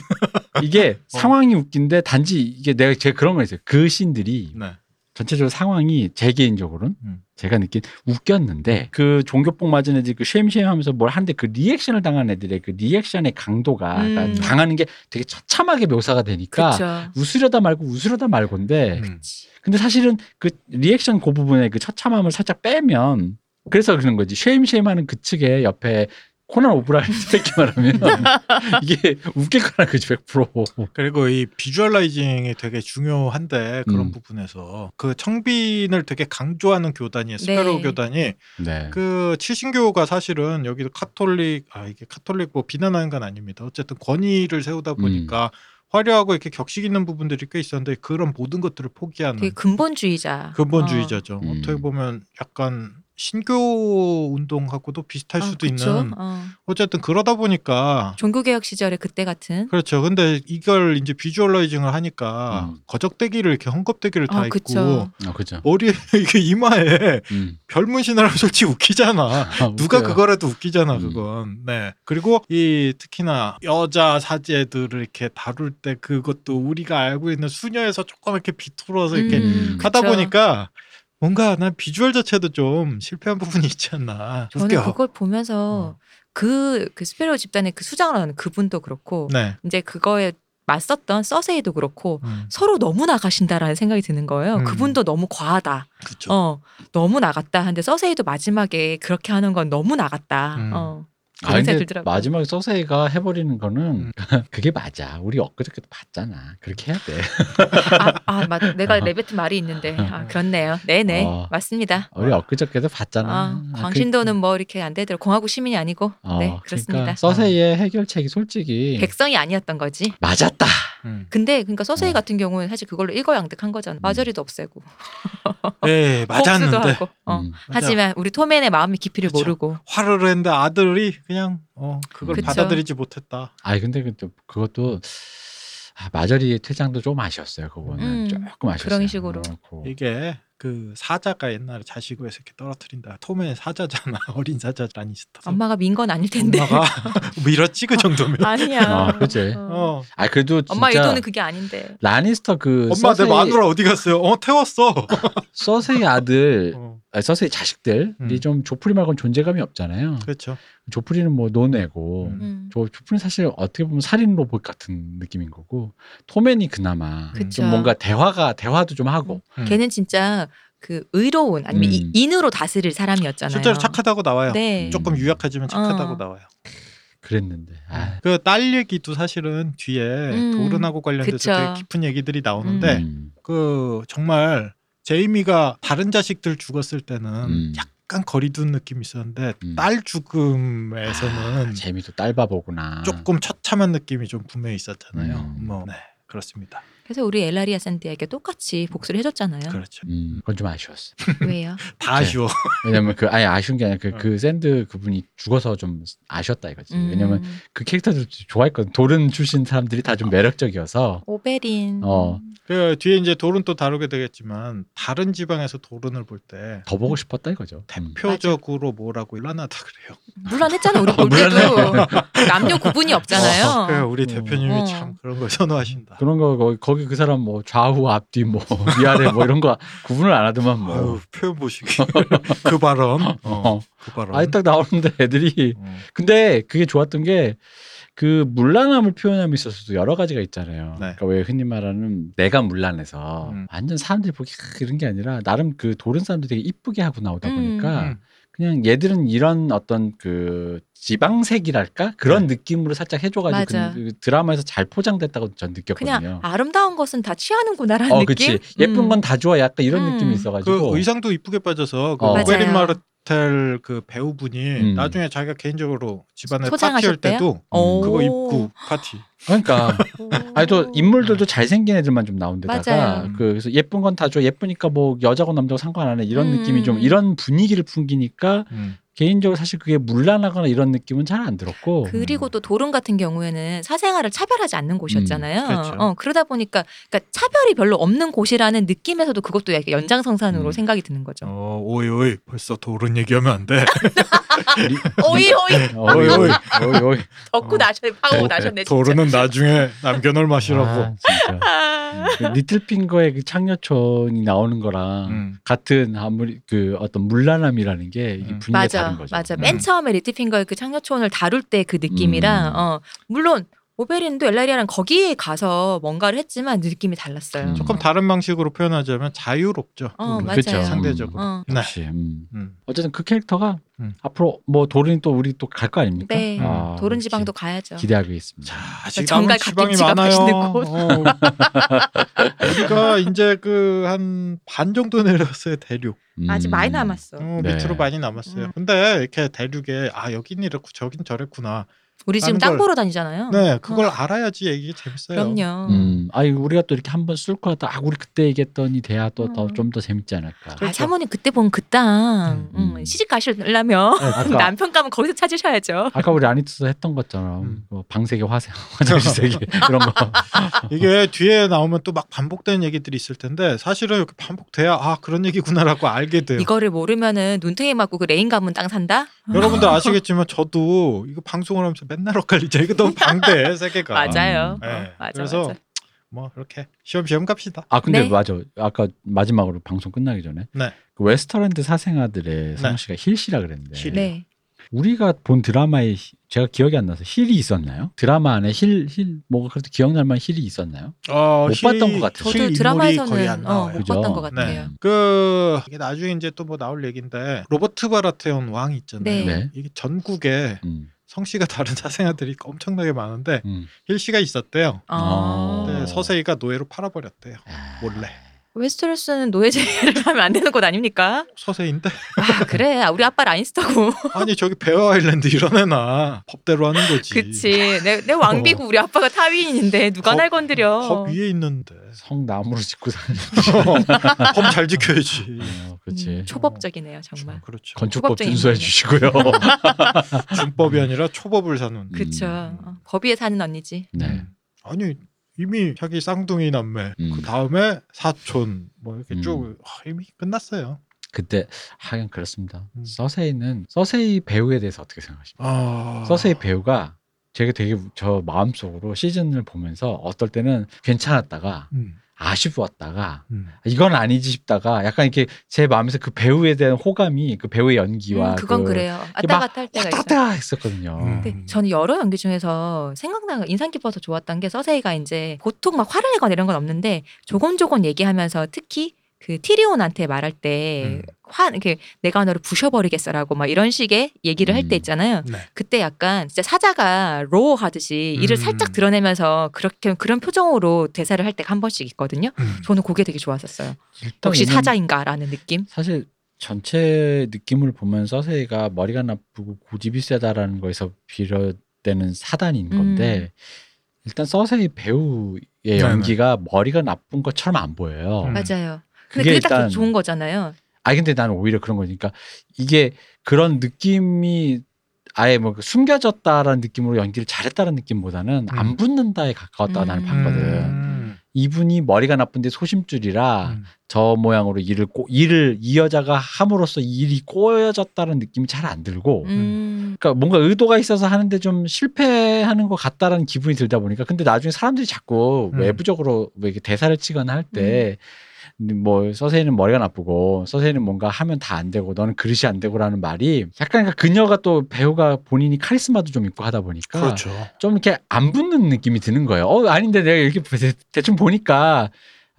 이게
어.
상황이 웃긴데 단지 이게 내가 제 그런 거 있어요. 그 신들이
네.
전체적으로 상황이 제 개인적으로는
음.
제가 느낀 웃겼는데 그 종교뽕 맞은 애들 그 쉐임쉐임 하면서 뭘 하는데 그 리액션을 당한 애들의 그 리액션의 강도가
음.
그러니까 당하는 게 되게 처참하게 묘사가 되니까
그렇죠.
웃으려다 말고 웃으려다 말고인데
음.
근데 사실은 그 리액션 그 부분에 그 처참함을 살짝 빼면 그래서 그런 거지 쉐임쉐임하는 그 측에 옆에 코난 오브라이언 새끼만 하면 이게 웃길 거라 그지 100%
그리고 이 비주얼라이징이 되게 중요한데 그런
음.
부분에서 그 청빈을 되게 강조하는 교단이에요. 스페로
네.
교단이
네.
그 칠신교가 사실은 여기도 카톨릭 아 이게 카톨릭 뭐 비난하는 건 아닙니다. 어쨌든 권위를 세우다 보니까 화려하고 이렇게 격식 있는 부분들이 꽤 있었는데 그런 모든 것들을 포기하는
되게 근본주의자. 어.
근본주의자죠.
음.
어떻게 보면 약간 신교 운동하고도 비슷할
아, 그쵸?
수도 있는
어.
어쨌든 그러다 보니까
종교개혁 시절의 그때 같은
그렇죠. 근데 이걸 이제 비주얼라이징을 하니까
음.
거적대기를 이렇게 헝겊대기를 다
어,
입고
그쵸.
아 그죠.
머리에 이게 이마에
음.
별문신하라면 솔직히 웃기잖아.
아,
누가
웃겨요.
그거라도 웃기잖아
음.
그건. 네. 그리고 이 특히나 여자 사제들을 이렇게 다룰 때 그것도 우리가 알고 있는 수녀에서 조금 이렇게 비틀어서 이렇게
음,
하다
그쵸.
보니까 뭔가 난 비주얼 자체도 좀 실패한 부분이 있지 않나.
저는
웃겨. 음.
그걸 보면서 그, 그 스페리오 집단의 그 수장을 하는 그분도 그렇고
네.
이제 그거에 맞섰던 서세이도 그렇고
음,
서로 너무 나가신다라는 생각이 드는 거예요.
음.
그분도 너무 과하다.
그렇죠.
어, 너무 나갔다. 근데 서세이도 마지막에 그렇게 하는 건 너무 나갔다.
음.
어.
아,
그런 생각이
근데
들더라고요.
마지막에 서세가 해버리는
음.
거는 그게 맞아. 우리 엊그저께도 봤잖아. 그렇게 해야 돼.
아, 아, 맞, 내가 내뱉은 말이 있는데 아, 그렇네요. 네네
어.
맞습니다.
우리 엊그저께도 봤잖아.
아,
아,
광신도는 뭐 이렇게 안 되더라고. 공화국 시민이 아니고
그, 어,
네 그렇습니다.
그러니까 서세의 해결책이 솔직히
백성이 아니었던 거지.
맞았다.
음.
근데 그러니까 서세이
어.
같은 경우는 사실 그걸로 일거양득한 거잖아. 마저리도 없애고
예,
복수도
맞았는데
하고. 어.
음.
하지만 우리 토맨의 마음의 깊이를
그쵸.
모르고
화를 했는데 아들이 그냥 어 그걸
그쵸.
받아들이지 못했다.
아 근데 그것도, 그것도 아, 마저리의 퇴장도 좀 아쉬웠어요. 그거는
음,
조금 아쉬웠어요.
그런 식으로.
그-
이게 그 사자가 옛날에 자시구에서 이렇게 떨어뜨린다. 톰의 사자잖아. 어린 사자 라니스터.
엄마가 민 건 아닐 텐데.
엄마가 밀었지 그 정도면.
아니야.
아, 그치.
어.
어.
아 그래도 진짜
엄마 의도는 그게 아닌데.
라니스터 그
엄마
서세이,
내 마누라 어디 갔어요? 어 태웠어.
서세이 아들
어,
아, 서세이 자식들이
음.
좀 조프리 말고는 존재감이 없잖아요.
그렇죠.
조프리는 뭐 논외고
음.
음.
저 조프리는 사실 어떻게 보면 살인 로봇 같은 느낌인 거고 토맨이 그나마
그쵸.
좀 뭔가 대화가 대화도 좀 하고
음.
걔는 진짜 그 의로운 아니면 이-
음.
인으로 다스릴 사람이었잖아요.
실제로 착하다고 나와요.
네.
음.
조금 유약하지만 착하다고
어.
나와요.
그랬는데 아,
그 딸 얘기도 사실은 뒤에
음.
도른하고 관련돼서
그쵸.
되게 깊은 얘기들이 나오는데
음,
그 정말 제이미가 다른 자식들 죽었을 때는
음.
약간 거리둔 느낌이 있었는데
음.
딸 죽음에서는
아, 재미도 딸바보구나.
조금 처참한 느낌이 좀 분명히 있었잖아요.
음.
뭐 네, 그렇습니다.
그래서 우리 엘라리아 샌디에게 똑같이 복수를 해줬잖아요.
그렇죠.
음, 그건 좀 아쉬웠어. 요
왜요?
다 아쉬워.
왜냐면 그 아예 아쉬운 게 아니라 그,
어.
그 샌드 그분이 죽어서 좀 아쉬웠다 이거지.
음.
왜냐면 그 캐릭터들 좋아했거든. 도른 출신 사람들이 다 좀 매력적이어서
오베린. 음.
어.
그 뒤에 이제 돌은 또 다루게 되겠지만 다른 지방에서 돌은을 볼 때
더 보고 싶었다 이거죠. 음.
표적으로 뭐라고 일란하다 그래요.
물론 했잖아 우리 볼
물론
때도 남녀 구분이
그
없잖아요.
우리
어.
대표님이
어.
참 그런 걸 선호하신다.
그런 거 거기, 거기 그 사람 뭐 좌우 앞뒤 뭐 위아래 뭐 이런 거 구분을 안 하더만 뭐.
아유 표현 보시기 그 발언 어,
어.
그 발언
아예 딱 나오는데 애들이
어.
근데 그게 좋았던 게 그 물란함을 표현함에 있어서도 여러 가지가 있잖아요.
네.
그러니까 왜 흔히 말하는 내가 물란해서
음.
완전 사람들이 보기 크- 이런 게 아니라 나름 그 도른 사람들이 되게 이쁘게 하고 나오다
음.
보니까
음.
그냥 얘들은 이런 어떤 그 지방색이랄까 그런
네.
느낌으로 살짝 해줘가지고
맞아.
그 드라마에서 잘 포장됐다고
그냥
전 느꼈거든요.
아름다운 것은 다 취하는구나라는
어,
느낌.
그치. 예쁜
음.
건 다 좋아. 약간 이런
음.
느낌이
그
있어가지고.
의상도 이쁘게 빠져서 그
어.
오베린
맞아요.
마르텔 그 배우분이
음.
나중에 자기가 개인적으로 집안에 파티할
소장하셨대요?
때도
오.
그거 입고 파티.
그러니까. 음, 아니 또 인물들도 잘생긴 애들만 좀 나온데다가
음. 맞아요.
그 그래서 예쁜 건 다 좋아. 예쁘니까 뭐 여자고 남자고 상관 안 해. 이런
음.
느낌이 좀 이런 분위기를 풍기니까
음.
개인적으로 사실 그게 물란하거나 이런 느낌은 잘 안 들었고.
그리고 또 도른 같은 경우에는 사생활을 차별하지 않는 곳이었잖아요.
음, 그렇죠.
어, 그러다 보니까 그러니까 차별이 별로 없는 곳이라는 느낌에서도 그것도 약간 연장선상으로
음.
생각이 드는 거죠.
어, 오이 오이 벌써 도른 얘기하면 안 돼.
아,
리-
오이 오이
어이 어이 어이 어이.
덕고
네. 어.
나셨네. 파고 나셨네. 진짜.
도른은 나중에 음, 남겨놓을 맛이라고.
아, 진짜.
아.
그 리틀핑거의 그 창녀촌이 나오는 거랑
음.
같은 아무리 그 어떤 물란함이라는 게 이게
음.
분위기가 다른
맞아,
거죠.
맞아.
음.
맨 처음에 리트핑거의 그 창녀촌을 다룰 때 그 느낌이랑
음.
어, 물론 오베린도 엘라리아랑 거기에 가서 뭔가를 했지만 느낌이 달랐어요.
음.
조금 다른 방식으로 표현하자면 자유롭죠.
어,
우리.
맞아요.
그쵸.
상대적으로.
어.
네.
그렇죠. 역시, 음.
음.
어쨌든 그 캐릭터가
음.
앞으로 뭐 도른이 또 우리 또 갈
그러니까?
거 아닙니까?
네.
아,
도른 지방도 가야죠.
기- 기대하고 있습니다.
자, 아직
정갈
남은
같은
지방이
지갑
많아요.
하시는 곳.
어. 우리가 이제 그 한 반 정도 내려왔어요 대륙.
음.
아직 많이 남았어.
어,
네.
밑으로 많이 남았어요.
음.
근데 이렇게 대륙에 아 여긴 이렇고 저긴 저랬구나
우리 지금
하는
땅
걸-
보러 다니잖아요.
네, 그걸
어,
알아야지 얘기 재밌어요. 네,
그럼요.
음, 아이 우리가 또 이렇게 한번 쓸고 하다 아 우리 그때 얘기했던 이 대화 또 좀
음.
더 재밌지 않을까.
그렇죠.
아, 사모님 그때 본 그 땅.
음,
음,
음.
시집 가시려면
네,
그러니까
아까
남편 가면 거기서 찾으셔야죠.
아까 우리 아니투서 했던 것처럼
음.
뭐 방세계 화세 화장실 세계 이런 거.
이게 뒤에 나오면 또 막 반복되는 얘기들이 있을 텐데 사실은 이렇게 반복돼야 아 그런 얘기구나라고 알게 돼요.
이거를 모르면은 눈탱이 맞고 그 레인 가문 땅 산다?
네. 여러분들 아시겠지만 저도 이거 방송을 하면서 맨날 엇갈리죠. 이거 너무 방대해 세계가.
맞아요.
음.
네,
어, 맞아,
그래서
맞아.
뭐 이렇게 시험시험 갑시다.
아 근데
네.
맞아. 아까 마지막으로 방송 끝나기 전에
네.
그 웨스터랜드 사생아들의 성우 씨가 힐씨라 그랬는데
힐.
네.
우리가 본 드라마에 히- 제가 기억이 안 나서 힐이 있었나요? 드라마 안에 힐 힐 뭐가 그래도 기억날 만한 힐이 있었나요?
어,
못
실-
봤던 것 같아요.
실
저도
인물이 거의 안
드라마에서는 어,
나와요.
못
그죠?
봤던 것
네.
같아요.
그 이게 나중에 이제 또 뭐 나올 얘기인데 로버트 바라테온 왕 있잖아요.
네.
네.
이게 전국에
음,
성씨가 다른 사생아들이 엄청나게 많은데
음.
힐씨가 있었대요.
아.
근데
어.
서세이가 노예로 팔아버렸대요.
아,
몰래.
웨스테로스는 노예제를 하면 안 되는 곳 아닙니까?
서세인데
아 그래 아, 우리 아빠 라인스터고
아니 저기 베어 아일랜드 이런 애나 법대로 하는 거지.
그치 내, 내 왕비고 우리 아빠가 타위인인데 누가
법-
날 건드려
법 어. 위에 있는데
성 나무로 짓고 사는.
법 잘 지켜야지.
어, 그렇지.
음, 초법적이네요 정말
그렇죠.
건축법
초밥쟁이
준수해
있네.
주시고요.
준법이 아니라 초법을 사는.
그-
그쵸 어, 법 위에 사는 언니지
네.
음. 아니 이미 자기 쌍둥이 남매
음.
그 다음에 사촌 뭐 이렇게 쭉
음.
아, 이미 끝났어요.
그때 하긴 그렇습니다.
음.
서세이는 서세이 배우에 대해서 어떻게 생각하십니까?
아
서세이 배우가 제가 되게 저 마음속으로 시즌을 보면서 어떨 때는 괜찮았다가
음,
아쉬웠다가
음.
이건 아니지 싶다가 약간 이렇게 제 마음에서 그 배우에 대한 호감이 그 배우의 연기와
음, 그건
그
그래요
이게
왔다
막
갔다 할 때가
왔다
있어요 그
갔다 했었거든요.
음.
근데 저는 여러 연기 중에서 생각나 인상 깊어서 좋았던 게 서세이가 이제 보통 막 화를 내거나 이런 건 없는데 조곤조곤 얘기하면서 특히 그 티리온한테 말할
음.
때화 이렇게 내가 너를 부셔버리겠어라고 막 이런 식의 얘기를 할 때
음.
있잖아요.
네.
그때 약간 진짜 사자가 로우 하듯이 이를
음.
살짝 드러내면서 그렇게 그런 표정으로 대사를 할 때가 한 번씩 있거든요.
음.
저는 그게 되게 좋았었어요.
일단
역시
얘는
사자인가라는 느낌.
사실 전체 느낌을 보면 서세이가 머리가 나쁘고 고집이 세다라는 거에서 비롯되는 사단인
음.
건데 일단 서세이 배우의 연기가 머리가 나쁜 것처럼 안
네,
보여요.
음.
맞아요. 근데
그게
그게 딱
일단-
좋은 거잖아요.
아 근데 나는 오히려 그런 거니까 이게 그런 느낌이 아예 뭐 숨겨졌다라는 느낌으로 연기를 잘했다는 느낌보다는
음.
안 붙는다에 가까웠다 고 나는
음.
봤거든.
음.
이분이 머리가 나쁜데 소심줄이라
음.
저 모양으로 일을 꼬, 일을 이 여자가 함으로써 일이 꼬여졌다는 느낌이 잘 안 들고
음.
그러니까 뭔가 의도가 있어서 하는데 좀 실패하는 것 같다라는 기분이 들다 보니까 근데 나중에 사람들이 자꾸
음.
외부적으로 뭐 이렇게 대사를 치거나 할 때
음.
뭐 서세이는 머리가 나쁘고 서세이는 뭔가 하면 다 안 되고 너는 그릇이 안 되고라는 말이 약간 그러니까 그녀가 또 배우가 본인이 카리스마도 좀 있고 하다 보니까
그렇죠.
좀 이렇게 안 붙는 느낌이 드는 거예요. 어, 아닌데 내가 이렇게 대- 대충 보니까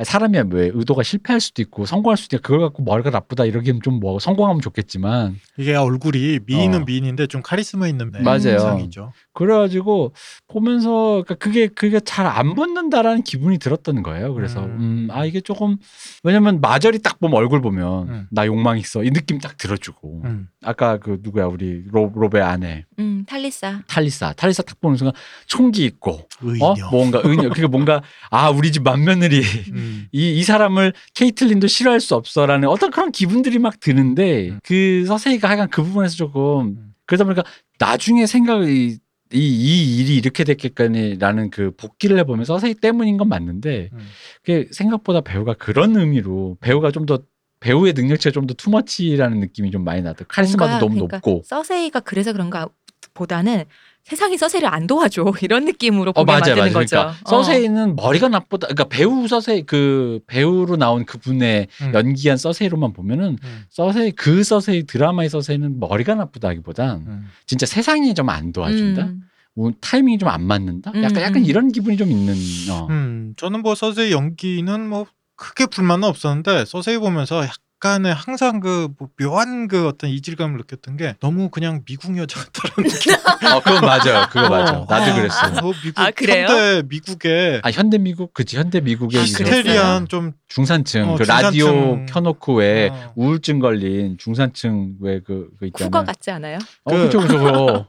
사람이 왜 의도가 실패할 수도 있고 성공할 수도 있고 그걸 갖고 머리가 나쁘다 이러기엔 좀 뭐 성공하면 좋겠지만
이게 얼굴이 미인은
어. 음.
미인인데 좀 카리스마 있는 네,
맞아요.
인상이죠.
그래가지고 보면서 그러니까 그게 그게 잘 안 붙는다라는 기분이 들었던 거예요. 그래서
음.
음, 아 이게 조금 왜냐면 마저리 딱 보면 얼굴 보면
음.
나 욕망 있어 이 느낌 딱 들어주고
음.
아까 그 누구야 우리 로, 로베 아내
음, 탈리사.
탈리사 탈리사 딱 보는 순간 총기 있고
음. 의녀.
어 뭔가 은녀 그게 뭔가 아 우리 집 맏며느리
음.
이, 이 사람을 케이틀린도 싫어할 수 없어라는 어떤 그런 기분들이 막 드는데
음.
그 서세이가 하여간 그 부분에서 조금
음.
그러다 보니까 나중에 생각이 이, 이 일이 이렇게 됐겠거니라는 그 복귀를 해보면 서세이 때문인 건 맞는데
음.
그게 생각보다 배우가 그런 의미로 배우가 좀 더 배우의 능력치가 좀 더 투머치라는 느낌이 좀 많이 나더라고 카리스마도
뭔가
너무
그러니까
높고
서세이가 그래서 그런가 보다는 세상이 서세를 안 도와줘 이런 느낌으로 보게 만드는 거죠.
어, 그러니까
어.
서세이는 머리가 나쁘다. 그러니까 배우 서세이 그 배우로 나온 그분의
음.
연기한 서세이로만 보면은
음.
서세이 그 서세이 드라마의 서세이는 머리가 나쁘다기보단
음.
진짜 세상이 좀 안 도와준다.
음.
뭐 타이밍이 좀 안 맞는다.
음,
약간 약간
음.
이런 기분이 좀 있는. 어.
음.
음, 저는 뭐 서세이 연기는 뭐 크게 불만은 없었는데 서세이 보면서 약간의 항상 그뭐 묘한 그 어떤 이질감을 느꼈던 게 너무 그냥 미국 여자 같다는 느낌.
어, 그건 맞아요. 그거 맞아요.
어,
나도
아,
그랬어.
너 미국
아, 그래요?
현대 미국의
아 현대 미국 그치 현대 미국의
아,
이제 네.
이태리안 좀
중산층
어,
그 라디오
중산층.
켜놓고 왜
어.
우울증 걸린 중산층 왜그 그 있잖아요.
국어 같지 않아요?
어, 그쵸 그쵸 그쵸.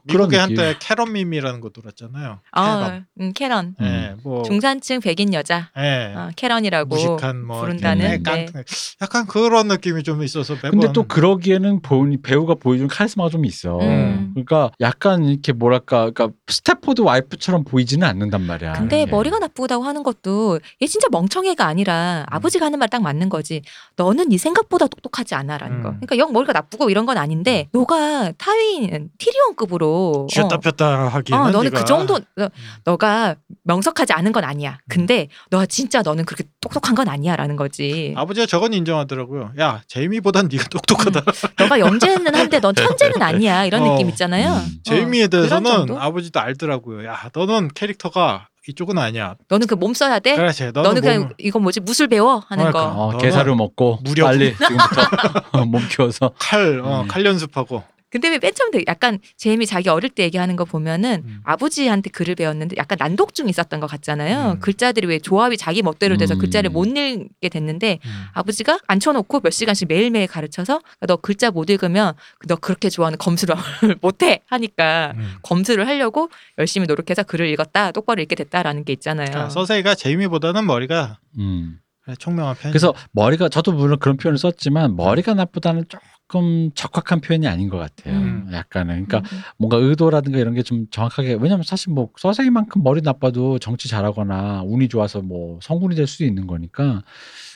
그런
미국에
느낌.
한때 캐럿밈이라는 거 돌았잖아요. 캐럿.
아, 음, 캐런.
예,
음.
뭐
중산층 백인 여자
예.
어, 캐런이라고.
무식한 뭐
부른다는,
이렇게
네.
깡통- 약간 그런 느낌이 좀 있어서 매번
근데 또 그러기에는 본- 배우가 보여준 카리스마가 좀 있어.
음.
그러니까 약간 이렇게 뭐랄까, 그러니까 스태포드 와이프처럼 보이지는 않는단 말이야.
근데
네.
예.
머리가 나쁘다고 하는 것도 얘 진짜 멍청이가 아니라
음.
아버지가 하는 말 딱 맞는 거지. 너는 네 생각보다 똑똑하지 않아라는
음.
거. 그러니까 영 머리가 나쁘고 이런 건 아닌데 너가 타인 티리온급으로
쥐었다
어,
폈다 하기에는
어, 너는
네가. 음.
그 정도 너, 너가 명석하지 않은 건 아니야. 근데 너 진짜 너는 그렇게 똑똑한 건 아니야라는 거지.
아버지가 저건 인정하더라고요. 야 제이미보단 네가 똑똑하다.
음. 너가 영재는 한데 넌 천재는 아니야 이런
어.
느낌 있잖아요.
음.
제이미에
그런
대해서는
정도?
아버지도 알더라고요. 야 너는 캐릭터가 이쪽은 아니야.
너는 그 몸 써야 돼.
그렇지. 너는,
너는
네. 몸-
그냥 이건 뭐지 무술 배워 하는
어,
거.
그럼.
어,
너는
게사료 먹고
무력.
빨리 지금부터 어, 몸 키워서
칼, 어,
음.
칼 연습하고.
근데 왜 맨 처음 에 약간 제임이 자기 어릴 때 얘기하는 거 보면은
음.
아버지한테 글을 배웠는데 약간 난독증이 있었던 것 같잖아요.
음.
글자들이 왜 조합이 자기 멋대로 돼서
음.
글자를 못 읽게 됐는데
음.
아버지가 앉혀놓고 몇 시간씩 매일매일 가르쳐서 너 글자 못 읽으면 너 그렇게 좋아하는 검수를 못해 하니까
음.
검수를 하려고 열심히 노력해서 글을 읽었다 똑바로 읽게 됐다라는 게 있잖아요.
그러니까 서세이가 제이미보다는 머리가
음.
그래, 총명한 편.
그래서 머리가 저도 물론 그런 표현을 썼지만 머리가 나쁘다는 조금 적확한 표현이 아닌 것 같아요.
음.
약간은 그러니까 뭔가 의도라든가 이런 게 좀 정확하게 왜냐면 사실 뭐 서생이만큼 머리 나빠도 정치 잘하거나 운이 좋아서 뭐 성군이 될 수도 있는 거니까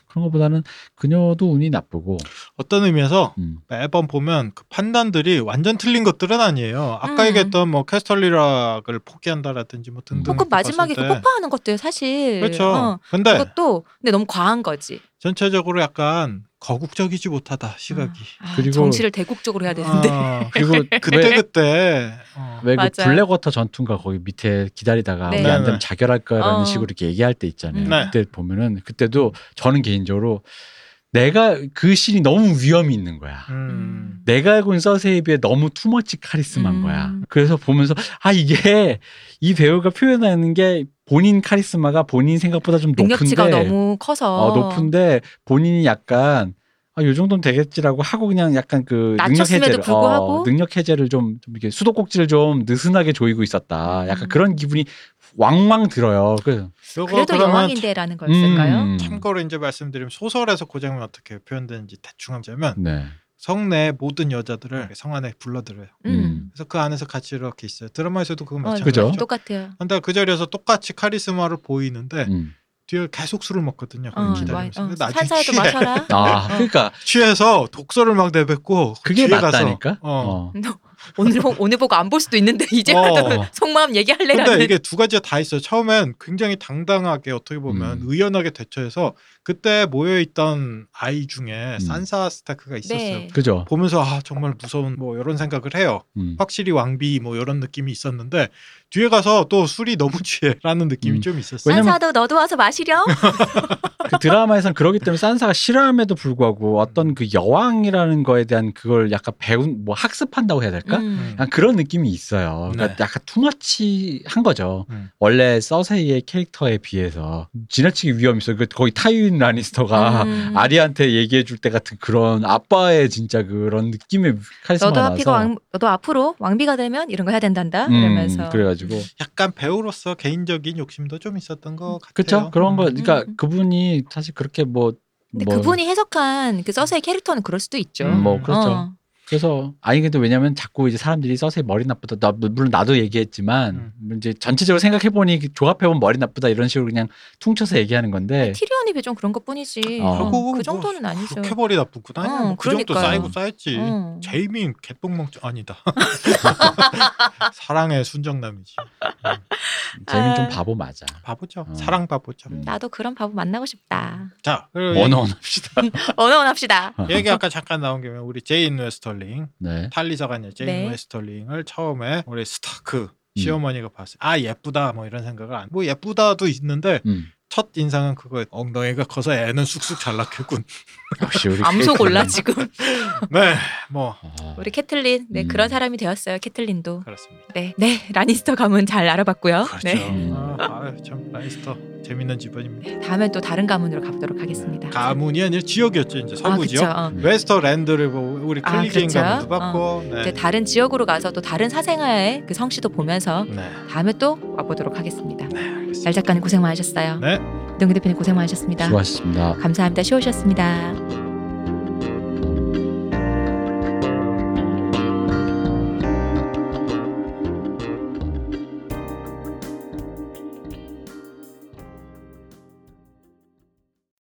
그런 것보다는 그녀도 운이 나쁘고
어떤 의미에서
음.
매번 보면 그 판단들이 완전 틀린 것들은 아니에요. 아까
음.
얘기했던 뭐 캐스털리락을 포기한다라든지 뭐 등등.
혹은 마지막에 그
봤을 때.
폭파하는 것도 사실
그렇죠.
어,
근데
그것도 근데 너무 과한 거지.
전체적으로 약간 거국적이지 못하다 시각이.
아,
그리고-
정치를 대국적으로 해야 되는데.
어,
그리고
그때 그때 어,
왜 그
맞아요.
블랙워터 전투인가 거기 밑에 기다리다가
네.
우리 안
네네.
되면 자결할 거라는
어.
식으로 이렇게 얘기할 때 있잖아요.
네.
그때 보면은 그때도 저는 개인적으로 내가 그 신이 너무 위험이 있는 거야.
음.
내가 알고 있는 서세에 비해 너무 투머치 카리스마인
음.
거야. 그래서 보면서 아 이게 이 배우가 표현하는 게 본인 카리스마가 본인 생각보다 좀
능력치가
높은데
너무 커서
어, 높은데 본인이 약간 아, 요 정도면 되겠지라고 하고 그냥 약간 그 능력
낮췄음에도
해제를
불구하고?
어, 능력 해제를 좀, 좀 이렇게 수도꼭지를 좀 느슨하게 조이고 있었다. 약간
음.
그런 기분이 왕왕 들어요. 그래서
요거
그래도
그러면
여왕인데라는 걸까요?
음.
참고로 이제 말씀드리면 소설에서 그 장면 어떻게 표현되는지 대충 하자면
네.
성내 모든 여자들을 성 안에 불러들여요.
음.
그래서 그 안에서 같이 이렇게 있어요. 드라마에서도 그건
어,
마찬가지죠.
음. 그죠?
똑같아요.
근데 그 자리에서 똑같이 카리스마를 보이는데
음.
뒤에 계속 술을 먹거든요.
어,
기다리면서.
와- 어,
근데 나중에
산사에도
취해.
마셔라.
아, 그러니까
취해서 독서를 막 내뱉고
그게
어. 뒤에
맞다니까.
가서 어.
어.
오늘 보, 오늘 보고 안 볼 수도 있는데 이제
어.
하다가 속마음 얘기할래라는.
근데 이게 두 가지가 다 있어요. 처음엔 굉장히 당당하게 어떻게 보면
음.
의연하게 대처해서 그때 모여있던 아이 중에
음.
산사 스타크가 있었어요.
네.
그죠.
보면서 아 정말 무서운 뭐 이런 생각을 해요.
음.
확실히 왕비 뭐 이런 느낌이 있었는데 뒤에 가서 또 술이 너무 취해라는 느낌이
음.
좀 있었어요.
왜냐면-
산사도 너도 와서 마시렴.
그 드라마에선 그러기 때문에 산사가 싫어함에도 불구하고 어떤 그 여왕이라는 거에 대한 그걸 약간 배운 뭐 학습한다고 해야 될까?
음.
약간 그런 느낌이 있어요. 그러니까
네.
약간 투머치 한 거죠.
음.
원래 서세이의 캐릭터에 비해서 지나치게 위험이 있어요. 그 거의 타유인 라니스터가
음.
아, 아리한테 얘기해 줄 때 같은 그런 아빠의 진짜 그런 느낌의 카리스마
너도
나서.
앞이가 왕, 너도 앞으로 왕비가 되면 이런 거 해야 된단다.
음,
이러면서.
그래가지고
약간 배우로서 개인적인 욕심도 좀 있었던 것 같아요.
그쵸 그런 거
음.
그러니까
음.
그분이 사실 그렇게 뭐
근데
뭐,
그분이 해석한 그 서서의 캐릭터는 그럴 수도 있죠.
음, 뭐 그렇죠.
어.
그래서 아니 근데 왜냐면 자꾸 이제 사람들이 서서히 머리 나쁘다 나, 물론 나도
음.
얘기했지만 뭐 이제 전체적으로 생각해 보니 조합해 보면 머리 나쁘다 이런 식으로 그냥 퉁쳐서 얘기하는 건데
티리언이 왜 좀 그런 것뿐이지.
어.
어,
그리고
그
뭐
정도는 아니죠.
그렇게 버리 나쁜 건 아니야.
어,
뭐그 정도
그러니까요.
쌓이고 쌓였지.
어.
제이민 개똥멍청 아니다. 사랑의 순정남이지.
재민 좀
아.
바보 맞아.
바보죠.
어.
사랑 바보죠.
음.
나도 그런 바보 만나고 싶다.
자, 그리고
원어 원합시다.
언어원 합시다.
얘기 아까 잠깐 나온 김에 우리 제인 웨스털링
네.
탈리사관이야 제인
네.
웨스털링을 처음에 우리 스타크 시어머니가 봤어요. 아 예쁘다 뭐 이런 생각을 안. 뭐 예쁘다도 있는데
음.
첫 인상은 그거예요. 엉덩이가 커서 애는 쑥쑥 잘났겠군.
역시
아,
우리
암속 올라 지금
네, 뭐
우리 캐틀린 네
음.
그런 사람이 되었어요 캐틀린도
그렇습니다.
네, 네 라니스터 가문 잘 알아봤고요.
그렇죠.
네.
아, 아유, 참 라이스터 재밌는 집안입니다.
다음에 또 다른 가문으로 가보도록 하겠습니다.
가문이 네. 아니라 지역이었죠 이제 서부
아,
지역.
그쵸. 어.
웨스터랜드를 보고 우리
아,
클리게임
그렇죠.
가문도 받고 네.
이제 다른 지역으로 가서 또 다른 사생아의 그 성씨도 보면서
네,
다음에 또 와보도록 하겠습니다.
네, 알겠습니다.
날 작가님 고생 많으셨어요.
네.
이동규 대표님 고생 많으셨습니다.
수고하셨습니다.
감사합니다. 쉬우셨습니다.